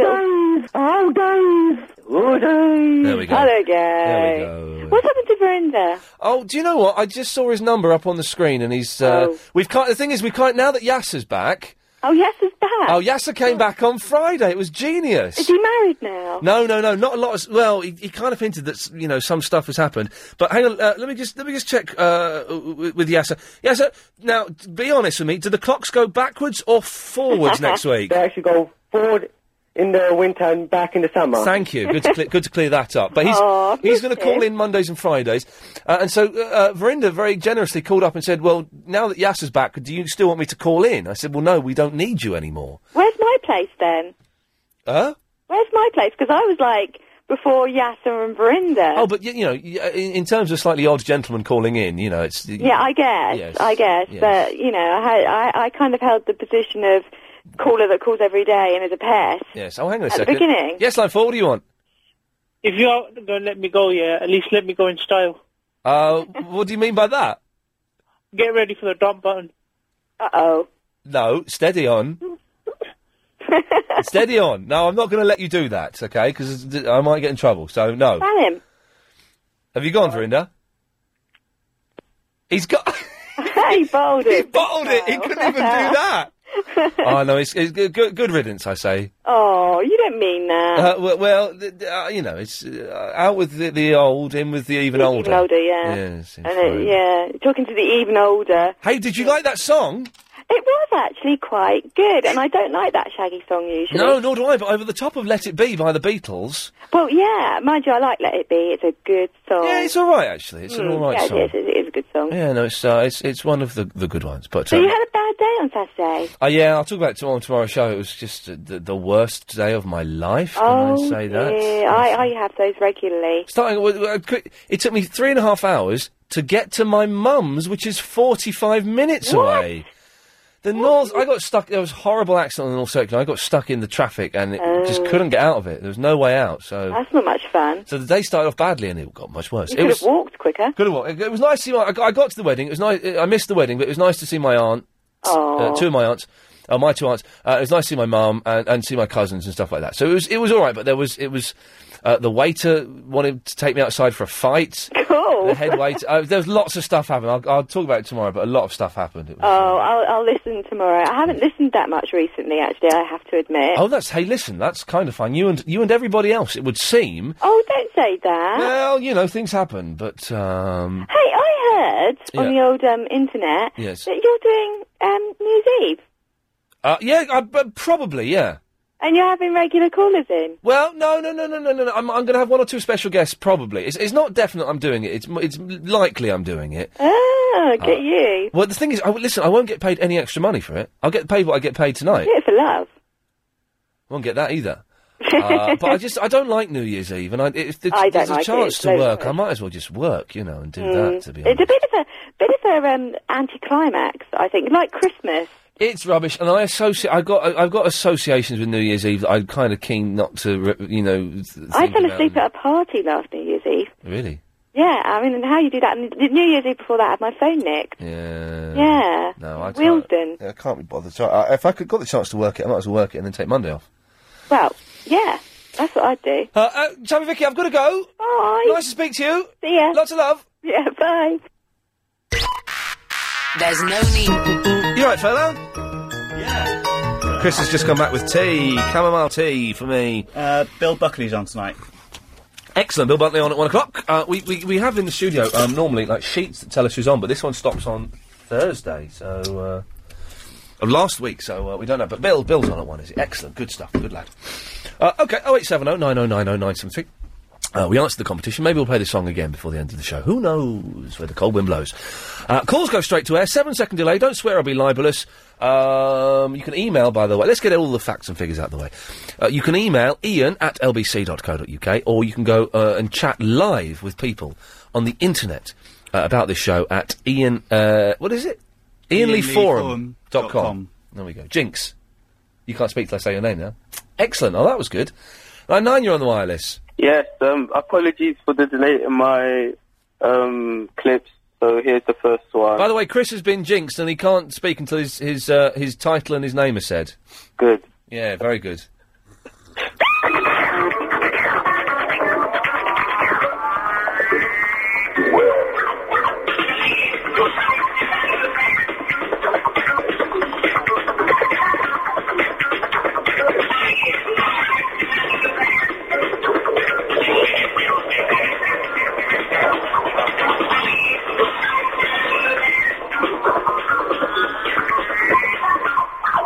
Speaker 39: days. Oh, days. Oh, days.
Speaker 1: There we go.
Speaker 39: Oh, there
Speaker 1: There we
Speaker 39: go. What's happened to Verinda?
Speaker 1: Oh, do you know what? I just saw his number up on the screen, and he's. Uh, We've kind. The thing is, we can't now that Yasser's back.
Speaker 39: Oh, yes, is back.
Speaker 1: Oh, Yasser came back on Friday. It was genius.
Speaker 39: Is he married now?
Speaker 1: No, no, no, not a lot. Of, well, he, he kind of hinted that s- you know some stuff has happened. But hang on, uh, let me just let me just check uh, w- w- with Yasser. Yasser, now t- be honest with me. Do the clocks go backwards or forwards next week?
Speaker 12: They actually go forward in the winter and back in the summer.
Speaker 1: Thank you. Good to, cle good to clear that up. But he's
Speaker 12: Aw,
Speaker 1: he's going to
Speaker 12: bless
Speaker 1: call
Speaker 12: him.
Speaker 1: in Mondays and Fridays, uh, and so uh, uh, Verinda very generously called up and said, "Well, now that Yasser's back, do you still want me to call in?" I said, "Well, no, we don't need you anymore." "Uh?"
Speaker 39: Where's my place then?
Speaker 1: Huh?
Speaker 39: Where's my place? Because I was like before Yasser and Verinda.
Speaker 1: Oh, but you, you know, y- uh, in, in terms of slightly odd gentlemen calling in, you know, it's
Speaker 39: Yeah, I guess.
Speaker 1: Yes,
Speaker 39: I guess.
Speaker 1: yes.
Speaker 39: But, you know, I, had, I, I kind of held the position of caller that calls every day and is a pest.
Speaker 1: Yes. Oh, hang on a
Speaker 39: At the
Speaker 1: second.
Speaker 39: beginning.
Speaker 1: Yes, line four. What do you want?
Speaker 39: If you're going to let me go, yeah, at least let me go in style.
Speaker 1: Uh, what do you mean by that?
Speaker 2: Get ready for the dump button.
Speaker 1: Uh oh. No, steady on. steady on. No, I'm not going to let you do that, okay? Because I might get in trouble. So no.
Speaker 39: Ban him.
Speaker 1: Have you gone, Verinda? He's got.
Speaker 39: he bottled it. He
Speaker 1: bottled it. He couldn't even do that. oh no, it's, it's good, good, good riddance, I say.
Speaker 39: Oh, you don't mean that.
Speaker 1: Uh, well, well th- th- uh, you know, it's uh, out with the, the old, in with the even older.
Speaker 39: Even older, yeah.
Speaker 1: Yes,
Speaker 39: and it, yeah, talking to the even older.
Speaker 1: Hey, did you like that song?
Speaker 39: It was actually quite good, and I don't like that Shaggy song usually.
Speaker 1: No, nor do I. But over the top of "Let It Be" by the Beatles.
Speaker 39: Well, yeah, mind you, I like Let It Be. It's a good song.
Speaker 1: Yeah, it's all right actually. It's an
Speaker 39: Mm,
Speaker 1: all right
Speaker 39: yeah,
Speaker 1: song.
Speaker 39: it is. It is a good song.
Speaker 1: Yeah, no, it's uh, it's it's one of the the good ones. But
Speaker 39: So
Speaker 1: um,
Speaker 39: you had a bad day on Saturday.
Speaker 1: uh, yeah, I'll talk about it on tomorrow's show. It was just uh, the, the worst day of my life. Can
Speaker 39: oh,
Speaker 1: I say that?
Speaker 39: dear. I, I have those regularly.
Speaker 1: Starting with, with- uh, quick- it took me three and a half hours to get to my mum's, which is 45 minutes away. The North, I got stuck, there was a horrible accident on the North Circular. I got stuck in the traffic and it, just
Speaker 39: Oh.
Speaker 1: couldn't get out of it. There was no way out, so.
Speaker 39: That's not much fun.
Speaker 1: so the day started off badly and it got much worse.
Speaker 39: You
Speaker 1: it
Speaker 39: could
Speaker 1: was,
Speaker 39: have walked quicker.
Speaker 1: Could have walked. It, it was nice to see my, I got, I got to the wedding. It was nice, I missed the wedding, but it was nice to see my aunt.
Speaker 39: Oh.
Speaker 1: Uh, two of my aunts. Uh, my two aunts. Uh, it was nice to see my mum and, and see my cousins and stuff like that. So it was it was all right, but there was it was uh, the waiter wanted to take me outside for a fight.
Speaker 39: Cool.
Speaker 1: The head waiter. Uh, there was lots of stuff happened. I'll, I'll talk about it tomorrow, but a lot of stuff happened. It was,
Speaker 39: Oh, I'll, I'll listen tomorrow. I haven't listened that much recently, actually. I have to admit.
Speaker 1: oh, that's hey, listen, that's kind of fine. You and you and everybody else, it would seem.
Speaker 39: Oh, don't say that.
Speaker 1: Well, you know, things happen, but um,
Speaker 39: Hey, I heard on
Speaker 1: Yeah.
Speaker 39: the old um, internet
Speaker 1: Yes.
Speaker 39: that you're doing um, New Eve
Speaker 1: uh, yeah, I, but probably, yeah.
Speaker 39: and you're having regular callers in.
Speaker 1: Well, no, no, no, no, no, no. no. I'm, I'm going to have one or two special guests, probably. It's, it's not definite I'm doing it. It's, m- it's likely I'm doing it.
Speaker 39: Oh,
Speaker 1: Ah.
Speaker 39: get you.
Speaker 1: Well, the thing is, I, listen, I won't get paid any extra money for it. I'll get paid what I get paid tonight.
Speaker 39: Do it for love.
Speaker 1: Won't get that either. uh, but I just, I don't like New Year's Eve, and I, if the,
Speaker 39: I don't
Speaker 1: there's a
Speaker 39: like it.
Speaker 1: chance
Speaker 39: It's
Speaker 1: to
Speaker 39: loads
Speaker 1: work,
Speaker 39: of
Speaker 1: I might as well just work, you know, and do
Speaker 39: Mm.
Speaker 1: that. To be honest,
Speaker 39: it's a bit of a bit of a um, anticlimax, I think, like Christmas.
Speaker 1: it's rubbish, and I associate. I got, I- I've got associations with New Year's Eve that I'm kind of keen not to, re- you know. Th-
Speaker 39: I
Speaker 1: think
Speaker 39: fell
Speaker 1: about
Speaker 39: asleep
Speaker 1: and-
Speaker 39: at a party last New Year's Eve.
Speaker 1: Really?
Speaker 39: Yeah, I mean, and how you do that? And the New Year's Eve before that, I had my phone nicked.
Speaker 1: Yeah.
Speaker 39: Yeah.
Speaker 1: No, I can't.
Speaker 39: Wilden.
Speaker 1: I can't be bothered. So, I, if I could got the chance to work it, I might as well work it and then take Monday off.
Speaker 39: Well, yeah, that's what I'd do.
Speaker 1: Uh, uh, Chubby Vicky, I've got to go.
Speaker 39: Bye.
Speaker 1: Nice to speak to you.
Speaker 39: See ya.
Speaker 1: Lots of love.
Speaker 39: Yeah, bye.
Speaker 12: There's no need.
Speaker 1: You right, fella? Chris has just come back with tea, chamomile tea for me.
Speaker 6: Uh, Bill Buckley's on tonight.
Speaker 1: Excellent. Bill Buntley on at one o'clock. Uh, we, we, we have in the studio um, normally like sheets that tell us who's on, but this one stops on Thursday, so uh, of last week, so uh, we don't know. But Bill Bill's on at one, is it? Excellent. Good stuff. Good lad. Uh, okay. Oh eight seven oh nine oh nine oh nine seven three. Uh, we answered the competition. Maybe we'll play this song again before the end of the show. Who knows where the cold wind blows? Uh, calls go straight to air. Seven second delay. Don't swear I'll be libelous. Um, you can email, by the way. Let's get all the facts and figures out of the way. Uh, you can email ian at lbc.co.uk or you can go uh, and chat live with people on the internet uh, about this show at ian. Uh, what is it?
Speaker 6: Ian Lee
Speaker 1: IanLeeForum.com.
Speaker 6: Forum dot com.
Speaker 1: There we go. Jinx. You can't speak till I say your name now. Excellent. Oh, that was good. Line 9, you're on the wireless.
Speaker 20: Yes, um, apologies for the delay in my um, clips. So here's the first one.
Speaker 1: By the way, Chris has been jinxed and he can't speak until his his uh, his title and his name are said.
Speaker 20: Good.
Speaker 1: Yeah, very good.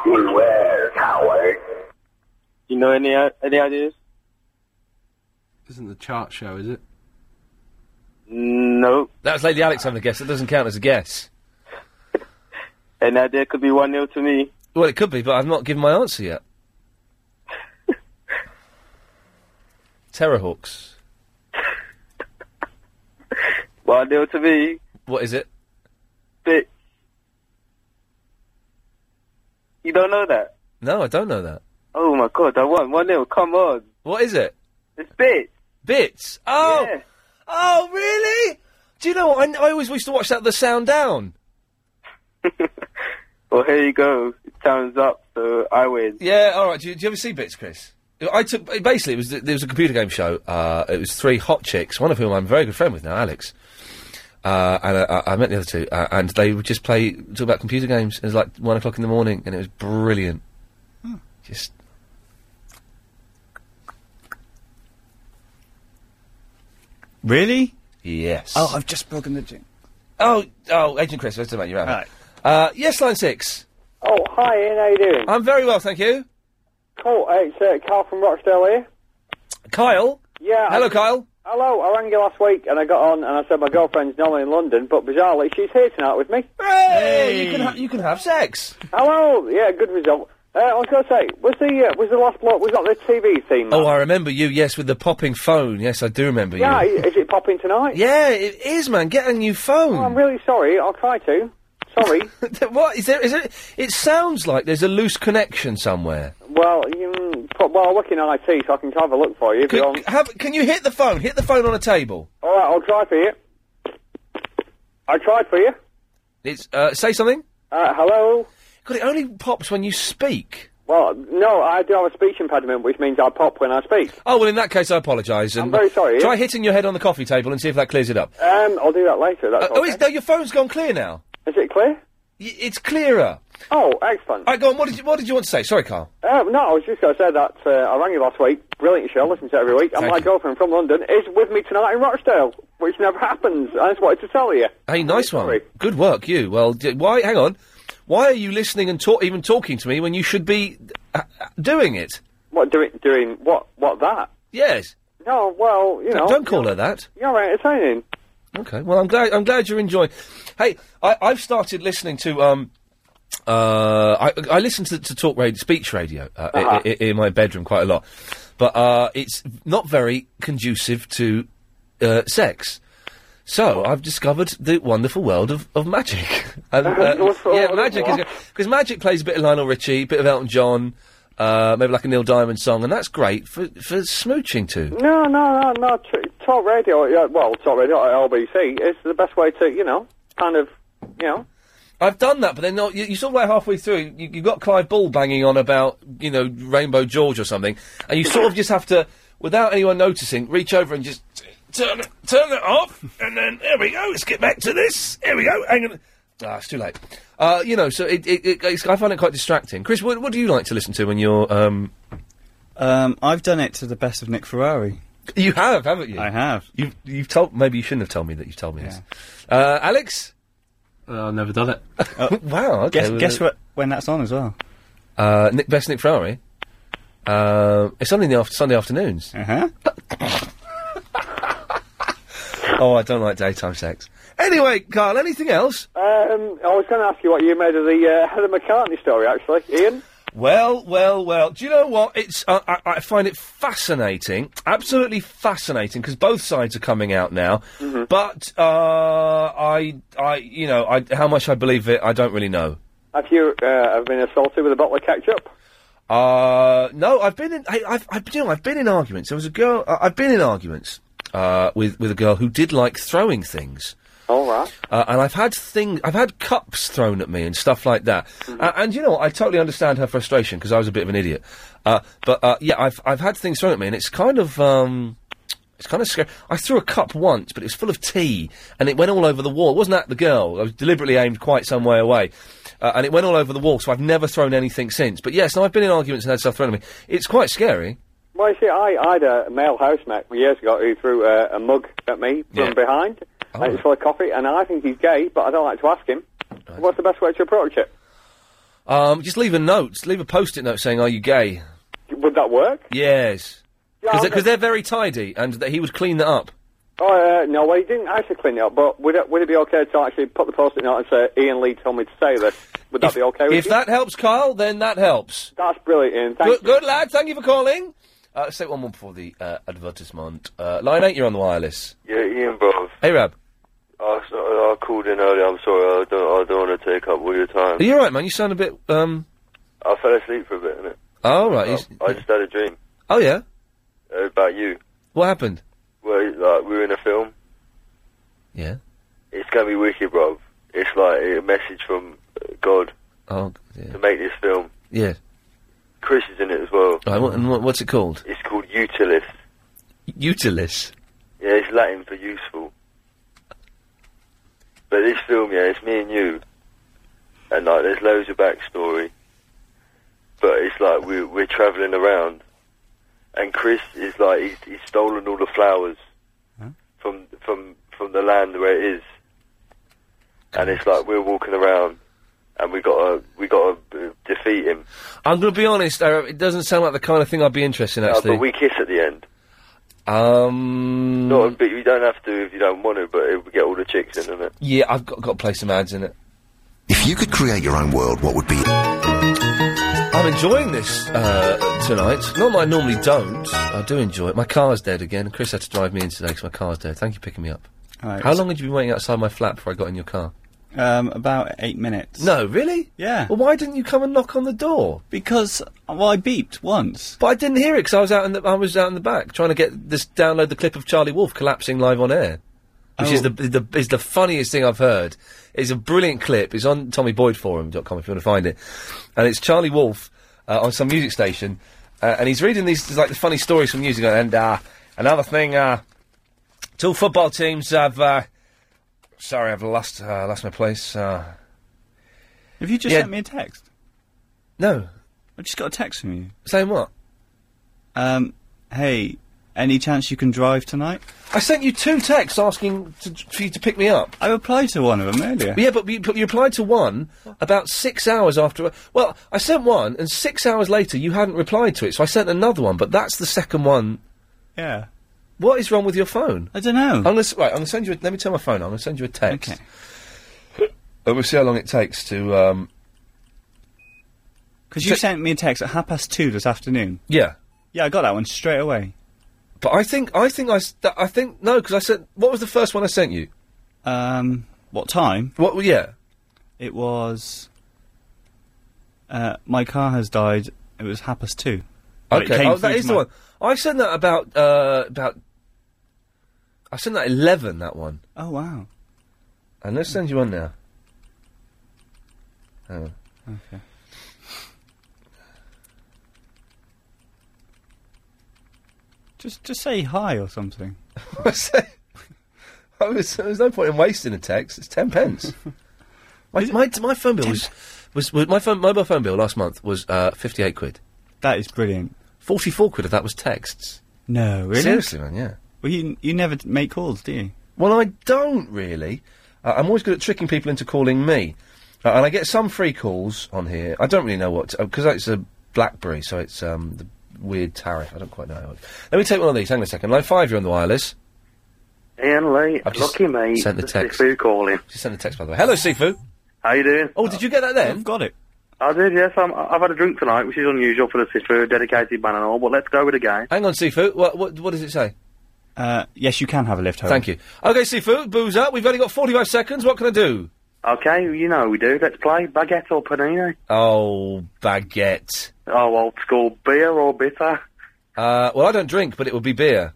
Speaker 20: Beware, coward. You know any i- any ideas?
Speaker 40: Isn't the chart show, is it?
Speaker 20: No.
Speaker 1: That was Lady Alex having a guess. It doesn't count as a guess.
Speaker 20: An idea could be one nil to me.
Speaker 1: Well, it could be, but I've not given my answer yet. Terrorhawks.
Speaker 20: One nil to me.
Speaker 1: What is it?
Speaker 20: Bitch. You don't know that?
Speaker 1: No, I don't know that.
Speaker 20: Oh my god, I won one nil. Come on.
Speaker 1: What is it?
Speaker 20: It's bitch.
Speaker 1: Bits. Oh. Oh, really? Do you know what? I, I always used to watch that The Sound Down.
Speaker 41: Well, here you go. Time's up, so I win.
Speaker 1: Yeah, all right. Do you, do you ever see bits, Chris? I took basically it was there was a computer game show. Uh, it was three hot chicks, one of whom I'm a very good friend with now, Alex. Uh, and I, I I met the other two, uh, and they would just play talk about computer games. It was like one o'clock in the morning, and it was brilliant.
Speaker 11: Hmm.
Speaker 1: Just
Speaker 6: really?
Speaker 1: Yes.
Speaker 6: Oh, I've just broken the jinx.
Speaker 1: Oh, oh, Agent Chris, let's talk about you, right? Uh, yes, line six.
Speaker 17: Oh, hi, Ian. How you doing?
Speaker 1: I'm very well, thank you.
Speaker 17: Cool. Hey, it's uh, Carl from Rochdale here.
Speaker 1: Kyle.
Speaker 17: Yeah.
Speaker 1: Hello, Kyle.
Speaker 17: Hello. I rang you last week and I got on and I said my girlfriend's normally in London, but bizarrely she's here tonight with me.
Speaker 1: Hey! You can ha- you can have sex.
Speaker 17: Hello. Yeah. Good result. Uh, I was going to say, was the uh, was the last block was that the TV theme?
Speaker 1: Oh, I remember you. Yes, with the popping phone. Yes, I do remember
Speaker 17: yeah. i-
Speaker 1: you.
Speaker 17: Is it popping tonight?
Speaker 1: Yeah, it is, man. Get a new phone.
Speaker 17: Oh, I'm really sorry. I'll try to. Sorry.
Speaker 1: what is there? Is it? It sounds like there's a loose connection somewhere.
Speaker 17: well, you, mm, pro- well, I work in IT, so I can have a look for you. If you
Speaker 1: Can,
Speaker 17: want.
Speaker 1: have, can you hit the phone? Hit the phone on a table.
Speaker 17: All right, I'll try for you. I tried for you.
Speaker 1: It's uh, say something.
Speaker 17: Uh, hello.
Speaker 1: God, it only pops when you speak.
Speaker 17: Well, no, I do have a speech impediment, which means I pop when I speak.
Speaker 1: Oh well, in that case, I apologise. I'm
Speaker 17: very sorry.
Speaker 1: Try hitting your head on the coffee table and see if that clears it up.
Speaker 17: Um, I'll do that later. That's
Speaker 1: Uh, oh, is, no, your phone's gone clear now.
Speaker 17: Is it clear?
Speaker 1: Y- it's clearer.
Speaker 17: Oh, excellent.
Speaker 1: Right, go on. What did you What did you want to say? Sorry, Carl.
Speaker 17: Uh, no, I was just going to say that uh, I rang you last week. Brilliant show. Listen to it every week. And
Speaker 1: Thank
Speaker 17: my
Speaker 1: you.
Speaker 17: girlfriend from London is with me tonight in Rochdale, which never happens. I just wanted to tell you.
Speaker 1: Hey, nice one. Good work, you. Well, d- why? Hang on. Why are you listening and ta- even talking to me when you should be uh, uh, doing it?
Speaker 17: What doing? Doing what? What that?
Speaker 1: Yes.
Speaker 17: No, well, you know.
Speaker 1: Don't call her that.
Speaker 17: You're right, it's entertaining.
Speaker 1: Okay. Well, I'm glad. I'm glad you're enjoying. Hey, I, I've started listening to. Um, uh, I, I listen to, to talk radio, speech radio uh, i-
Speaker 17: Uh-huh.
Speaker 1: i- i- in my bedroom quite a lot, but uh, it's not very conducive to uh, sex. So I've discovered the wonderful world of, of magic. and, uh,
Speaker 17: What's the
Speaker 1: yeah,
Speaker 17: world of
Speaker 1: magic is
Speaker 17: what?
Speaker 1: because magic plays a bit of Lionel Richie, a bit of Elton John, uh, maybe like a Neil Diamond song, and that's great for for smooching to.
Speaker 17: No, no, no, no. Tr- talk radio. Yeah, well, talk radio at LBC is the best way to, you know, kind of, you know.
Speaker 1: I've done that, but then not, you, you sort of like halfway through, you, you got Clive Bull banging on about, you know, Rainbow George or something, and you sort of just have to, without anyone noticing, reach over and just t- turn it, turn it off, and then there we go. Let's get back to this. Here we go. Hang on. Ah, it's too late. Uh, you know, so it, it, it, it's, I find it quite distracting. Chris, what, what do you like to listen to when you're? Um...
Speaker 6: Um, I've done it to the best of Nick Ferrari.
Speaker 1: You have, haven't you?
Speaker 6: I have.
Speaker 1: You've you've told maybe you shouldn't have told me that you've told me this. Uh, Alex,
Speaker 42: I've never done it.
Speaker 1: wow. Okay.
Speaker 6: Oh. guess
Speaker 1: well,
Speaker 6: guess
Speaker 1: uh,
Speaker 6: what? When that's on as well.
Speaker 1: Uh, Nick, best Nick Ferrari. Uh, it's only in the after- Sunday afternoons.
Speaker 6: Uh-huh.
Speaker 1: oh, I don't like daytime sex. Anyway, Carl, anything else?
Speaker 17: Um, I was going to ask you what you made of the uh, Heather McCartney story, actually, Ian.
Speaker 1: Well, well, well. Do you know what? It's uh, I, I find it fascinating, absolutely fascinating, because both sides are coming out now. But uh, I, I, you know, I, how much I believe it, I don't really know.
Speaker 17: Have you uh, have been assaulted with a bottle of ketchup?
Speaker 1: Uh, no, I've been in. I, I've, I've, you know, I've been in arguments. There was a girl. I, I've been in arguments uh, with with a girl who did like throwing things.
Speaker 17: All right.
Speaker 1: Uh, and I've had things, I've had cups thrown at me and stuff like that. Uh, and you know, what? I totally understand her frustration because I was a bit of an idiot. Uh, but uh, yeah, I've I've had things thrown at me, and it's kind of um, it's kind of scary. I threw a cup once, but it was full of tea, and it went all over the wall. It wasn't at the girl. I was deliberately aimed quite some way away. Uh, and it went all over the wall, so I've never thrown anything since. But yes, no, I've been in arguments and had stuff thrown at me. It's quite scary.
Speaker 17: Well, you see, I, I had a male housemate years ago who threw uh, a mug at me from
Speaker 1: Yeah.
Speaker 17: behind,
Speaker 1: Oh.
Speaker 17: and it's full of coffee, and I think he's gay, but I don't like to ask him. What's the best way to approach it?
Speaker 1: Um, just leave a note, leave a post-it note saying, "Are you gay?"
Speaker 17: Would that work?
Speaker 1: Yes,
Speaker 17: Yeah,
Speaker 1: because
Speaker 17: I'll
Speaker 1: they're very tidy, and that he would clean that up.
Speaker 17: Oh, uh, no, well, he didn't actually clean it up, but would it, would it be okay to actually put the post-it note and say, Ian Lee told me to say this? Would that be okay with
Speaker 1: if
Speaker 17: you?
Speaker 1: that helps, Kyle, then that helps.
Speaker 17: That's brilliant, Ian. Thank
Speaker 1: Good, good lad. Thank you for calling. Uh, let's take one more before the uh, advertisement. Uh, line eight, you're on the wireless.
Speaker 43: Yeah, Ian, bro.
Speaker 1: Hey, Rab.
Speaker 43: I, so- I called in earlier. I'm sorry. I don't. I don't want to take up all your time.
Speaker 1: Are you all right, man? You sound a bit. Um.
Speaker 43: I fell asleep for a bit, innit?
Speaker 1: Oh, all right. you s-
Speaker 43: I just had a dream
Speaker 1: Oh yeah.
Speaker 43: about you.
Speaker 1: What happened?
Speaker 43: Where like we were in a film.
Speaker 1: Yeah.
Speaker 43: It's gonna be wicked, bro. It's like a message from uh, God
Speaker 1: Oh,
Speaker 43: to make this film.
Speaker 1: yeah.
Speaker 43: Chris is in it as well.
Speaker 1: Right,
Speaker 17: Mm.
Speaker 1: what, and what, what's it called?
Speaker 43: It's called Utilis.
Speaker 1: Utilis.
Speaker 43: Yeah, it's Latin for useful. But this film, yeah, it's me and you, and like there's loads of backstory. But it's like we're we're traveling around, and Chris is like he's, he's stolen all the flowers from from from the land where it is, and it's like we're walking around, and we gotta we gotta uh, defeat him.
Speaker 1: I'm going to be honest, uh, it doesn't sound like the kind of thing I'd be interested in,
Speaker 43: Uh,
Speaker 1: actually.
Speaker 43: but we kiss at the end.
Speaker 1: Um.
Speaker 43: No, but you don't have to if you don't want to. But it would get all the chicks in, innit?
Speaker 1: Yeah, I've got, got to play some ads in it.
Speaker 26: If you could create your own world, what would be
Speaker 1: I'm enjoying this uh, tonight. Not that I normally don't. I do enjoy it. My car's dead again. Chris had to drive me in today because my car's dead. Thank you for picking me up.
Speaker 6: Right.
Speaker 1: How long had you been waiting outside my flat before I got in your car?
Speaker 6: Um, about eight minutes.
Speaker 1: No, really?
Speaker 6: Yeah.
Speaker 1: Well, why didn't you come and knock on the door?
Speaker 6: Because well, I beeped once,
Speaker 1: but I didn't hear it because I was out in the I was out in the back trying to get this download the clip of Charlie Wolf collapsing live on air, which
Speaker 6: Oh.
Speaker 1: is the, the is the funniest thing I've heard. It's a brilliant clip. It's on TommyBoydForum.com if you want to find it, and it's Charlie Wolf uh, on some music station, uh, and he's reading these like the funny stories from music. And uh, another thing, uh, two football teams have. Uh, sorry, I've lost uh, lost my place. Uh,
Speaker 6: Have you just
Speaker 1: Yeah.
Speaker 6: sent me a text?
Speaker 1: No.
Speaker 6: I just got a text from you.
Speaker 1: Saying what?
Speaker 6: Um, hey, any chance you can drive tonight?
Speaker 1: I sent you two texts asking to, for you to pick me up.
Speaker 6: I replied to one of them earlier.
Speaker 1: Yeah, but you, but you applied to one about six hours after. Well, I sent one, and six hours later you hadn't replied to it, so I sent another one. But that's the second one.
Speaker 6: Yeah.
Speaker 1: What is wrong with your phone?
Speaker 6: I don't know. I'm
Speaker 1: gonna, s- right, I'm gonna send you. A, let me turn my phone on. I'm gonna send you a text. Okay. And we'll see how long it takes to. Um,
Speaker 6: Because you sent me a text at half past two this afternoon.
Speaker 1: yeah.
Speaker 6: Yeah, I got that one straight away.
Speaker 1: But I think I think I s- that- I think no because I sent what was the first one I sent you?
Speaker 6: Um, what time?
Speaker 1: What? Yeah.
Speaker 6: It was. Uh, my car has died. It was half past two. But it
Speaker 1: Okay,
Speaker 6: came
Speaker 1: oh,
Speaker 6: through
Speaker 1: that
Speaker 6: to
Speaker 1: is
Speaker 6: my-
Speaker 1: the one. I sent that about uh, about. I sent that eleven. That one.
Speaker 6: Oh wow.
Speaker 1: And let's send you one now. Hang on.
Speaker 6: Okay. Just, just say hi or something.
Speaker 1: I said, I was, there's no point in wasting a text. It's ten pence. my, my, my phone bill was, was, was my phone, mobile phone bill last month was uh, fifty eight quid.
Speaker 6: That is brilliant.
Speaker 1: Forty four quid of that was texts.
Speaker 6: No, really.
Speaker 1: Seriously, man, yeah.
Speaker 6: Well, you you never t- make calls, do you?
Speaker 1: Well, I don't really. Uh, I'm always good at tricking people into calling me, uh, and I get some free calls on here. I don't really know what because it's a BlackBerry, so it's um, the weird tariff. I don't quite know. How it Let me take one of these. Hang on a second. Line five, you're on the wireless.
Speaker 44: Ian Lee,
Speaker 1: I've just
Speaker 44: lucky me.
Speaker 1: sent the
Speaker 44: this
Speaker 1: text.
Speaker 44: is Who calling?
Speaker 1: Just sent a text, by the way. Hello, Sifu.
Speaker 44: How you doing?
Speaker 1: Oh, did you get that then? I've
Speaker 6: got it.
Speaker 44: I did, yes. I'm, I've had a drink tonight, which is unusual for the Sifu, dedicated man and all, but let's go with a game.
Speaker 1: Hang on, Sifu. What, what, what does it say?
Speaker 6: Uh, yes, you can have a lift home.
Speaker 1: Thank you. Okay, Sifu, booze up. We've only got 45 seconds. What can I do?
Speaker 44: Okay, you know we do. Let's play baguette or panini.
Speaker 1: Oh, baguette.
Speaker 44: Oh, old school beer or bitter.
Speaker 1: Uh, well, I don't drink, but it would be beer.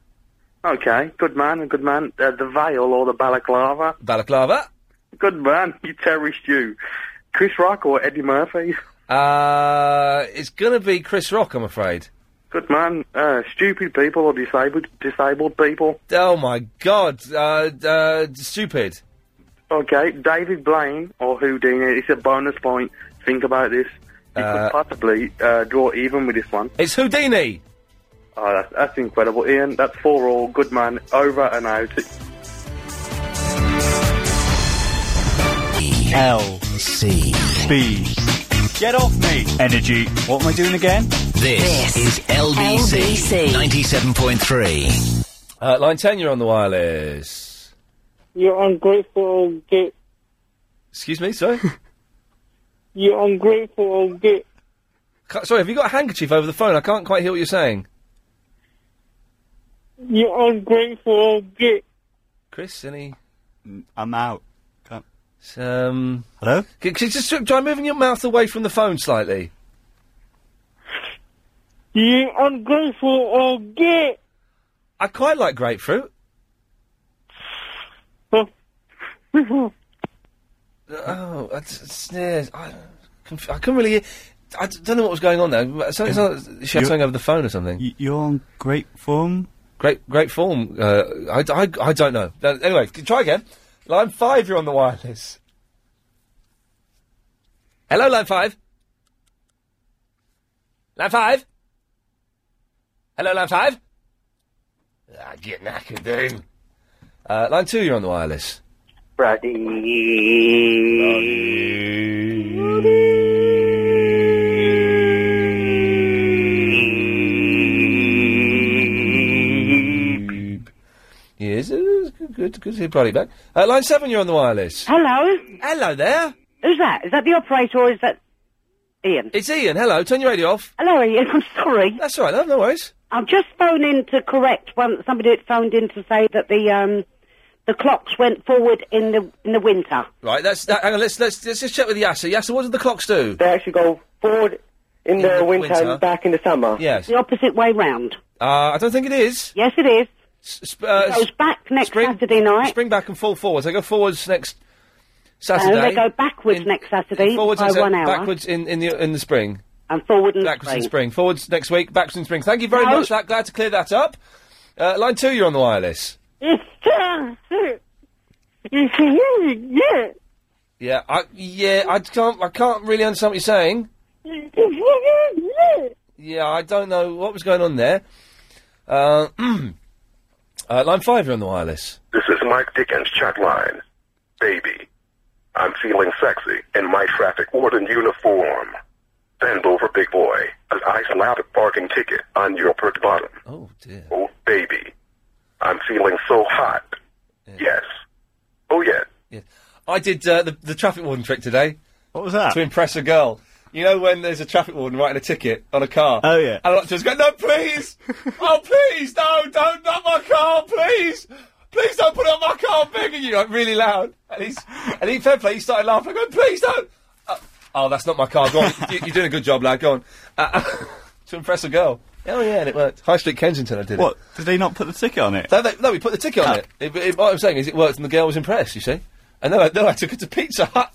Speaker 44: Okay, good man, good man. Uh, the veil or the balaclava.
Speaker 1: Balaclava.
Speaker 44: Good man, you terrorist you. Chris Rock or Eddie Murphy.
Speaker 1: Uh, it's going to be Chris Rock, I'm afraid.
Speaker 44: Good man. Uh, stupid people or disabled disabled people.
Speaker 1: Oh, my God. Uh, uh, stupid.
Speaker 44: Okay, David Blaine or Houdini. It's a bonus point. Think about this. You
Speaker 1: Uh,
Speaker 44: could possibly uh, draw even with this one.
Speaker 1: It's Houdini.
Speaker 44: Oh, that's, that's incredible, Ian. That's four all. Good man. Over and out.
Speaker 6: L C B. Get off me. Energy. What am I doing again?
Speaker 1: This
Speaker 6: is
Speaker 1: LBC.
Speaker 26: 97.3?
Speaker 1: Uh, line 10, you're on the wireless.
Speaker 19: You ungrateful old git.
Speaker 1: Excuse me, sorry?
Speaker 19: You ungrateful old git.
Speaker 1: Ca- sorry, have you got a handkerchief over the phone? I can't quite hear what you're saying.
Speaker 19: You ungrateful old git.
Speaker 1: Chris, any?
Speaker 6: I'm out.
Speaker 1: Um,
Speaker 6: Hello?
Speaker 1: C- c- just try moving your mouth away from the phone slightly.
Speaker 19: You ungrateful old git.
Speaker 1: I quite like grapefruit. Oh, I t- sneers. I, conf- I couldn't really hear. I d- don't know what was going on there. but Something, something, she had
Speaker 6: You're-
Speaker 1: something over the phone or something.
Speaker 6: You're on great form.
Speaker 1: Great, great form. Uh, I, d- I- I don't know. That- uh, anyway, c- try again. Line five, you're on the wireless. Hello, line five. Line five. Hello, line five. Ah, get knackered then. Uh, line two, you're on the wireless. Yes, it is good, good, good to hear Brody back. Uh, line seven, you're on the wireless.
Speaker 2: Hello.
Speaker 1: Hello there.
Speaker 2: Who's that? Is that the operator or is that Ian?
Speaker 1: It's Ian. Hello. Turn your radio off.
Speaker 2: Hello, Ian. I'm sorry.
Speaker 1: That's all right. love, No worries.
Speaker 2: I'm just phoning to correct one. Somebody had phoned in to say that the um, the clocks went forward in the in the winter.
Speaker 1: Right, that's that. Hang on, let's let's let's just check with Yasser. Yasser, what do the clocks do?
Speaker 12: They actually go forward in, the, winter,
Speaker 1: winter.
Speaker 12: and back in the summer.
Speaker 1: Yes.
Speaker 2: The opposite way round.
Speaker 1: Uh, I don't think it is.
Speaker 2: Yes, it is.
Speaker 1: Sp- uh,
Speaker 2: it goes back next Saturday night.
Speaker 1: Spring back and fall forwards. They go forwards next Saturday.
Speaker 2: No, Uh, they go backwards next Saturday
Speaker 1: forwards
Speaker 2: by
Speaker 1: next-
Speaker 2: one hour.
Speaker 1: Backwards in, in the in the spring.
Speaker 2: And forward in
Speaker 1: backwards in
Speaker 2: spring.
Speaker 1: spring. Forwards next week. Backwards in spring. Thank you very
Speaker 2: No.
Speaker 1: much. That, glad to clear that up. Uh, line two, you're on the wireless.
Speaker 19: It's time to. You see, you get.
Speaker 1: Yeah, I yeah I can't I can't really understand what you're saying.
Speaker 19: You see, you get.
Speaker 1: Yeah, I don't know what was going on there. Uh, uh, line five, you're on the wireless.
Speaker 5: This is Mike Dickens chat line. Baby, I'm feeling sexy in my traffic warden uniform. Bend over, big boy, as I slap a parking ticket on your pert bottom.
Speaker 1: Oh, dear.
Speaker 5: Oh, baby, I'm feeling so hot. Yes. Oh, yes.
Speaker 1: I did uh, the, the traffic warden trick today.
Speaker 6: What was that?
Speaker 1: To impress a girl. You know when there's a traffic warden writing a ticket on a car?
Speaker 6: Oh, yeah.
Speaker 1: And I like to just go, no, please! oh, please! No, don't! Not my car, please! Please don't put it on my car, I'm begging you! Like, really loud. And he's, and he, fair play, he started laughing. I go, please don't! Uh, oh, that's not my car. Go on. you, you're doing a good job, lad. Go on. Uh, to impress a girl. Oh, yeah, and it worked. High Street Kensington, I did
Speaker 6: What?
Speaker 1: it.
Speaker 6: Did they not put the ticket on it? Ah.
Speaker 1: No, they, no, we put the ticket on it. It- it- What I'm saying is, it worked, and the girl was impressed. You see, and then I, then I took her to Pizza Hut.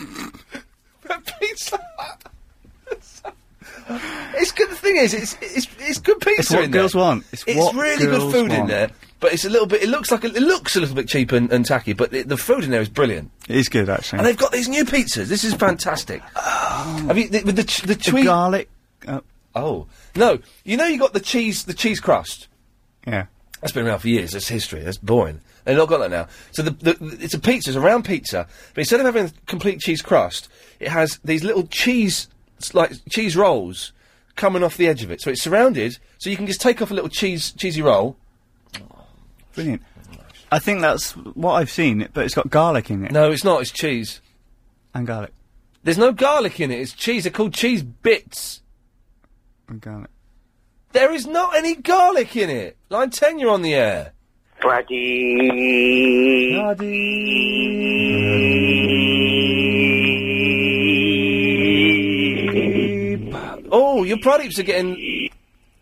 Speaker 1: pizza Hut. it's good. The thing is, it's it's it's good pizza
Speaker 6: It's what
Speaker 1: in there.
Speaker 6: girls want. It's what
Speaker 1: really good
Speaker 6: girls
Speaker 1: food in
Speaker 6: want.
Speaker 1: there, but it's a little bit. It looks like a, it looks a little bit cheap and, and tacky, but it, the food in there is brilliant.
Speaker 6: It is good actually.
Speaker 1: And they've got these new pizzas. This is fantastic. Have you, the, with the, ch- the,
Speaker 6: Oh. the
Speaker 1: twee-
Speaker 6: garlic. uh,
Speaker 1: Oh no! You know you got the cheese, the cheese crust.
Speaker 6: Yeah.
Speaker 1: That's been around for years. That's history. That's boring. They've not got that now. So the, the it's a pizza. It's a round pizza, but instead of having a complete cheese crust, it has these little cheese s- like cheese rolls coming off the edge of it. So it's surrounded. So you can just take off a little cheese cheesy roll.
Speaker 6: Brilliant. I think that's what I've seen, but it's got garlic in it
Speaker 1: No, it's not. It's cheese
Speaker 6: and garlic
Speaker 1: There's no garlic in it. It's cheese. They're called cheese bits.
Speaker 6: and garlic.
Speaker 1: There is not any garlic in it. Line ten, you're on the air. Oh, your prodips are getting a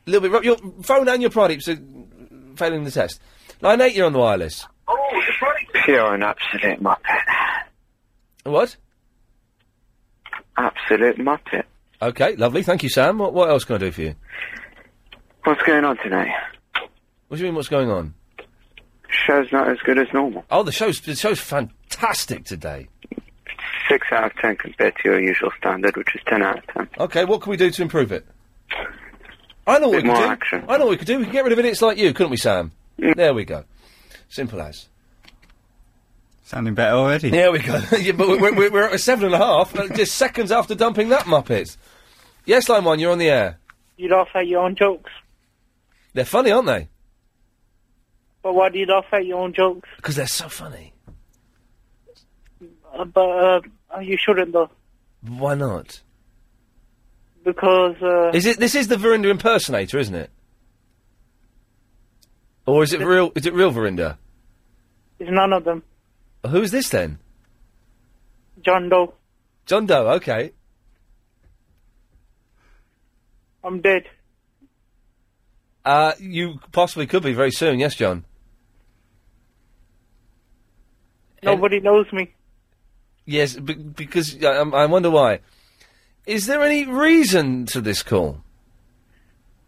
Speaker 1: little bit. rough. Your phone and your prodips are failing the test. Line eight, you're on the wireless.
Speaker 17: Pure and absolute muppet.
Speaker 1: What?
Speaker 17: Absolute muppet.
Speaker 1: Okay, lovely. Thank you, Sam. What, what else can I do for you?
Speaker 17: What's going on tonight?
Speaker 1: What do you mean? What's going on?
Speaker 17: Show's not as good as normal.
Speaker 1: Oh, the show's the show's fantastic today.
Speaker 17: Six out of ten compared to your usual standard, which is ten out of ten.
Speaker 1: Okay, what can we do to improve it? I know what
Speaker 17: Bit
Speaker 1: we could
Speaker 17: more
Speaker 1: do.
Speaker 17: action. Mm.
Speaker 1: I know what we could do. We could get rid of idiots like you, couldn't we, Sam? There we go. Simple as.
Speaker 6: Sounding better already.
Speaker 1: There we go. yeah, but we're, we're, we're at a seven and a half, uh, just seconds after dumping that Muppet. Yes, line one, you're on the air.
Speaker 19: You laugh at your own jokes.
Speaker 1: They're funny, aren't they?
Speaker 19: But why do you laugh at your own jokes?
Speaker 1: Because they're so funny.
Speaker 19: Uh, but uh, you shouldn't, though.
Speaker 1: Why not?
Speaker 19: Because. Uh,
Speaker 1: Is it? This is the Verinder impersonator, isn't it? Or is it real? Is it real Verinder?
Speaker 19: It's none of them.
Speaker 1: Who's this then?
Speaker 19: John Doe.
Speaker 1: John Doe. Okay.
Speaker 19: I'm dead.
Speaker 1: Uh, you possibly could be very soon. Yes, John. Nobody knows me. Yes, be- because I, um, I wonder why. Is there any reason to this call?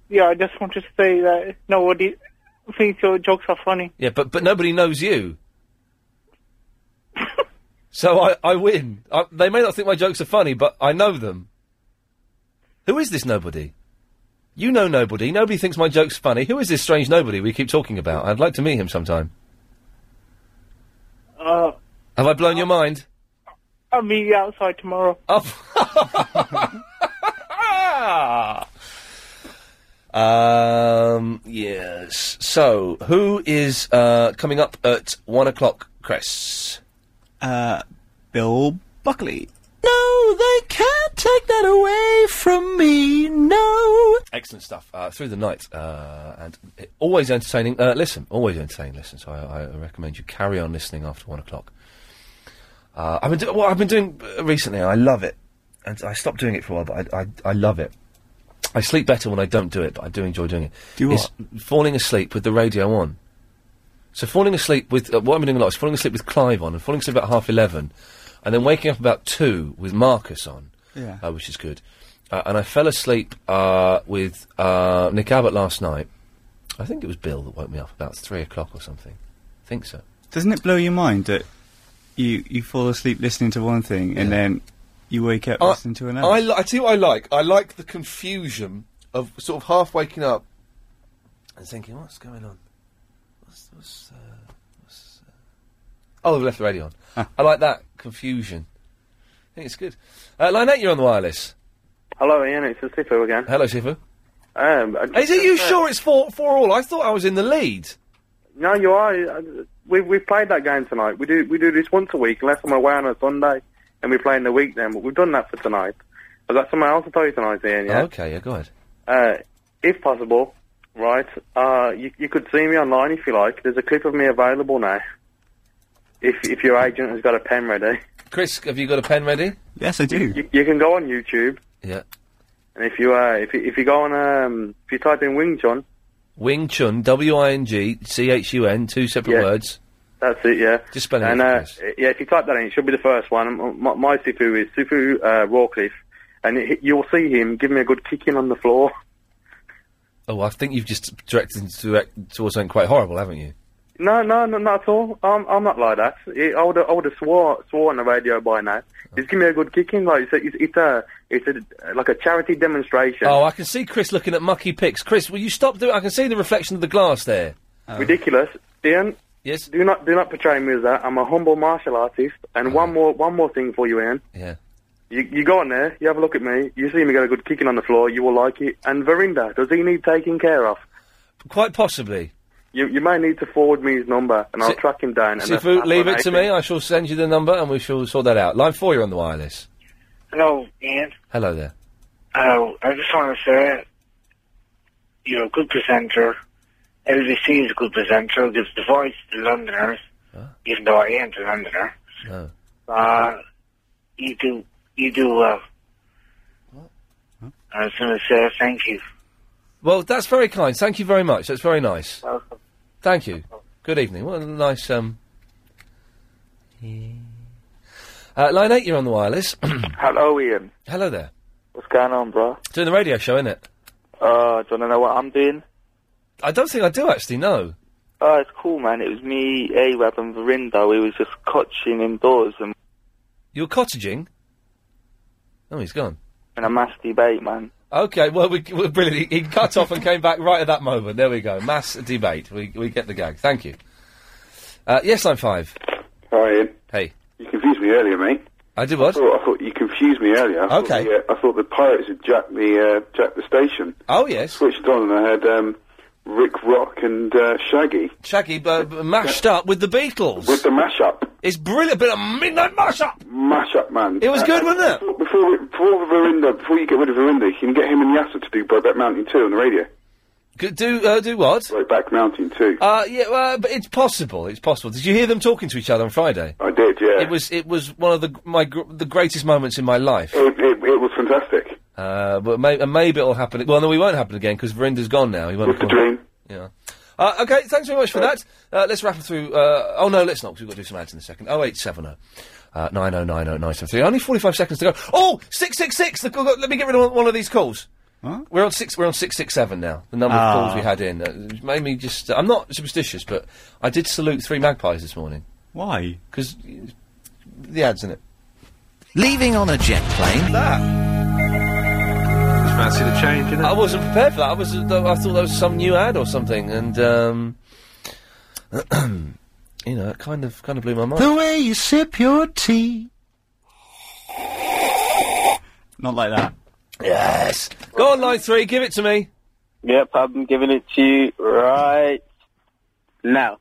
Speaker 3: Yeah, I just want to say that nobody thinks your jokes are funny.
Speaker 1: Yeah, but but nobody knows you. so I, I win. I, they may not think my jokes are funny, but I know them. Who is this nobody? You know nobody. Nobody thinks my joke's funny. Who is this strange nobody we keep talking about? I'd like to meet him sometime.
Speaker 3: Uh,
Speaker 1: Have I blown your mind?
Speaker 3: I'll meet you outside tomorrow.
Speaker 1: Oh. Ah. Um, yes. So, who is uh, coming up at one o'clock, Chris?
Speaker 6: Uh, Bill Buckley.
Speaker 1: No, they can't take that away from me. No. Excellent stuff. Uh, through the night, uh, and it- always entertaining. Uh, listen, always entertaining. Listen. So I, I recommend you carry on listening after one o'clock. Uh, I've been do- what I've been doing uh, recently. I love it, and I stopped doing it for a while, but I, I I love it. I sleep better when I don't do it, but I do enjoy doing it.
Speaker 6: Do
Speaker 1: Is falling asleep with the radio on. So falling asleep with uh, what I'm doing a lot is falling asleep with Clive on, and falling asleep about half eleven, and then waking up about two with Marcus on,
Speaker 6: Yeah.
Speaker 1: uh, which is good. Uh, and I fell asleep uh, with uh, Nick Abbott last night. I think it was Bill that woke me up about three o'clock or something. I think so.
Speaker 6: Doesn't it blow your mind that you you fall asleep listening to one thing and then you wake up listening to another?
Speaker 1: I, li- I tell you what I like. I like the confusion of sort of half waking up and thinking, what's going on? What's, what's, uh, what's, uh... Oh, we've left the radio
Speaker 6: Ah.
Speaker 1: on. I like that confusion. I think it's good. Uh, line 8, you're on the wireless.
Speaker 44: Hello, Ian. It's the Sifu again.
Speaker 1: Hello, Sifu.
Speaker 44: Um, I-
Speaker 1: Is it you sure it's four, four all? I thought I was in the lead.
Speaker 44: No, you are. Uh, We we played that game tonight. We do we do this once a week, unless I'm away on a Sunday, and we play in the week then. But we've done that for tonight. I've got something else to tell you tonight, Ian. Yeah.
Speaker 1: Okay, yeah, go ahead.
Speaker 44: Uh, if possible, right? Uh, you you could see me online if you like. There's a clip of me available now. If if your agent has got a pen ready.
Speaker 1: Chris, have you got a pen ready?
Speaker 6: Yes, I do.
Speaker 44: You, you can go on YouTube.
Speaker 1: Yeah.
Speaker 44: And if you uh, if you, if you go on um, if you type in Wing Chun,
Speaker 1: Wing Chun, W I N G C H U N, two separate words.
Speaker 44: that's it. Yeah.
Speaker 1: Just spelling
Speaker 44: and
Speaker 1: it.
Speaker 44: uh, yeah, if you type that in, it should be the first one. M- My, my Sifu is Sifu uh, Rawcliffe, and it, you'll see him give me a good kicking on the floor.
Speaker 1: Oh, I think you've just directed direct towards something quite horrible, haven't you?
Speaker 44: No, no, no, not at all. I'm, I'm not like that. It, I would, I would have swore, swore on the radio by now. Just give me a good kicking. Like it's, a, it's, it's a, it's a, like a charity demonstration.
Speaker 1: Oh, I can see Chris looking at mucky pics. Chris, will you stop doing? I can see the reflection of the glass there.
Speaker 44: Oh. Ridiculous, Ian.
Speaker 1: Yes.
Speaker 44: Do not, do not portray me as that. I'm a humble martial artist. And one more, one more thing for you, Ian.
Speaker 1: Mm. Yeah.
Speaker 44: You, you go on there, you have a look at me, you see me get a good kicking on the floor, you will like it. And Verinda, does he need taking care of?
Speaker 1: Quite possibly.
Speaker 44: You, you may need to forward me his number, and I'll track him down. And that's-
Speaker 1: Sifu,
Speaker 44: that's
Speaker 1: leave
Speaker 44: what
Speaker 1: it
Speaker 44: I
Speaker 1: to
Speaker 44: think.
Speaker 1: me. I shall send you the number, and we shall sort that out. Line four, you're on the wireless.
Speaker 8: Hello, Ian.
Speaker 1: Hello there.
Speaker 8: Uh, I just want to say you're a good presenter. LBC is a good presenter. Gives the voice to Londoners, even though I ain't a Londoner.
Speaker 1: No.
Speaker 8: Uh, you do, you do well. I was going to say thank you.
Speaker 1: Well, that's very kind. Thank you very much. That's very nice. Thank you. Good evening. What a nice um. Uh, line eight, you're on the wireless.
Speaker 9: Hello, Ian.
Speaker 1: Hello there.
Speaker 9: What's going on, bro?
Speaker 1: Doing the radio show, isn't it?
Speaker 9: Uh, do you wanna know what I'm doing?
Speaker 1: I don't think I do actually. No.
Speaker 9: Oh, it's cool, man. It was me, Arab, and Verinda. We was just coaching indoors and
Speaker 1: You're cottaging. Oh, he's gone.
Speaker 9: in a mass debate, man.
Speaker 1: Okay, well, we, well brilliant. He, he cut off and came back right at that moment. There we go. Mass debate. We, we get the gag. Thank you. Uh, yes, line five.
Speaker 21: Hi, Ian.
Speaker 1: Hey.
Speaker 21: You confused me earlier, mate.
Speaker 1: I did what?
Speaker 21: I thought, I thought you confused me earlier. I
Speaker 1: Okay.
Speaker 21: Thought the, uh, I thought the pirates had jacked the uh, jacked the station.
Speaker 1: Oh yes.
Speaker 21: switched on and I had um, Rick Rock and uh, Shaggy
Speaker 1: Shaggy b- b- mashed up with the Beatles.
Speaker 21: with the mashup.
Speaker 1: It's brilliant. Bit of midnight mashup.
Speaker 21: Mashup, man. Uh,
Speaker 1: It was good, wasn't
Speaker 21: Before,
Speaker 1: it?
Speaker 21: before, before Verinda, before you get rid of Verinda, you can get him and Yasser to do Brokeback Mountain 2 on the radio.
Speaker 1: G- Do uh, do what?
Speaker 21: Brokeback Mountain 2.
Speaker 1: Uh, yeah, uh, but it's possible. It's possible. Did you hear them talking to each other on Friday?
Speaker 21: I did, yeah.
Speaker 1: It was it was one of the my gr- the greatest moments in my life.
Speaker 21: It, it, it was fantastic.
Speaker 1: Uh, but may- and maybe it'll happen. Well, no, we won't happen again because Verinda's gone now. He won't.
Speaker 21: It's a dream.
Speaker 1: Yeah. Uh, okay, thanks very much for that. Uh, let's rattle through. Uh, oh no, let's not. 'cause we've got to do some ads in a second. Oh eight seven oh. Uh, 9090973. Only 45 seconds to go. Oh, 666! The, call- let me get rid of one of these calls. We're on six. We're on six six seven now. The number
Speaker 6: Ah.
Speaker 1: of calls we had in uh, it made me just. I'm not superstitious, but I did salute three magpies this morning.
Speaker 6: Why?
Speaker 1: Because uh, the ads in it.
Speaker 45: Leaving on a jet plane.
Speaker 1: That.
Speaker 45: Fancy the change,
Speaker 1: I wasn't prepared for that. I was. I thought that was some new ad or something, and um, you know, it kind of kind of blew my mind.
Speaker 45: The way you sip your tea.
Speaker 6: Not like that.
Speaker 1: Yes. Go on, line three. Give it to me.
Speaker 20: Yep, I'm giving it to you right now.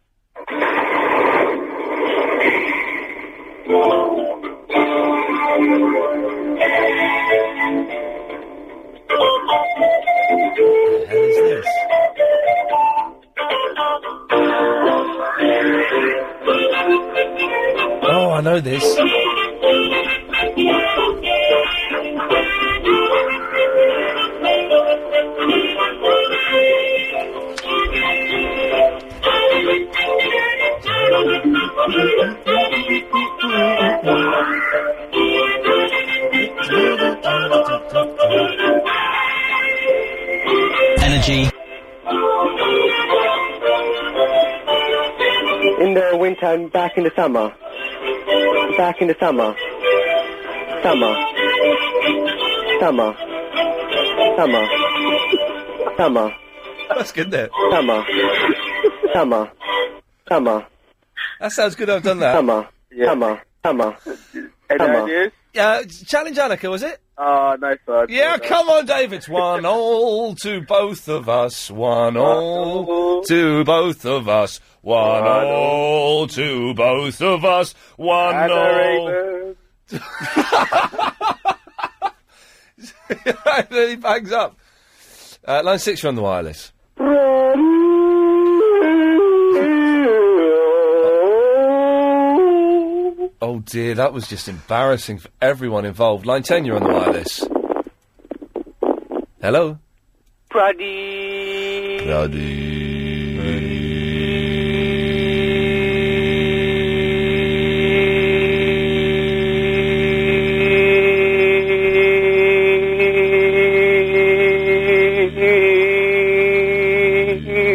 Speaker 1: Oh, I know this.
Speaker 45: Energy.
Speaker 11: In the winter and back in the summer. Back in the summer. Summer. Summer. Summer. Summer.
Speaker 1: That's good, there.
Speaker 11: Summer. Summer. Summer.
Speaker 1: That sounds good. I've done that.
Speaker 11: Summer. Summer. Summer. Summer.
Speaker 1: Yeah, challenge Annika, was it?
Speaker 2: Ah,
Speaker 20: Oh, nice one.
Speaker 1: Yeah, come on, Dave. It's one all to both of us. One all to both of us. One all to both of us. One all. and then he bangs up. Uh, line six, you're on the wireless. Oh dear, that was just embarrassing for everyone involved. Line ten, you're on the wireless. Hello.
Speaker 8: Praddy.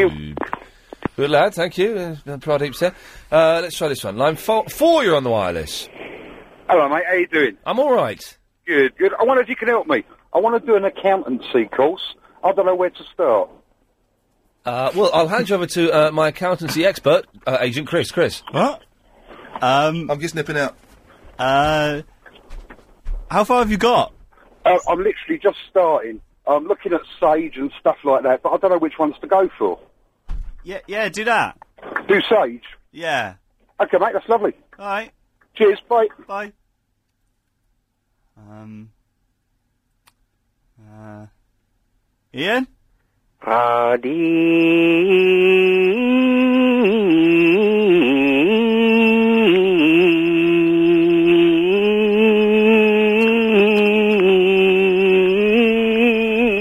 Speaker 1: Good lad, thank you. Uh, Pradeep there. Uh, let's try this one. Line four, four, you're on the wireless.
Speaker 2: Hello, mate. How you doing?
Speaker 1: I'm all right.
Speaker 2: Good, good. I wonder if you can help me. I want to do an accountancy course. I don't know where to start.
Speaker 1: Uh, well, I'll hand you over to uh, my accountancy expert, uh, Agent Chris. Chris.
Speaker 6: What? Um,
Speaker 1: I'm just nipping out.
Speaker 6: Uh, how far have you got?
Speaker 2: Uh, I'm literally just starting. I'm looking at Sage and stuff like that, but I don't know which ones to go for.
Speaker 6: Yeah, yeah, do that.
Speaker 2: Do Sage?
Speaker 6: Yeah.
Speaker 2: Okay, mate, that's lovely.
Speaker 6: All right.
Speaker 2: Cheers, bye.
Speaker 6: Bye. Um. Uh, Ian.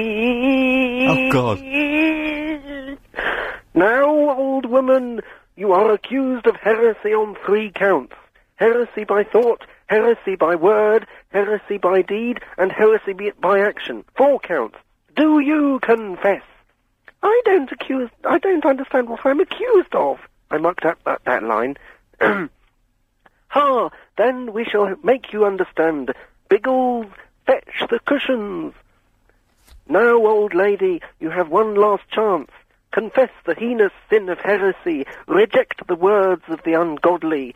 Speaker 2: Oh, God.
Speaker 12: Now, old woman, you are accused of heresy on three counts heresy by thought, heresy by word, heresy by deed, and heresy be- by action. Four counts. Do you confess? I don't accuse. I don't understand what I'm accused of. I mucked up that, that line. ha! Then we shall make you understand. Biggles, fetch the cushions. Now, old lady, you have one last chance. Confess the heinous sin of heresy. Reject the words of the ungodly.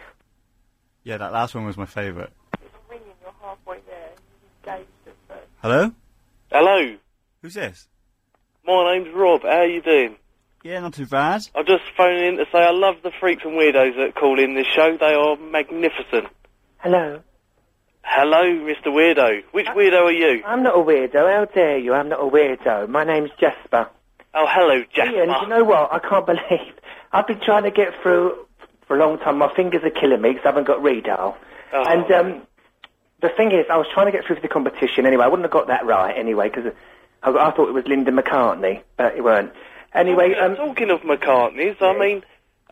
Speaker 6: Yeah, that last one was my favourite. Hello.
Speaker 46: Hello,
Speaker 6: Who's this?
Speaker 46: my name's Rob. How are you doing?
Speaker 6: Yeah, not too bad.
Speaker 46: I'm just phoning in to say I love the freaks and weirdos that call in this show. They are magnificent.
Speaker 12: Hello.
Speaker 46: Hello, Mr. Weirdo. Which
Speaker 12: Uh,
Speaker 46: weirdo are you?
Speaker 12: I'm not a weirdo. How dare you? I'm not a weirdo. My name's Jasper.
Speaker 46: Oh, hello,
Speaker 12: Ian,
Speaker 46: Jasper.
Speaker 12: you know what? I can't believe I've been trying to get through for a long time. My fingers are killing me because I haven't got Redal.
Speaker 39: Oh.
Speaker 2: Oh,
Speaker 12: And um, the thing is, I was trying to get through to the uh, competition anyway. I wouldn't have got that right anyway because I, I thought it was Linda McCartney, but it weren't. Anyway, um,
Speaker 39: Well, talking of McCartney's, I mean,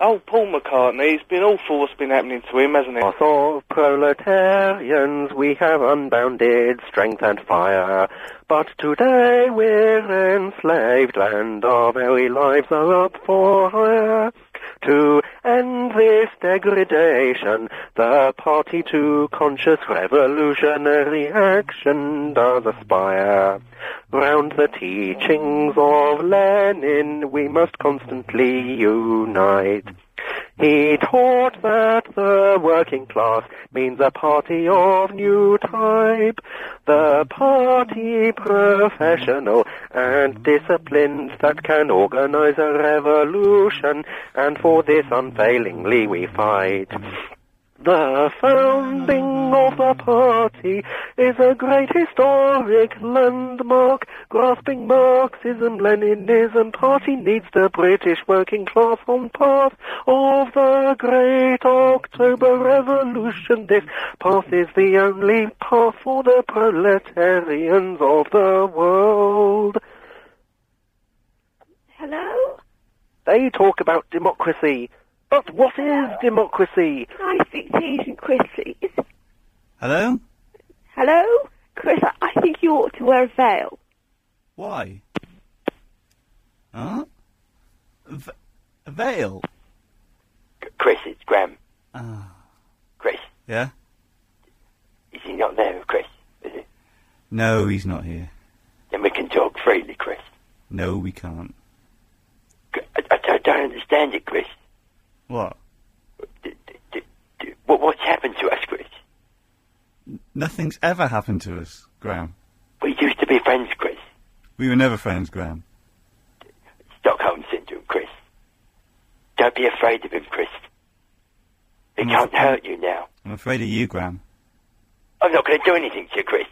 Speaker 39: oh, Paul McCartney, it's been awful what's been happening to him, hasn't it?
Speaker 12: Us all proletarians, we have unbounded strength and fire. But today we're enslaved and our very lives are up for hire. To end this degradation, the party to conscious revolutionary action does aspire. Round the teachings of Lenin we must constantly unite. He taught that the working class means a party of new type, the party professional and disciplined that can organize a revolution, and for this unfailingly we fight. The founding of the party is a great historic landmark. Grasping Marxism, Leninism, party needs the British working class on path of the great October Revolution. This path is the only path for the proletarians of the world.
Speaker 19: Hello?
Speaker 12: They talk about democracy, but what is democracy?
Speaker 19: I think these and Chris, please.
Speaker 6: Hello?
Speaker 19: Hello? Chris, I- I think you ought to wear a veil.
Speaker 6: Why? Huh? V- a veil?
Speaker 4: Chris, it's Graham.
Speaker 6: Ah.
Speaker 4: Chris,
Speaker 6: Yeah?
Speaker 4: is he not there, Chris?
Speaker 6: No, he's not here.
Speaker 4: Then we can talk freely, Chris.
Speaker 6: No, we can't.
Speaker 4: I, I don't understand it, Chris.
Speaker 6: What?
Speaker 4: What, what's happened to us, Chris?
Speaker 6: Nothing's ever happened to us, Graham.
Speaker 4: We used to be friends, Chris.
Speaker 6: We were never friends, Graham.
Speaker 4: Stockholm syndrome, Chris. Don't be afraid of him, Chris. He
Speaker 6: Mm.
Speaker 4: can't hurt you now.
Speaker 6: I'm afraid of you, Graham.
Speaker 4: I'm not going to do anything to you, Chris.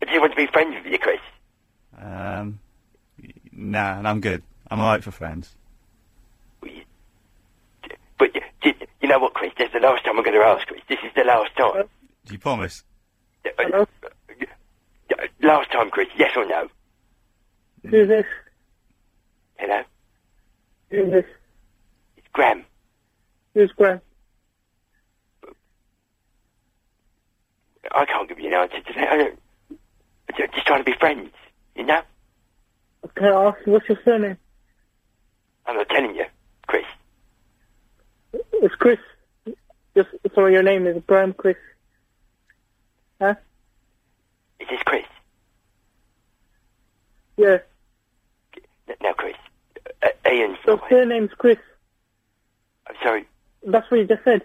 Speaker 4: I just want to be friends with you, Chris.
Speaker 6: Um, y- nah, I'm good. I'm alright for friends.
Speaker 4: But y- y- you know what, Chris? This is the last time I'm going to ask, Chris. This is the last time.
Speaker 6: Do you promise?
Speaker 4: Hello? uh, Last time, Chris. Yes or no?
Speaker 19: Who's this?
Speaker 4: Hello?
Speaker 19: Who's this?
Speaker 4: It's Graham.
Speaker 19: Who's Graham?
Speaker 4: I can't give you an answer today. I don't... I'm just trying to be friends, you know?
Speaker 19: Can I ask you, what's your surname?
Speaker 4: I'm not telling you, Chris.
Speaker 19: It's Chris. Just, sorry, your name is Graham Chris. Huh?
Speaker 4: Is this Chris?
Speaker 19: Yeah.
Speaker 4: N- No, Chris. Uh, Ian.
Speaker 19: Your surname's Chris.
Speaker 4: I'm sorry.
Speaker 19: That's what you just said.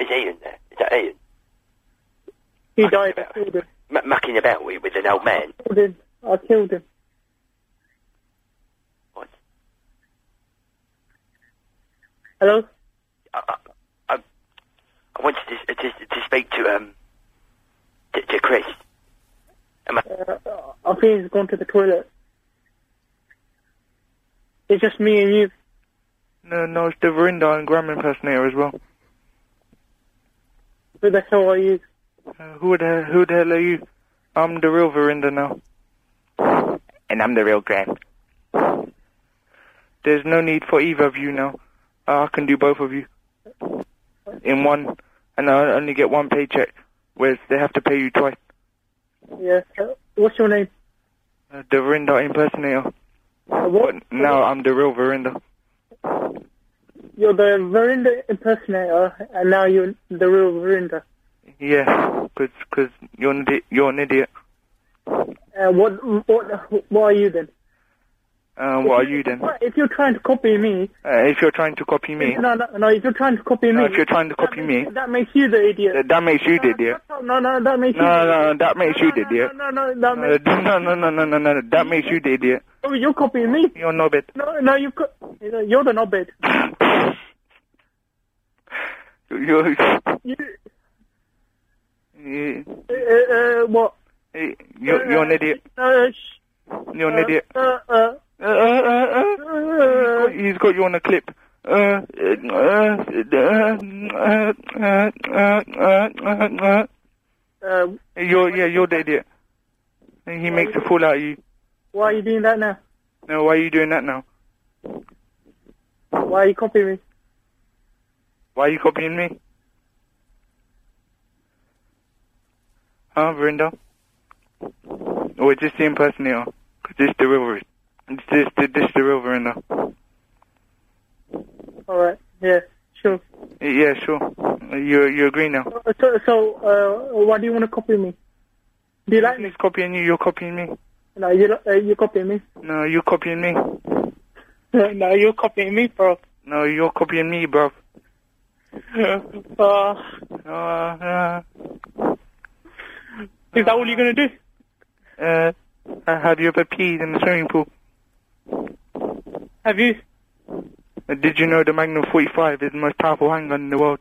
Speaker 4: Is Ian there? Is that Ian?
Speaker 19: He died. I killed him.
Speaker 4: M- mucking about with, with an old man.
Speaker 19: Killed him. I killed him.
Speaker 4: What?
Speaker 19: Hello?
Speaker 4: I wanted to, to, to speak to um to, to Chris. Am I...
Speaker 19: Uh, I think he's gone to the toilet. It's just me and you.
Speaker 3: No, no, it's the Verinda and Graham impersonator as well.
Speaker 19: Who the hell are you?
Speaker 3: Uh, who the who the hell are you? I'm the real Verinda now.
Speaker 4: And I'm the real Graham.
Speaker 3: There's no need for either of you now. Uh, I can do both of you in one, and I only get one paycheck, whereas they have to pay you twice.
Speaker 19: Yeah. Uh, what's your name?
Speaker 3: Uh, the Verinda impersonator.
Speaker 19: Uh,
Speaker 3: What? But now I'm the real Verinda.
Speaker 19: You're the Verinda impersonator, and now you're the real Verinda.
Speaker 3: Yeah, because cause you're, an idi- you're an idiot.
Speaker 19: Uh, what, what, what are you then?
Speaker 3: Uh, what are you then? Uh,
Speaker 19: If you're trying to copy me,
Speaker 3: if you're trying to copy me,
Speaker 19: No, no, no. If you're trying to copy
Speaker 3: No,
Speaker 19: me,
Speaker 3: if you're trying to copy me,
Speaker 19: that makes you the idiot.
Speaker 3: that, that makes you the idiot.
Speaker 19: No, no, that
Speaker 3: No,
Speaker 19: makes you.
Speaker 3: no, no, that makes you the idiot.
Speaker 19: No, no, that
Speaker 3: Uh,
Speaker 19: makes.
Speaker 3: No, no, no, no, no, no, no, that makes you the idiot.
Speaker 19: Oh, you're copying me.
Speaker 3: You're no bit.
Speaker 19: No, no, you've got. You're the knobhead.
Speaker 3: You're,
Speaker 19: You,
Speaker 3: you,
Speaker 19: uh, uh, what?
Speaker 3: you're, you're an idiot.
Speaker 19: Uh, sh-
Speaker 3: You're an idiot.
Speaker 19: Uh, uh,
Speaker 3: uh, uh, uh, he's got you on a clip. Uh, uh, uh, uh, uh, uh, uh, uh.
Speaker 19: uh,
Speaker 3: You're yeah, you're the idiot. And he makes a fool out of you.
Speaker 19: Why are you doing that now?
Speaker 3: No, why are you doing that now?
Speaker 19: Why are you copying me?
Speaker 3: Why are you copying me? Huh, Verinda? Or is this Oh, the impersonator? 'Cause this the real, this, this, this the real Verinda.
Speaker 19: All right. Yeah. Sure.
Speaker 3: Yeah, sure. You you agree now?
Speaker 19: So, so uh, why do you want to copy me? Do you like me?
Speaker 3: copying you. You're copying me.
Speaker 19: No, you uh, you copying me.
Speaker 3: No, you're copying me.
Speaker 19: no, you're copying me, bro.
Speaker 3: No, you're copying me, bro.
Speaker 19: uh,
Speaker 3: uh, uh,
Speaker 19: is that all you're gonna do?
Speaker 3: Uh, have you ever peed in the swimming pool?
Speaker 19: Have you?
Speaker 3: Uh, Did you know the Magnum 45 is the most powerful handgun in the world?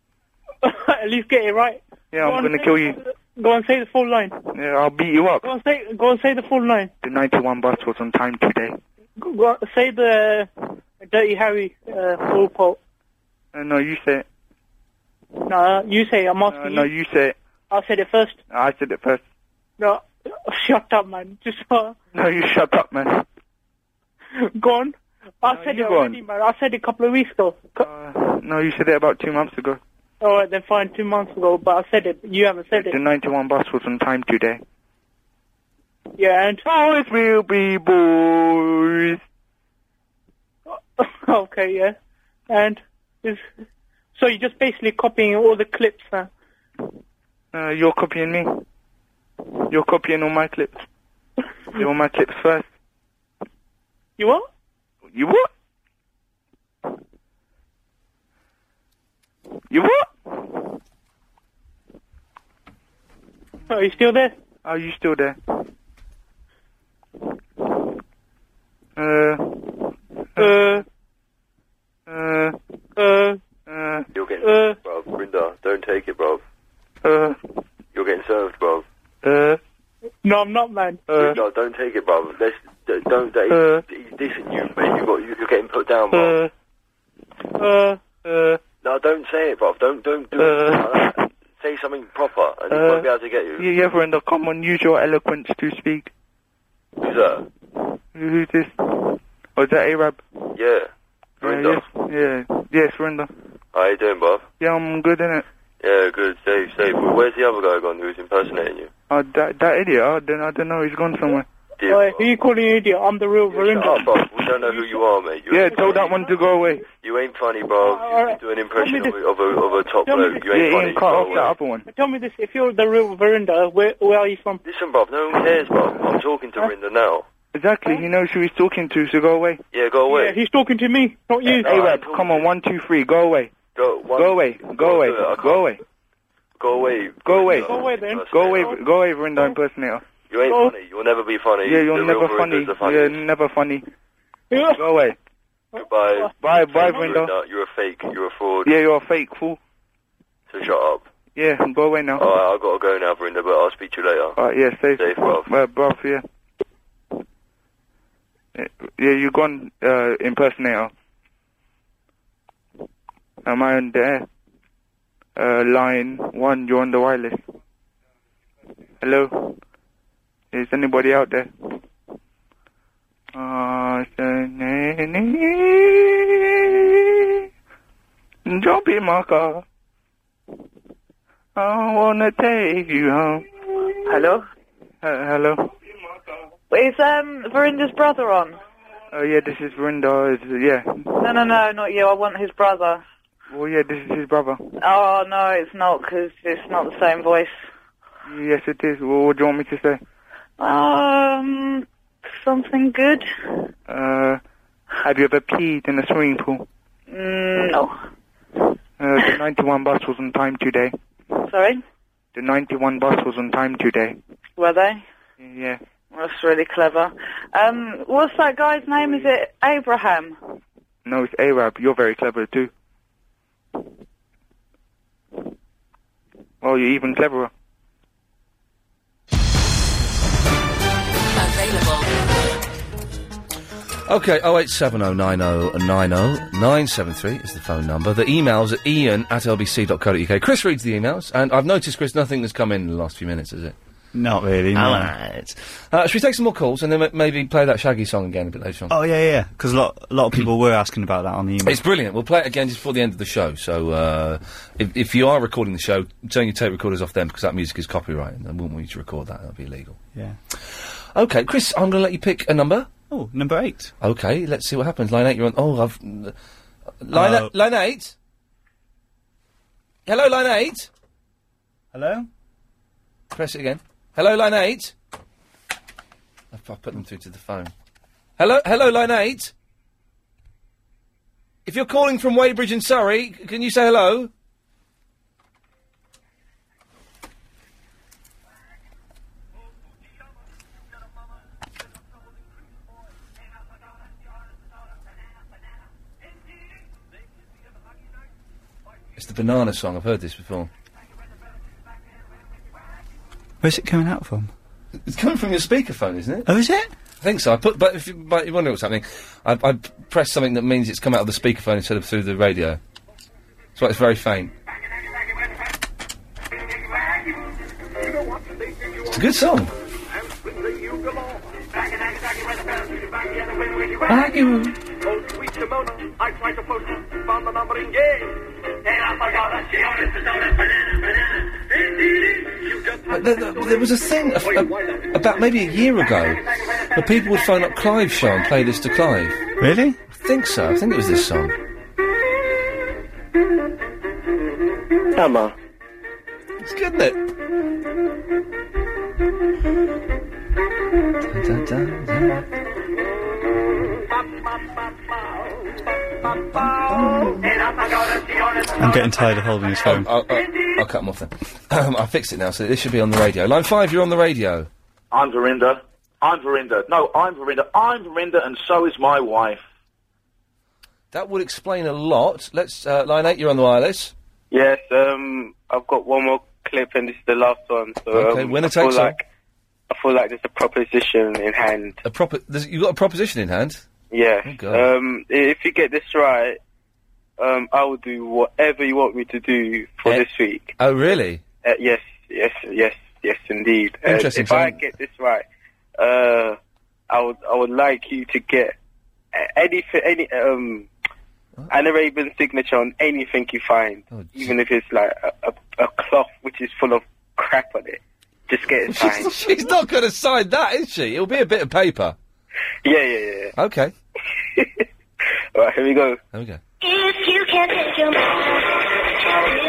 Speaker 19: At least get it right.
Speaker 3: Yeah, I'm
Speaker 19: on,
Speaker 3: gonna
Speaker 19: say-
Speaker 3: kill you.
Speaker 19: Go and say the full line.
Speaker 3: Yeah, I'll beat you up.
Speaker 19: Go and say go and say the full line.
Speaker 3: The 91 bus was on time today.
Speaker 19: Go, go and say the uh, Dirty Harry uh, full quote.
Speaker 3: Uh, no, you say it.
Speaker 19: No, you say. it, I'm asking
Speaker 3: Uh, no,
Speaker 19: you.
Speaker 3: you say it.
Speaker 19: I said it first.
Speaker 3: I said it first.
Speaker 19: No, shut up, man. Just uh,
Speaker 3: No, you shut up, man.
Speaker 19: go on. I
Speaker 3: No,
Speaker 19: said
Speaker 3: you
Speaker 19: it
Speaker 3: go
Speaker 19: already, man. I said it a couple of weeks ago.
Speaker 3: No, you said it about two months ago.
Speaker 19: All right, then fine. Two months ago, but I said it. You haven't said it.
Speaker 3: The 91 bus was on time today.
Speaker 19: Yeah, and
Speaker 3: always will be boys.
Speaker 19: okay, yeah, and is so you're just basically copying all the clips, huh?
Speaker 3: Uh, you're copying me. You're copying all my clips. you want my clips first.
Speaker 19: You what?
Speaker 3: You what? You what?
Speaker 19: Are you still there?
Speaker 3: Are you still there? Uh. Uh. Uh.
Speaker 19: Uh.
Speaker 3: Uh.
Speaker 43: You're getting served, bro. Brinda, don't take it, bro.
Speaker 3: Uh.
Speaker 43: You're getting served, bro.
Speaker 3: Uh.
Speaker 19: No, I'm not, man.
Speaker 43: Brinda, don't take it, bro. Let's d- don't. That,
Speaker 19: Uh.
Speaker 43: he's dissing you, mate. You got, you're getting put down, bro.
Speaker 3: Uh. Uh. Uh.
Speaker 43: No, don't say it, bro. Don't don't do it. like that. Say something proper, and he
Speaker 3: Uh.
Speaker 43: won't be able to get you.
Speaker 3: Yeah, yeah, Verinda, come on, use your eloquence to speak.
Speaker 43: Who's that?
Speaker 3: Who's this? Oh, is that Arab?
Speaker 43: Yeah. Verinda.
Speaker 3: Yeah, yes, yeah, yes, Verinda.
Speaker 43: How you doing, Bob?
Speaker 3: Yeah, I'm good, innit?
Speaker 43: Yeah, good, safe, safe. Well, where's the other guy gone who was impersonating you?
Speaker 3: Oh, that, that idiot, I don't, I don't know, he's gone somewhere.
Speaker 19: Oi, who you calling an idiot? I'm the real Verinda.
Speaker 43: Shut up, Bob. We don't know who you are, mate. You
Speaker 3: yeah,
Speaker 43: ain't
Speaker 3: tell
Speaker 43: funny.
Speaker 3: that one to go away.
Speaker 43: You ain't funny, bro. You do an impression of a, of a of a top
Speaker 19: Tell me
Speaker 43: bloke.
Speaker 19: this-
Speaker 43: You
Speaker 3: yeah,
Speaker 43: ain't
Speaker 3: he
Speaker 43: funny.
Speaker 3: ain't cut
Speaker 43: Go
Speaker 3: off
Speaker 43: away.
Speaker 3: that other one.
Speaker 19: Tell me this: if you're the real Verinda, where where are you from?
Speaker 43: Listen, Bob. No one cares, bro. I'm talking to Rinda now.
Speaker 3: Exactly, he knows who he's talking to, so go away.
Speaker 43: Yeah, go away.
Speaker 19: Yeah, he's talking to me, not you.
Speaker 3: Arab, come on, one, two, three, go away.
Speaker 43: Go, one,
Speaker 3: Go away, go away, go away,
Speaker 43: go away.
Speaker 3: go away.
Speaker 43: Go away, then.
Speaker 3: Go away, go away, Verinda impersonator.
Speaker 43: You ain't
Speaker 3: Go.
Speaker 43: funny. You'll never be funny.
Speaker 3: Yeah, you're
Speaker 43: the
Speaker 3: never
Speaker 43: real
Speaker 3: funny.
Speaker 43: Verinda's the
Speaker 3: You're
Speaker 43: funniest.
Speaker 3: never funny. Go away.
Speaker 43: Bye.
Speaker 3: Bye, bye, Verinda.
Speaker 43: Verinda. You're a fake. You're a fraud.
Speaker 3: Yeah, you're a fake fool.
Speaker 43: So shut up.
Speaker 3: Yeah, go away now.
Speaker 43: All right, I've got to go now, Verinda, but I'll speak to you later.
Speaker 3: Alright, Uh, yeah, safe.
Speaker 43: Safe, bro.
Speaker 3: Well, bro, yeah. Yeah, you gone, uh, impersonator. Am I on there? Uh, line one, you're on the wireless. Hello? Is anybody out there? Uh, jump in my car. I wanna take you home. Hello? hello?
Speaker 7: Is um Verinda's brother on?
Speaker 3: Oh, yeah, this is Verinda. Is, yeah.
Speaker 7: No, no, no, not you. I want his brother.
Speaker 3: Well, yeah, this is his brother.
Speaker 7: Oh no, it's not because it's not the same voice.
Speaker 3: Yes, it is. Well, what do you want me to say?
Speaker 7: Um, something good?
Speaker 3: Uh, have you ever peed in a swimming pool?
Speaker 7: Mm, no,
Speaker 3: Uh, the 91 bus was on time today.
Speaker 7: sorry.
Speaker 3: The 91 bus was on time today.
Speaker 7: Were they?
Speaker 3: Yeah.
Speaker 7: That's really clever. Um, what's that guy's name? Is it Abraham?
Speaker 3: No, it's Arab. You're very clever, too. Oh, you're even cleverer.
Speaker 1: Okay, 08709090973 is the phone number. The email's at ian at lbc.co.uk. Chris reads the emails, and I've noticed, Chris, nothing has come in in the last few minutes, has it?
Speaker 6: Not really. No.
Speaker 1: All right. Uh, should we take some more calls and then ma- maybe play that Shaggy song again a bit later on?
Speaker 6: Oh yeah, yeah. Because a lot, a lot of people were asking about that on the email.
Speaker 1: It's brilliant. We'll play it again just before the end of the show. So uh, if, if you are recording the show, turn your tape recorders off then because that music is copyright and I wouldn't want you to record that. That would be illegal.
Speaker 6: Yeah.
Speaker 1: Okay, Chris, I'm going to let you pick a number.
Speaker 6: Oh, number eight.
Speaker 1: Okay, let's see what happens. Line eight, you're on. Oh, I've. Line,
Speaker 6: Oh.
Speaker 1: eight line eight. Hello, line eight.
Speaker 6: Hello?
Speaker 1: Press it again. Hello, line eight. I've, I've put them through to the phone. Hello, hello, line eight. If you're calling from Weybridge in Surrey, c- can you say hello? It's the banana song. I've heard this before.
Speaker 6: Where's it coming out from?
Speaker 1: It's coming from your speakerphone, isn't it?
Speaker 6: Oh, is it?
Speaker 1: I think so. I put, but if you, but you wonder what's happening, I, I pressed something that means it's come out of the speakerphone instead of through the radio. So it's very faint. It's a good song. But there, there- there was a thing a- a- about maybe a year ago where people would phone up Clive's show and play this to Clive.
Speaker 6: Really?
Speaker 1: I think so. I think it was this song.
Speaker 47: Hammer.
Speaker 1: It's good, isn't it?
Speaker 6: I'm getting tired of holding his phone.
Speaker 1: I'll, I'll, Oh, I'll cut him off then. Um, I fixed it now, so this should be on the radio. Line five, you're on the radio.
Speaker 2: I'm Verinda. I'm Verinda. No, I'm Verinda. I'm Verinda, and so is my wife.
Speaker 1: That would explain a lot. Let's uh, line eight. You're on the wireless.
Speaker 20: Yes, um, I've got one more clip and this is the last one. So,
Speaker 1: Okay,
Speaker 20: um,
Speaker 1: winner
Speaker 20: I feel
Speaker 1: takes all.
Speaker 20: like I feel like there's a proposition in hand.
Speaker 1: A proper. There's, you got a proposition in hand.
Speaker 20: Yeah.
Speaker 1: Oh, God.
Speaker 20: um, i- if you get this right, um, I will do whatever you want me to do for this week.
Speaker 1: Oh, really?
Speaker 20: Uh, yes, yes, yes, yes, indeed. Uh,
Speaker 1: Interesting,
Speaker 20: if
Speaker 1: so-
Speaker 20: I get this right, uh, I would I would like you to get a- any fi- any um, Anna Rabin signature on anything you find,
Speaker 1: Oh,
Speaker 20: even if it's like a, a, a cloth which is full of crap on it. Just get it signed.
Speaker 1: She's not going to sign that, is she? It'll be a bit of paper.
Speaker 20: yeah, yeah, yeah. yeah.
Speaker 1: Okay.
Speaker 20: All right, here we go.
Speaker 1: There we go.
Speaker 12: If you can't take your mind,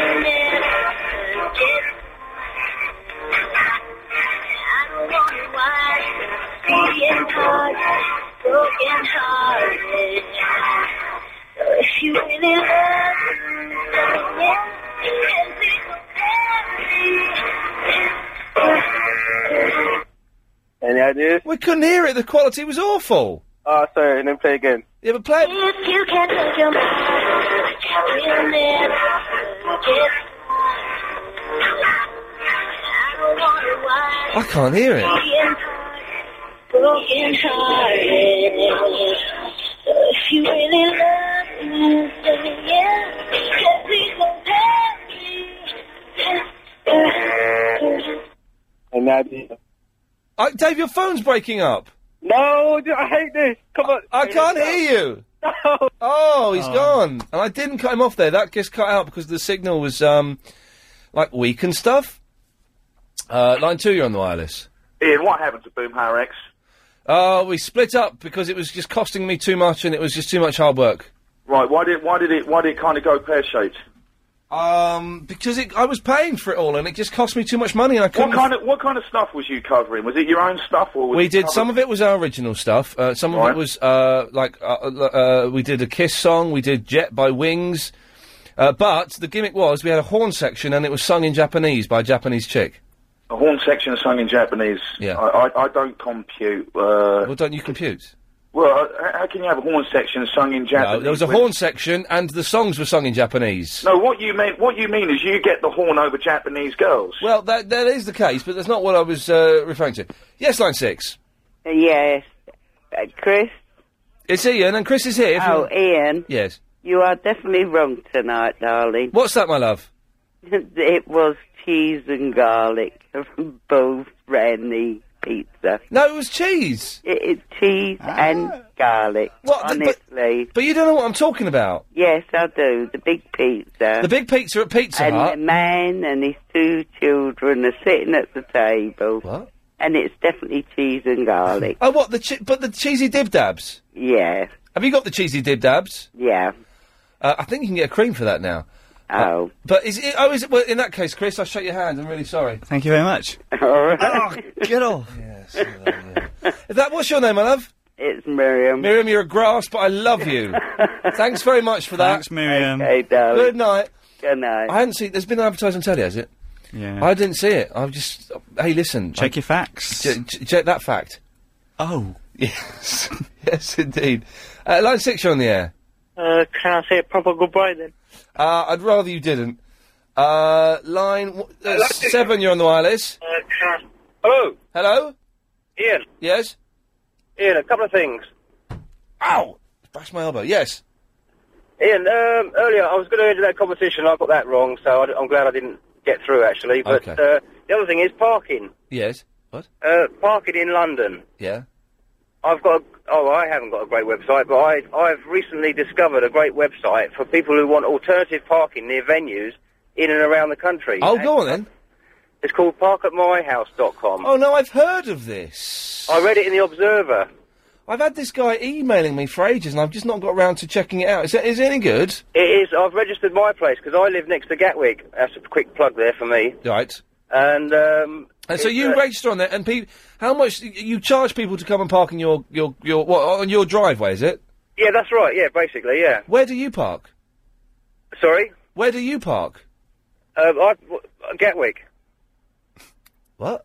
Speaker 12: if you really love
Speaker 20: Any ideas?
Speaker 1: We couldn't hear it. The quality was awful.
Speaker 20: Oh, sorry, and then play again.
Speaker 1: Yeah, but play.
Speaker 12: If you can't take your mind, you'll never forget. I don't wonder why.
Speaker 1: I can't hear it.
Speaker 12: Broken hearted. If you really love me, then yeah, just please don't pass me.
Speaker 20: Any idea?
Speaker 1: I, Dave, your phone's breaking up.
Speaker 20: No, I hate this. Come on.
Speaker 1: I, can't hear you. Oh, he's
Speaker 12: Oh.
Speaker 1: gone. And I didn't cut him off there. That just cut out because the signal was um, like weak and stuff. Uh, line two, you're on the wireless.
Speaker 2: Ian, what happened to Boom Higher X?
Speaker 1: Uh, we split up because it was just costing me too much and it was just too much hard work.
Speaker 2: Right, why did why did it why did it kind of go pear shaped?
Speaker 1: Um, because it, I was paying for it all and it just cost me too much money and I couldn't.
Speaker 2: What kind of what kind of stuff was you covering? Was it your own stuff or was
Speaker 1: we
Speaker 2: it
Speaker 1: did
Speaker 2: covered-
Speaker 1: some of it was our original stuff. Uh, some of
Speaker 2: Right.
Speaker 1: it was uh, like uh, uh, uh, we did a Kiss song, we did Jet by Wings, uh, but the gimmick was we had a horn section and it was sung in Japanese by a Japanese chick.
Speaker 2: a horn section sung in Japanese?
Speaker 1: Yeah.
Speaker 2: I I, I don't compute. Uh,
Speaker 1: well, don't you compute?
Speaker 2: Well, uh, h- how can you have a horn section sung in Japanese?
Speaker 1: No, Uh, there was a
Speaker 2: when-
Speaker 1: horn section and the songs were sung in Japanese.
Speaker 2: No, what you mean? What you mean is you get the horn over Japanese girls.
Speaker 1: Well, that that is the case, but that's not what I was uh, referring to. Yes, line six.
Speaker 13: Yes. Uh, Chris?
Speaker 1: It's Ian, and Chris is here. if you-
Speaker 13: Oh, Ian,
Speaker 1: Yes.
Speaker 13: you are definitely wrong tonight, darling.
Speaker 1: What's that, my love?
Speaker 13: it was cheese and garlic, both Rennie pizza.
Speaker 1: No, it was cheese. Ah.
Speaker 13: It is cheese and garlic.
Speaker 1: What? the-
Speaker 13: Honestly.
Speaker 1: But you don't know what I'm talking about.
Speaker 13: yes, I do. The big pizza.
Speaker 1: The big pizza at Pizza
Speaker 13: and
Speaker 1: Hut.
Speaker 13: the man and his two children are sitting at the table.
Speaker 1: What?
Speaker 13: And it's definitely cheese and garlic.
Speaker 1: Oh, what the? Che- but the cheesy dib dabs.
Speaker 13: Yeah.
Speaker 1: Have you got the cheesy dib dabs?
Speaker 13: Yeah.
Speaker 1: Uh, I think you can get a cream for that now. Uh,
Speaker 13: Oh.
Speaker 1: but is it? Oh, is it? Well, in that case, Chris, I shake your hand. I'm really sorry.
Speaker 6: Thank you very much.
Speaker 13: All right.
Speaker 1: Oh, Get off. Is that what's your name, my love?
Speaker 13: It's Miriam.
Speaker 1: Miriam, you're a grass, but I love you. Thanks very much for that.
Speaker 6: Thanks, Miriam.
Speaker 13: Okay, darling.
Speaker 1: Good night.
Speaker 13: Good night.
Speaker 1: I hadn't seen. There's been an advertisement on telly, has it?
Speaker 6: Yeah.
Speaker 1: I didn't see it. I just. Hey, listen.
Speaker 6: Check
Speaker 1: I-
Speaker 6: your facts.
Speaker 1: Ch- ch- check that fact.
Speaker 6: Oh.
Speaker 1: Yes. yes, indeed. Uh, line six, you're on the air.
Speaker 19: Uh, can I say a proper goodbye then?
Speaker 1: Uh, I'd rather you didn't. Uh, line w- uh, seven, you're on the wireless.
Speaker 2: Uh, Hello.
Speaker 1: Hello.
Speaker 2: Ian.
Speaker 1: Yes.
Speaker 2: Ian, a couple of things.
Speaker 1: Ow! Bash my elbow. Yes.
Speaker 2: Ian, um, earlier I was going to enter that competition. I got that wrong, so I, am glad I didn't get through actually. But
Speaker 1: Okay.
Speaker 2: uh, the other thing is parking.
Speaker 1: Yes. What?
Speaker 2: Uh, parking in London.
Speaker 1: Yeah.
Speaker 2: I've got. A, oh, I haven't got a great website, but I I've recently discovered a great website for people who want alternative parking near venues in and around the country.
Speaker 1: Oh, go on then.
Speaker 2: It's called parkatmyhouse.com.
Speaker 1: Oh no, I've heard of this.
Speaker 2: I read it in the Observer.
Speaker 1: I've had this guy emailing me for ages, and I've just not got round to checking it out. Is it, is it any good?
Speaker 2: It is. I've registered my place because I live next to Gatwick. That's a quick plug there for me.
Speaker 1: Right.
Speaker 2: And um,
Speaker 1: And so
Speaker 2: it's,
Speaker 1: you
Speaker 2: uh,
Speaker 1: register on there, and pe- how much y- you charge people to come and park in your your your what, on your driveway? Is it?
Speaker 2: yeah, that's right. Yeah, basically, yeah.
Speaker 1: Where do you park?
Speaker 2: Sorry.
Speaker 1: Where do you park?
Speaker 2: Um, I w- Gatwick.
Speaker 1: What?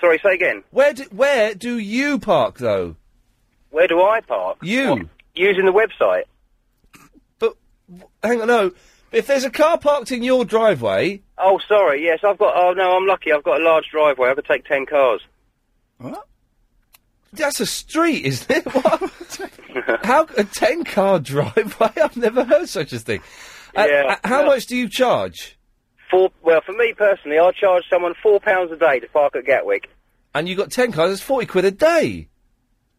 Speaker 2: Sorry, say again.
Speaker 1: Where do, where do you park though?
Speaker 2: Where do I park?
Speaker 1: You
Speaker 2: using the website.
Speaker 1: But w- hang on, no. If there's a car parked in your driveway,
Speaker 2: Oh, sorry. Yes, I've got. Oh no, I'm lucky. I've got a large driveway. I could take ten cars.
Speaker 1: That's a street, isn't it? What? how a ten car driveway? I've never heard such a thing. Uh,
Speaker 2: Yeah,
Speaker 1: uh, how
Speaker 2: yeah.
Speaker 1: much do you charge?
Speaker 2: Four. Well, for me personally, I charge someone four pounds a day to park at Gatwick.
Speaker 1: And you got ten cars. That's forty quid a day.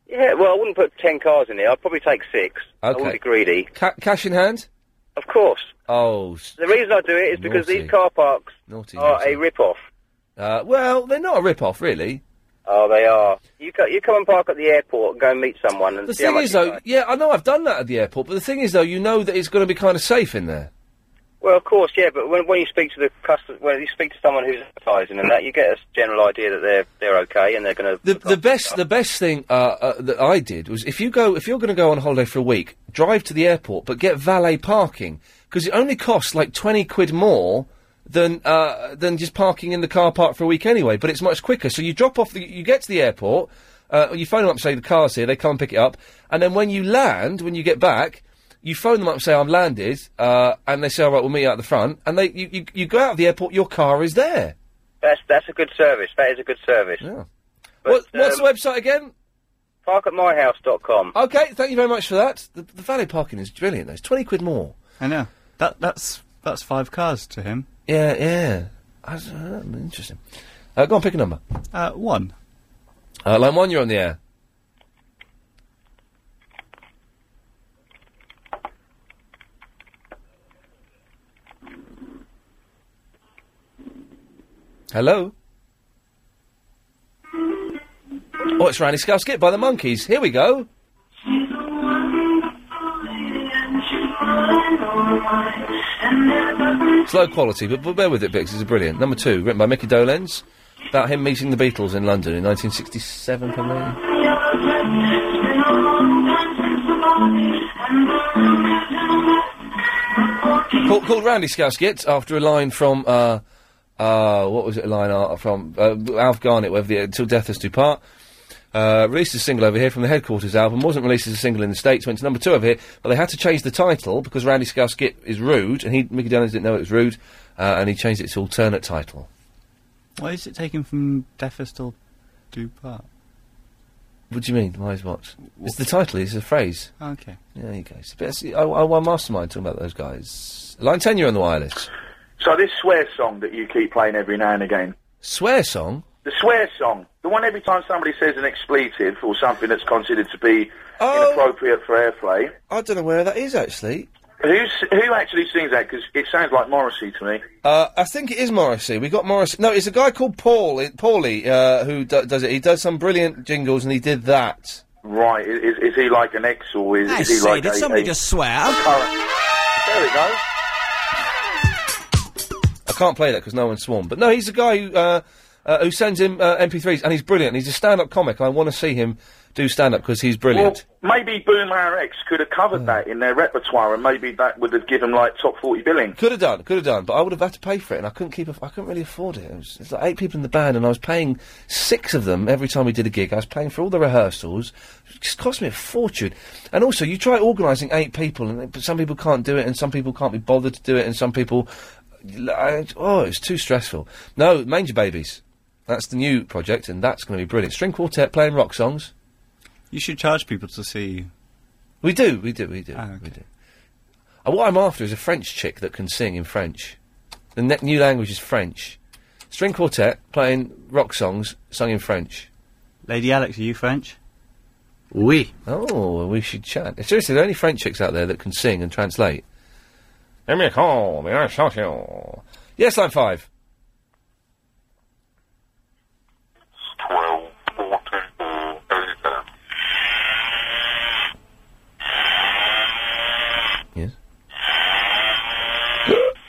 Speaker 2: Yeah. Well, I wouldn't put ten cars in there. I'd probably take six. I
Speaker 1: Okay.
Speaker 2: wouldn't be greedy.
Speaker 1: Ca- cash in hand.
Speaker 2: Of course.
Speaker 1: Oh, s-
Speaker 2: The reason I do it is because
Speaker 1: Naughty.
Speaker 2: these car parks
Speaker 1: Naughty,
Speaker 2: are
Speaker 1: naughty.
Speaker 2: a rip-off.
Speaker 1: uh, well, they're not a rip-off, really.
Speaker 2: Oh, they are. You co- you come and park at the airport and go and meet someone and
Speaker 1: The
Speaker 2: see how
Speaker 1: thing
Speaker 2: much
Speaker 1: is,
Speaker 2: you
Speaker 1: though,
Speaker 2: pay.
Speaker 1: yeah, I know I've done that at the airport, but the thing is, though, you know that it's going to be kind of safe in there.
Speaker 2: Well, of course, yeah. But when, when you speak to the customer, when you speak to someone who's advertising and that, you get a general idea that they're they're okay and they're going to.
Speaker 1: The, the best, the best thing uh, uh, that I did was if you go, if you're going to go on holiday for a week, drive to the airport, but get valet parking because it only costs like twenty quid more than uh, than just parking in the car park for a week anyway. But it's much quicker. So you drop off, the, you get to the airport, uh, you phone them up, say the car's here, they come and pick it up, and then when you land, when you get back, you phone them up, say I'm landed, uh, and they say, all right, we'll meet you out the front, and they you, you, you go out of the airport, your car is there.
Speaker 2: That's that's a good service. That is a good service. um, Yeah.
Speaker 1: What- what's the website again?
Speaker 2: Parkatmyhouse.com.
Speaker 1: Okay, thank you very much for that. The, the valet parking is brilliant. Though. It's twenty quid more.
Speaker 6: I know. That that's that's five cars to him.
Speaker 1: Yeah, yeah. I, s- uh, interesting. Uh, go on, pick a number.
Speaker 6: Uh, one.
Speaker 1: Uh, line one, you're on the air. Hello. Oh, it's Randy Skowskit by the Monkeys. Here we go. It's low quality, but, but bear with it, Bix. It's brilliant. Number two, written by Mickey Dolenz, about him meeting the Beatles in London in 1967, probably. Called, called Randy Skowskit after a line from, uh, uh, what was it, a line uh, from uh, Alf Garnett, whether the, Till Death Us Do Part. Uh, released a single over here from the Headquarters album, wasn't released as a single in the States, went to number two over here, but they had to change the title because Randy Skowskit is rude, and he, Mickey Dolenz didn't know it was rude, uh, and he changed it to alternate title.
Speaker 6: Why is it taken from Deafistal Dupart?
Speaker 1: What do you mean? Why is what? It's the title, it's a phrase.
Speaker 6: Okay.
Speaker 1: Yeah, there you go. It's a bit- it's- I, I, I oh, mastermind talking about those guys. Line 10, you're on the wireless.
Speaker 24: So this swear song that you keep playing every now and again.
Speaker 1: Swear song?
Speaker 48: The swear song, the one every time somebody says an expletive or something that's considered to be
Speaker 1: Oh.
Speaker 48: inappropriate for airplay.
Speaker 1: I don't know where that is actually.
Speaker 48: Who's, who actually sings that? Because it sounds like Morrissey to me.
Speaker 1: Uh, I think it is Morrissey. We got Morrissey. No, it's a guy called Paul, i- Paulie, uh, who do- does it. He does some brilliant jingles, and he did that.
Speaker 48: Right, i- is, is he like an ex or is,
Speaker 1: I
Speaker 48: is he
Speaker 1: see,
Speaker 48: like
Speaker 1: did
Speaker 48: a,
Speaker 1: somebody
Speaker 48: a-
Speaker 1: just swear?
Speaker 48: a current- There we go.
Speaker 1: I can't play that because no one's sworn. But no, he's a guy who uh, uh, who sends him uh, MP3s, and he's brilliant. He's a stand-up comic. I want to see him do stand-up because he's brilliant. Hmm.
Speaker 48: Well, maybe Boomer X could have covered that in their repertoire, and maybe that would have given like top forty billing.
Speaker 1: Could have done, could have done, but I would have had to pay for it, and I couldn't keep. I I couldn't really afford it. It was, it's like eight people in the band, and I was paying six of them every time we did a gig. I was paying for all the rehearsals. It just cost me a fortune. And also, you try organising eight people, and but some people can't do it, and some people can't be bothered to do it, and some people, I- oh, it's too stressful. No, Manger Babies. That's the new project, and that's going to be brilliant. String quartet playing rock songs.
Speaker 6: You should charge people to see you. Ah,
Speaker 1: We do, we do, we do, we do. Uh, what I'm after is a French chick that can sing in French. The ne- new language is French. String quartet playing rock songs sung in French.
Speaker 6: Lady Alex, are you French?
Speaker 1: Oui. Oh, we should chat. Seriously, there are only French chicks out there that can sing and translate. Give me a call, me I shot you. Yes, I'm five.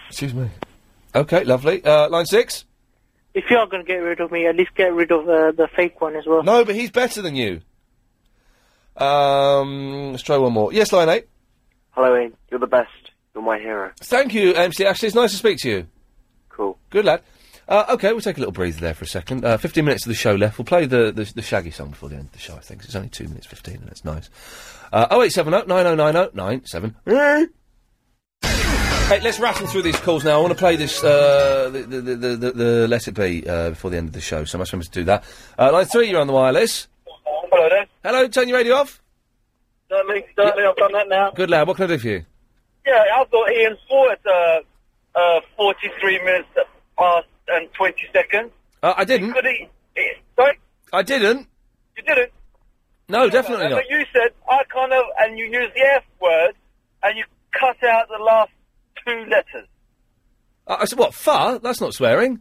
Speaker 1: Excuse me. Okay, lovely. Uh, line six?
Speaker 19: If you are going to get rid of me, at least get rid of uh, the fake one as well.
Speaker 1: No, but he's better than you. Um, let's try one more. Yes, line eight.
Speaker 49: Hello, Ian. You're the best. You're my hero.
Speaker 1: Thank you, MC Ashley. It's nice to speak to you.
Speaker 49: Cool.
Speaker 1: Good lad. Uh, okay, we'll take a little breather there for a second. Uh, 15 minutes of the show left. We'll play the, the, the Shaggy song before the end of the show, I think. It's only 2 minutes 15, and that's nice. Uh, 0870 9090 97. Hey, let's rattle through these calls now. I want to play this, uh, the, the, the, the, the Let It Be uh, before the end of the show, so I must remember to do that. Uh, line 3, you're on the wireless.
Speaker 2: Hello there.
Speaker 1: Hello, turn your radio off.
Speaker 2: Certainly, certainly, I've done that now.
Speaker 1: Good lad, what can I do for you?
Speaker 2: Yeah, I've got Ian Four at uh, uh, 43 minutes past and 20 seconds.
Speaker 1: Uh, I didn't.
Speaker 2: Could he, eh, sorry?
Speaker 1: I didn't.
Speaker 2: You didn't?
Speaker 1: No, definitely
Speaker 2: And
Speaker 1: not.
Speaker 2: But you said, I kind of, and you used the F word, and you cut out the last two letters.
Speaker 1: Uh, I, I said, what, far? That's not swearing.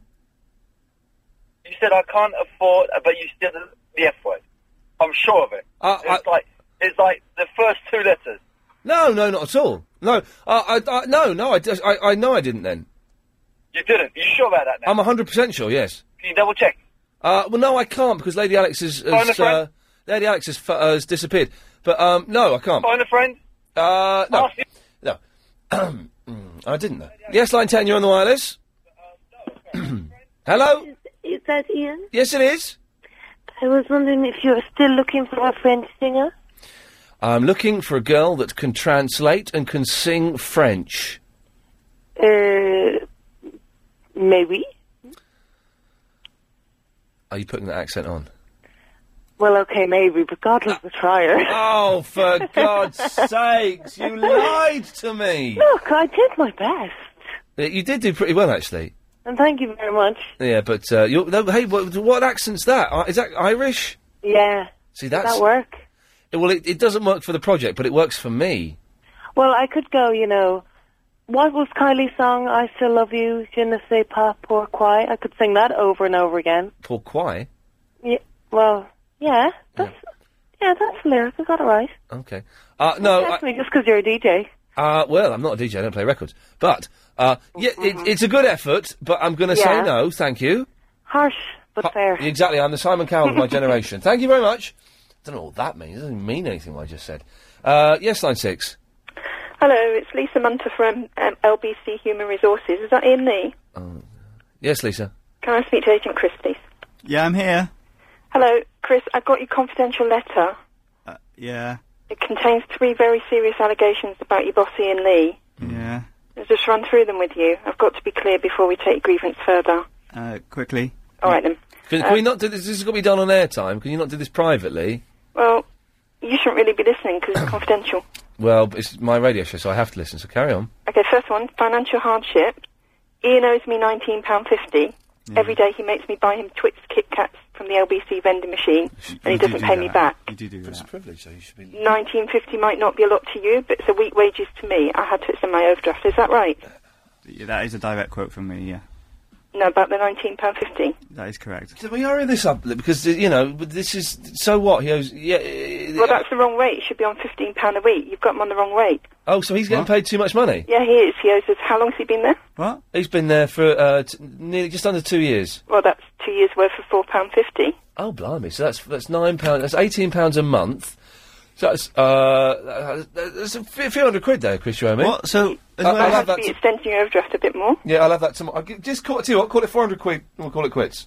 Speaker 2: You said, I can't afford, uh, but you said the- the F word. I'm sure of it.
Speaker 1: Uh,
Speaker 2: it's like, it's like the first two letters.
Speaker 1: No, no, not at all. No, I, I, I no, no, I, just, I, I know I didn't then.
Speaker 2: You didn't. You sure about that now?
Speaker 1: I'm 100% sure, yes.
Speaker 2: Can you double check?
Speaker 1: Uh, well, no, I can't because Lady Alex has,
Speaker 2: Phone a
Speaker 1: has
Speaker 2: friend.
Speaker 1: uh, Lady Alex has, fu- uh, has disappeared. But um, no, I can't.
Speaker 2: Find a friend.
Speaker 1: Uh, no, no. Mm, I didn't know. Yes, line ten, you're on the wireless. Hello.
Speaker 12: Is that Ian?
Speaker 1: Yes, it is.
Speaker 12: I was wondering if you're still looking for a French singer.
Speaker 1: I'm looking for a girl that can translate and can sing French.
Speaker 12: Uh, maybe.
Speaker 1: Are you putting that accent on?
Speaker 12: Well, okay, maybe, but God love the trier.
Speaker 1: Oh, for God's sakes! You lied to me.
Speaker 12: Look, I did my best,
Speaker 1: Uh, You did do pretty well, actually.
Speaker 12: and thank you very much.
Speaker 1: Yeah, but uh, you're, no, hey, what, what accent's that? Uh, Is that Irish?
Speaker 12: Yeah.
Speaker 1: See,
Speaker 12: Does
Speaker 1: that's
Speaker 12: that work?
Speaker 1: Yeah, Well, it, it doesn't work for the project, but it works for me.
Speaker 12: Well, I could go, you know. What was Kylie's song? I still love you, je ne sais pas pourquoi. I could sing that over and over again.
Speaker 1: Pourquoi?
Speaker 12: Yeah, well, yeah, that's yeah, that's the lyrics. I got it right.
Speaker 1: Okay. Uh, no. I,
Speaker 12: That's me, just because you're a DJ.
Speaker 1: uh, well, I'm not a DJ. I don't play records. But uh, yeah, it, it's a good effort. But I'm going to say
Speaker 12: Mm-hmm. Yeah.
Speaker 1: no. Thank you.
Speaker 12: Harsh but fair.
Speaker 1: Exactly. I'm the Simon Cowell of my generation. Thank you very much. Don't know what that means. It doesn't mean anything what I just said. Uh, yes, line six.
Speaker 50: Hello, it's Lisa Munter from um, LBC Human Resources. Is that Ian Lee?
Speaker 1: Yes, Lisa.
Speaker 50: Can I speak to Agent Chris, please?
Speaker 6: Yeah, I'm here.
Speaker 50: Hello, Chris. I got your confidential letter.
Speaker 6: Yeah,
Speaker 50: It contains three very serious allegations about your boss, Ian Lee.
Speaker 6: yeah.
Speaker 50: I'll just run through them with you. I've got to be clear before we take grievance further.
Speaker 6: Uh, quickly.
Speaker 50: All right then. Uh,
Speaker 1: Can, can we not do this? This has got to be done on airtime. Can you not do this privately?
Speaker 50: Well, you shouldn't really be listening because it's confidential.
Speaker 1: Well, but it's my radio show, so I have to listen. So carry on.
Speaker 50: Okay, first one, financial hardship. Ian owes me £19.50. Every day he makes me buy him Twix Kit Kats from the LBC vending machine, and he doesn't pay me back.
Speaker 1: You do do that. It's a privilege, so you should be.
Speaker 50: 1950 might not be a lot to you, but it's a week wages to me. I had to in my overdraft. Is that right?
Speaker 6: Yeah, that is a direct quote from me, yeah.
Speaker 50: No, about the 19 pound 50.
Speaker 6: That is correct.
Speaker 1: So we hurry this up because uh, you know but this is so what he owes. Yeah. eh,
Speaker 50: Well, that's the wrong rate. It should be on 15 pound a week. You've got him on the wrong rate.
Speaker 1: Oh, so he's getting paid too much money.
Speaker 50: Yeah, he is. He owes us. How long's he been there?
Speaker 6: What?
Speaker 1: He's been there for uh, t- nearly just under two years.
Speaker 50: Well, that's two years worth of four pound 50.
Speaker 1: Oh, blimey! So that's that's nine pounds. That's eighteen pounds a month. So that's uh, that- that's a few few hundred quid there, Chris. You owe me.
Speaker 6: What? So
Speaker 1: I, I'll have
Speaker 50: to
Speaker 1: that.
Speaker 50: be extending your overdraft a bit more.
Speaker 1: yeah, I'll have that tomorrow. I'll gi- Just call it. Tell you what, call it four hundred quid. and We'll call it quits.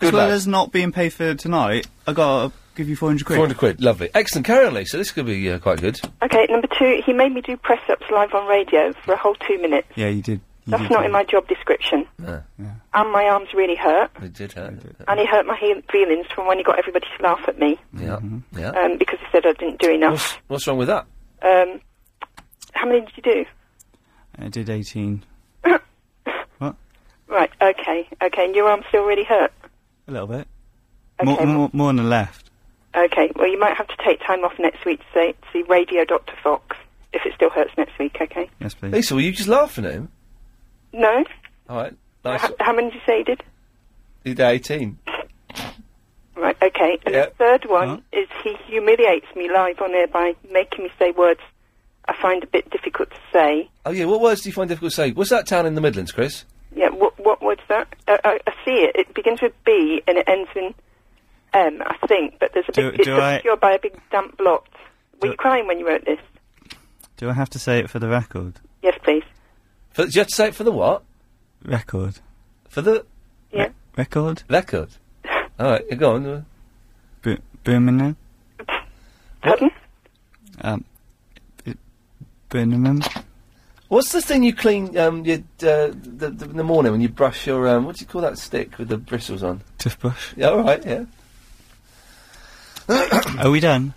Speaker 1: Good
Speaker 6: as well
Speaker 1: lad.
Speaker 6: as not being paid for tonight, I gotta give you 400 quid.
Speaker 1: 400 quid, lovely. Excellent. Carry on, Lee. So this could be uh, quite good.
Speaker 50: Okay, number two, he made me do press ups live on radio for a whole two minutes.
Speaker 6: Yeah, you did.
Speaker 50: That's not in my job description.
Speaker 1: No.
Speaker 50: And my arms really hurt.
Speaker 1: It did hurt.
Speaker 50: And he hurt my he- feelings from when he got everybody to laugh at me
Speaker 1: Yeah.
Speaker 6: Mm-hmm.
Speaker 1: Yeah.
Speaker 50: um, because he said I didn't do enough.
Speaker 1: What's, what's wrong with that?
Speaker 50: Um, how many did you do?
Speaker 6: I did 18.
Speaker 50: Right, okay, okay. And your arm still really hurt?
Speaker 6: A little bit. More, more, more on the left.
Speaker 50: Okay, well, you might have to take time off next week to say, see Radio Dr. Fox if it still hurts next week, okay?
Speaker 6: Yes, please.
Speaker 1: Lisa, were you just laughing at him?
Speaker 50: No?
Speaker 1: All right. Nice.
Speaker 50: H- how many did you say you did?
Speaker 1: He did 18.
Speaker 50: Right, okay. And
Speaker 1: Yeah.
Speaker 50: the third one is he humiliates me live on air by making me say words I find a bit difficult to say.
Speaker 1: Oh, yeah. What words do you find difficult to say? What's that town in the Midlands, Chris?
Speaker 50: Yeah, what, what word's that? Uh, I, I see it. It begins with B and it ends in M, I think, but there's a
Speaker 6: Do-
Speaker 50: big, it's
Speaker 6: do I-
Speaker 50: obscured by a big damp blot. Were
Speaker 6: Do-
Speaker 50: you crying when you wrote this?
Speaker 6: Do I have to say it for the record?
Speaker 50: Yes, please.
Speaker 1: For, you have to say it for the what?
Speaker 6: Record.
Speaker 1: For the
Speaker 50: Yeah.
Speaker 6: Record?
Speaker 1: Record. All right. yeah, Go on. uh,
Speaker 6: Bo- Birmingham?
Speaker 50: Pardon?
Speaker 6: Um, B- Birmingham?
Speaker 1: What's the thing you clean um, your, uh, the, the, in the morning when you brush your um, what do you call that stick with the bristles on?
Speaker 6: Toothbrush?
Speaker 1: Yeah, all right, yeah.
Speaker 6: Are we done?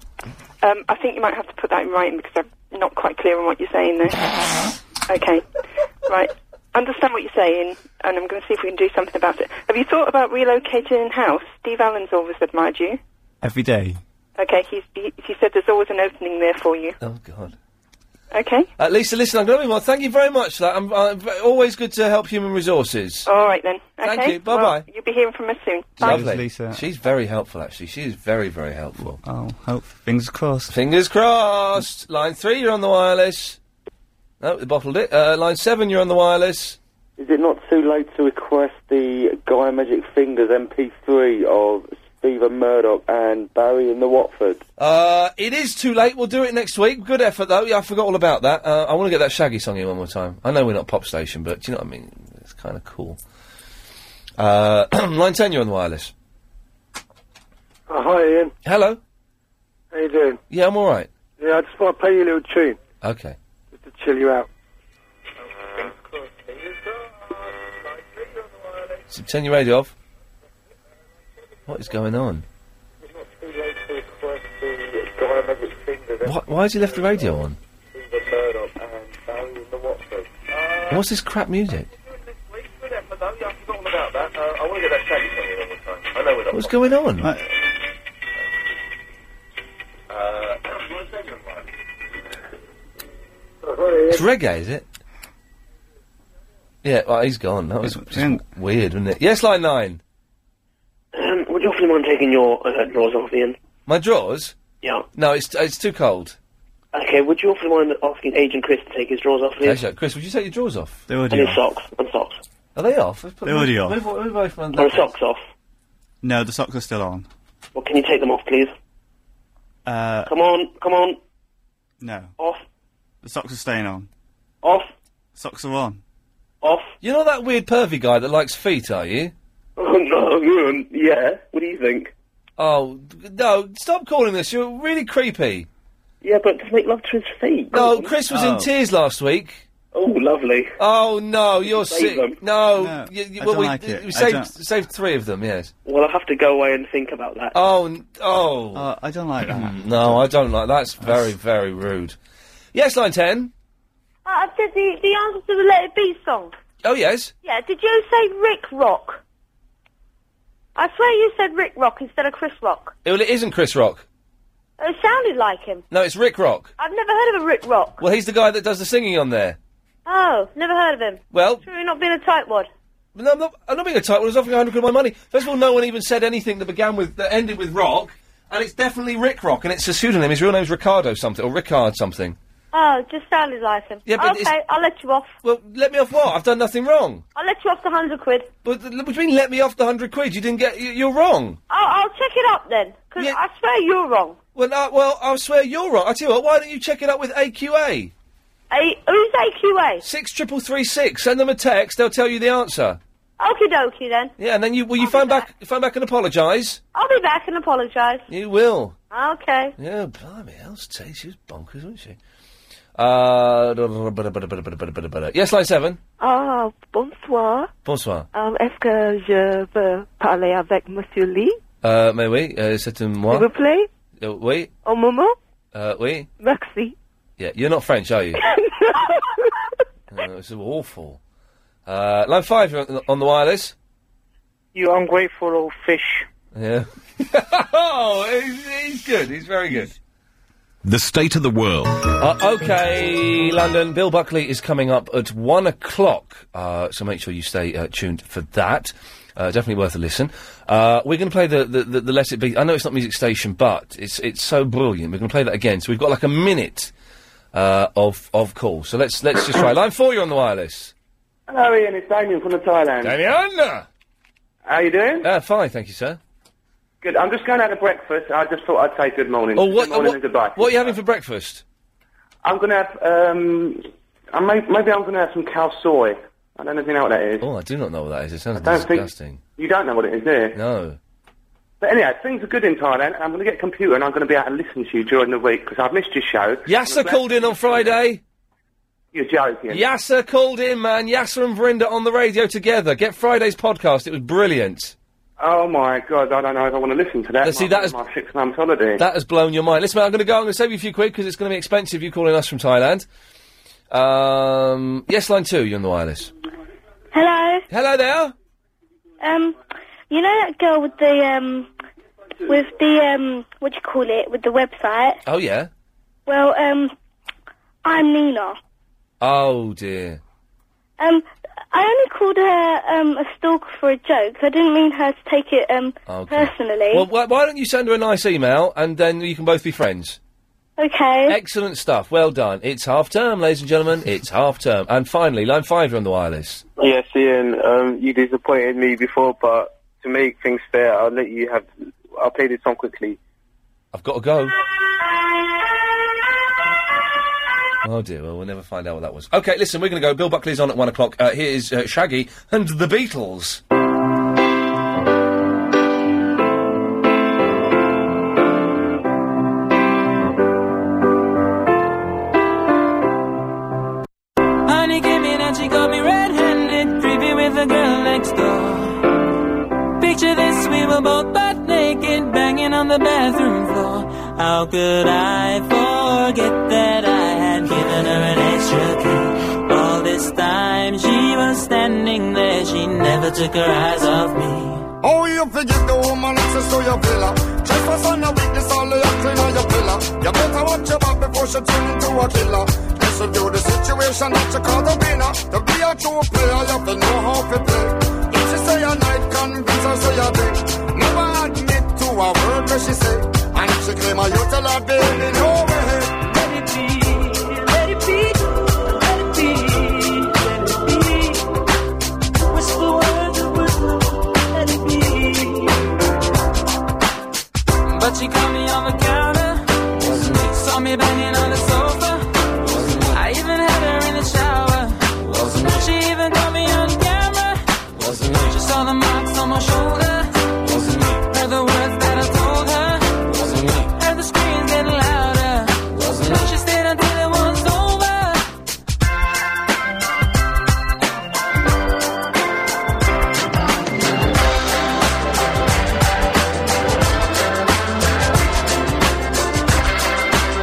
Speaker 50: Um, I think you might have to put that in writing because I'm not quite clear on what you're saying there. okay. Right. Understand what you're saying, and I'm going to see if we can do something about it. Have you thought about relocating in house? Steve Allen's always admired you.
Speaker 6: Every day.
Speaker 50: Okay, he's, he, he said there's always an opening there for you.
Speaker 1: Oh God.
Speaker 50: Okay?
Speaker 1: Uh, Lisa, listen, I'm going to move on. Thank you very much for that. I'm, uh, v- always good to help human resources.
Speaker 50: All right then. Okay?
Speaker 1: Thank you. Bye
Speaker 50: Well,
Speaker 1: bye.
Speaker 50: you'll be hearing from us soon. Bye.
Speaker 1: Lovely. Lisa. She's very helpful, actually. She is very, very helpful.
Speaker 6: Oh, hope. Fingers crossed.
Speaker 1: Fingers crossed. Line three, you're on the wireless. No, they bottled it. Uh, line seven, you're on the wireless.
Speaker 5: Is it not too late to request the Guy Magic Fingers MP3 of Stephen Murdoch and Barry in the Watford?
Speaker 1: Uh, it is too late. We'll do it next week. Good effort, though. Yeah, I forgot all about that. Uh, I want to get that Shaggy song in one more time. I know we're not pop station, but do you know what I mean? It's kind of cool. Uh, line ten, you're on the wireless.
Speaker 8: Oh, hi, Ian.
Speaker 1: Hello.
Speaker 8: How you doing?
Speaker 1: Yeah, I'm all right.
Speaker 8: Yeah, I just want to play you a little tune
Speaker 1: Okay.
Speaker 8: just to chill you out.
Speaker 1: So turn your radio off. What is going on? Why, why has he left the radio on? What's this crap music? What's going on?
Speaker 8: Uh,
Speaker 1: It's reggae, is it? Yeah, well, he's gone. That was just weird, wasn't it? Yes, line nine.
Speaker 9: Um, would you often mind taking your uh, drawers off, Ian?
Speaker 1: My drawers?
Speaker 9: Yeah.
Speaker 1: No, it's it's too cold.
Speaker 9: Okay, would you often mind asking Agent Chris to take his drawers off, please?
Speaker 1: Actually, Chris, would you take your drawers off?
Speaker 6: They're
Speaker 9: and his socks. And socks.
Speaker 1: Are they off? Let's put-
Speaker 6: They're already
Speaker 1: move-
Speaker 6: off.
Speaker 1: Move, move away from
Speaker 9: Are
Speaker 1: that.
Speaker 9: his socks off?
Speaker 6: No, the socks are still on.
Speaker 9: Well, can you take them off, please?
Speaker 6: Uh,
Speaker 9: Come on, come on.
Speaker 6: no.
Speaker 9: Off.
Speaker 6: The socks are staying on.
Speaker 9: Off.
Speaker 6: Socks are on.
Speaker 9: Off.
Speaker 1: You're not that weird pervy guy that likes feet, are you?
Speaker 9: Oh, no, um, yeah. What do you think?
Speaker 1: Oh, no, stop calling this. You're really creepy.
Speaker 9: Yeah, but just make love to his feet.
Speaker 1: No, Chris was
Speaker 12: Oh.
Speaker 1: in tears last week.
Speaker 9: Oh, lovely.
Speaker 1: Oh, no, you're
Speaker 9: save
Speaker 1: sick.
Speaker 9: them?
Speaker 1: No,
Speaker 9: No,
Speaker 1: you, you,
Speaker 9: I
Speaker 1: well,
Speaker 9: don't
Speaker 1: we,
Speaker 9: like it.
Speaker 1: we
Speaker 9: I
Speaker 1: saved,
Speaker 9: don't-
Speaker 1: saved three of them, yes.
Speaker 9: Well, I'll have to go away and think about that.
Speaker 1: Oh, n- oh. Mm,
Speaker 6: I don't like that.
Speaker 1: no, I don't like That's very, very rude. Yes, line 10.
Speaker 26: Uh, the, the, the answer to the Let It Be song.
Speaker 1: Oh, yes.
Speaker 26: Yeah, did you say Rick Rock?
Speaker 39: I swear you said Rick Rock instead of Chris Rock.
Speaker 1: Well, it isn't Chris Rock.
Speaker 39: It sounded like him.
Speaker 1: No, it's Rick Rock.
Speaker 39: I've never heard of a Rick Rock.
Speaker 1: Well, he's the guy that does the singing on there.
Speaker 39: Oh, never heard of him.
Speaker 1: Well,
Speaker 39: Surely not being a tightwad.
Speaker 1: no, I'm not, I'm not being a tight one. I was offering 100 quid of my money. First of all, no one even said anything that began with that ended with Rock, and it's definitely Rick Rock, and it's a pseudonym. His real name's Ricardo something or Ricard something.
Speaker 39: Oh, just sounded like him.
Speaker 1: Yeah, but
Speaker 39: okay,
Speaker 1: it's-
Speaker 39: I'll let you off.
Speaker 1: Well, let me off what? I've done nothing wrong.
Speaker 39: I'll let you off the hundred quid.
Speaker 1: But th- what do you mean? Let me off the 100 quid? You didn't get. You, you're wrong.
Speaker 39: I'll, I'll check it up then, because I swear you're wrong.
Speaker 1: Well, no, well, I swear you're wrong. I tell you what. Why don't you check it up with AQA?
Speaker 39: A- who's AQA?
Speaker 1: Six triple three six. Send them a text. They'll tell you the answer.
Speaker 39: Okie dokie then.
Speaker 1: Yeah, and then you will you phone back, phone back and apologise.
Speaker 39: I'll be back and apologise.
Speaker 1: You will.
Speaker 39: Okay.
Speaker 1: Yeah, blimey, I was saying she was bonkers, wasn't she? Uh, yes, line seven.
Speaker 12: Ah, bonsoir.
Speaker 1: Bonsoir.
Speaker 12: Um, Est-ce que je peux parler avec Monsieur Lee,
Speaker 1: Euh, mais oui, euh, c'est un
Speaker 12: s'il
Speaker 1: moi.
Speaker 12: vous plaît,
Speaker 1: Euh, oui,
Speaker 12: au moment?
Speaker 1: uh, oui.
Speaker 12: Merci.
Speaker 1: Yeah, you're not French, are you? uh, this is awful. Uh, line five, you're on the- on the wireless.
Speaker 19: You ungrateful old fish.
Speaker 1: Yeah. oh, he's, he's good. He's very good.
Speaker 51: The state of the world.
Speaker 1: Uh, okay, London. Bill Buckley is coming up at one o'clock, uh, so make sure you stay uh, tuned for that. Uh, definitely worth a listen. Uh, we're going to play the, the, the, the Let It Be. I know it's not Music Station, but it's it's so brilliant. We're going to play that again. So we've got like a minute uh, of of call. So let's let's just try. Line four, you're on the wireless.
Speaker 2: Hello, Ian. It's Damien from the Thailand.
Speaker 1: Damien!
Speaker 2: How you doing?
Speaker 1: Uh, fine, thank you, sir.
Speaker 2: Good. I'm just going out to breakfast. I just thought I'd say good morning.
Speaker 1: Oh, what-
Speaker 2: good morning
Speaker 1: what-
Speaker 2: and goodbye.
Speaker 1: What are you having for breakfast?
Speaker 2: I'm going to have, um, I may, maybe I'm going to have some cow soy. I don't know if you know what that is.
Speaker 1: Oh, I do not know what that is. It sounds
Speaker 2: don't think-
Speaker 1: disgusting.
Speaker 2: You don't know what it is, do you?
Speaker 1: No.
Speaker 2: But anyhow, things are good in Thailand. and I'm going to get a computer and I'm going to be able to listen to you during the week because I've missed your show.
Speaker 1: Yasser called in on Friday.
Speaker 2: You're joking.
Speaker 1: Yasser called in, man. Yasser and Verinda on the radio together. Get Friday's podcast. It was brilliant.
Speaker 2: Oh my God, I don't know if I want to listen to that.
Speaker 1: see,
Speaker 2: my,
Speaker 1: that is-
Speaker 2: my six month holiday.
Speaker 1: That has blown your mind. Listen, man, I'm going to go. I'm going to save you a few quid because it's going to be expensive. You calling us from Thailand? Um, yes, line two. You're on the wireless.
Speaker 2: Hello.
Speaker 1: Hello there.
Speaker 2: Um, you know that girl with the um, with the um, what do you call it, with the website?
Speaker 1: Oh yeah.
Speaker 2: Well, um, I'm Nina.
Speaker 1: Oh dear.
Speaker 2: Um, I only called her um a stalker for a joke. I didn't mean her to take it um
Speaker 1: Ah, Okay.
Speaker 2: personally.
Speaker 1: Well, wh- why don't you send her a nice email and then you can both be friends.
Speaker 2: okay.
Speaker 1: Excellent stuff. Well done. It's half term, ladies and gentlemen. It's half term. And finally, line five. You're on the wireless.
Speaker 20: Yes, Ian, um, you disappointed me before, but to make things fair, I'll let you have. I'll play this song quickly.
Speaker 1: I've got to go. Oh dear, well, we'll never find out what that was. Okay, listen, we're going to go. Bill Buckley's on at one o'clock. Uh, here is uh, Shaggy and the Beatles.
Speaker 38: Honey came in and she caught me red-handed, creeping with the girl next door. Picture this, we were both butt naked, banging on the bathroom floor. How could I forget that I had given her an extra key? All this time she was standing there, she never took her eyes off me.
Speaker 22: Oh, you forget the woman access to your villa. Just on your weakness, all the clean on your pillar. You better watch your back before she turn into a killer. This will do the situation that you call the winner. To be a true player, you have to know how to play. If she say a night, convince her say a day. Never admit to a word that she say. And if she claim a you tell her, baby, no way. Let it be, let it be, let it be, let it be.
Speaker 38: Whisper words of wisdom, let it be. But she caught me on the counter. Saw me banging on the sofa. I even had her in the shower. She even caught me on camera. She saw the marks on my shoulder. Heard the words that I told her. Heard the screams getting louder. She stayed until it was over.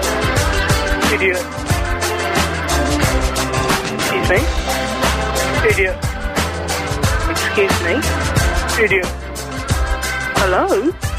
Speaker 19: Idiot. Excuse me? Idiot. Excuse me? Idiot. Hello?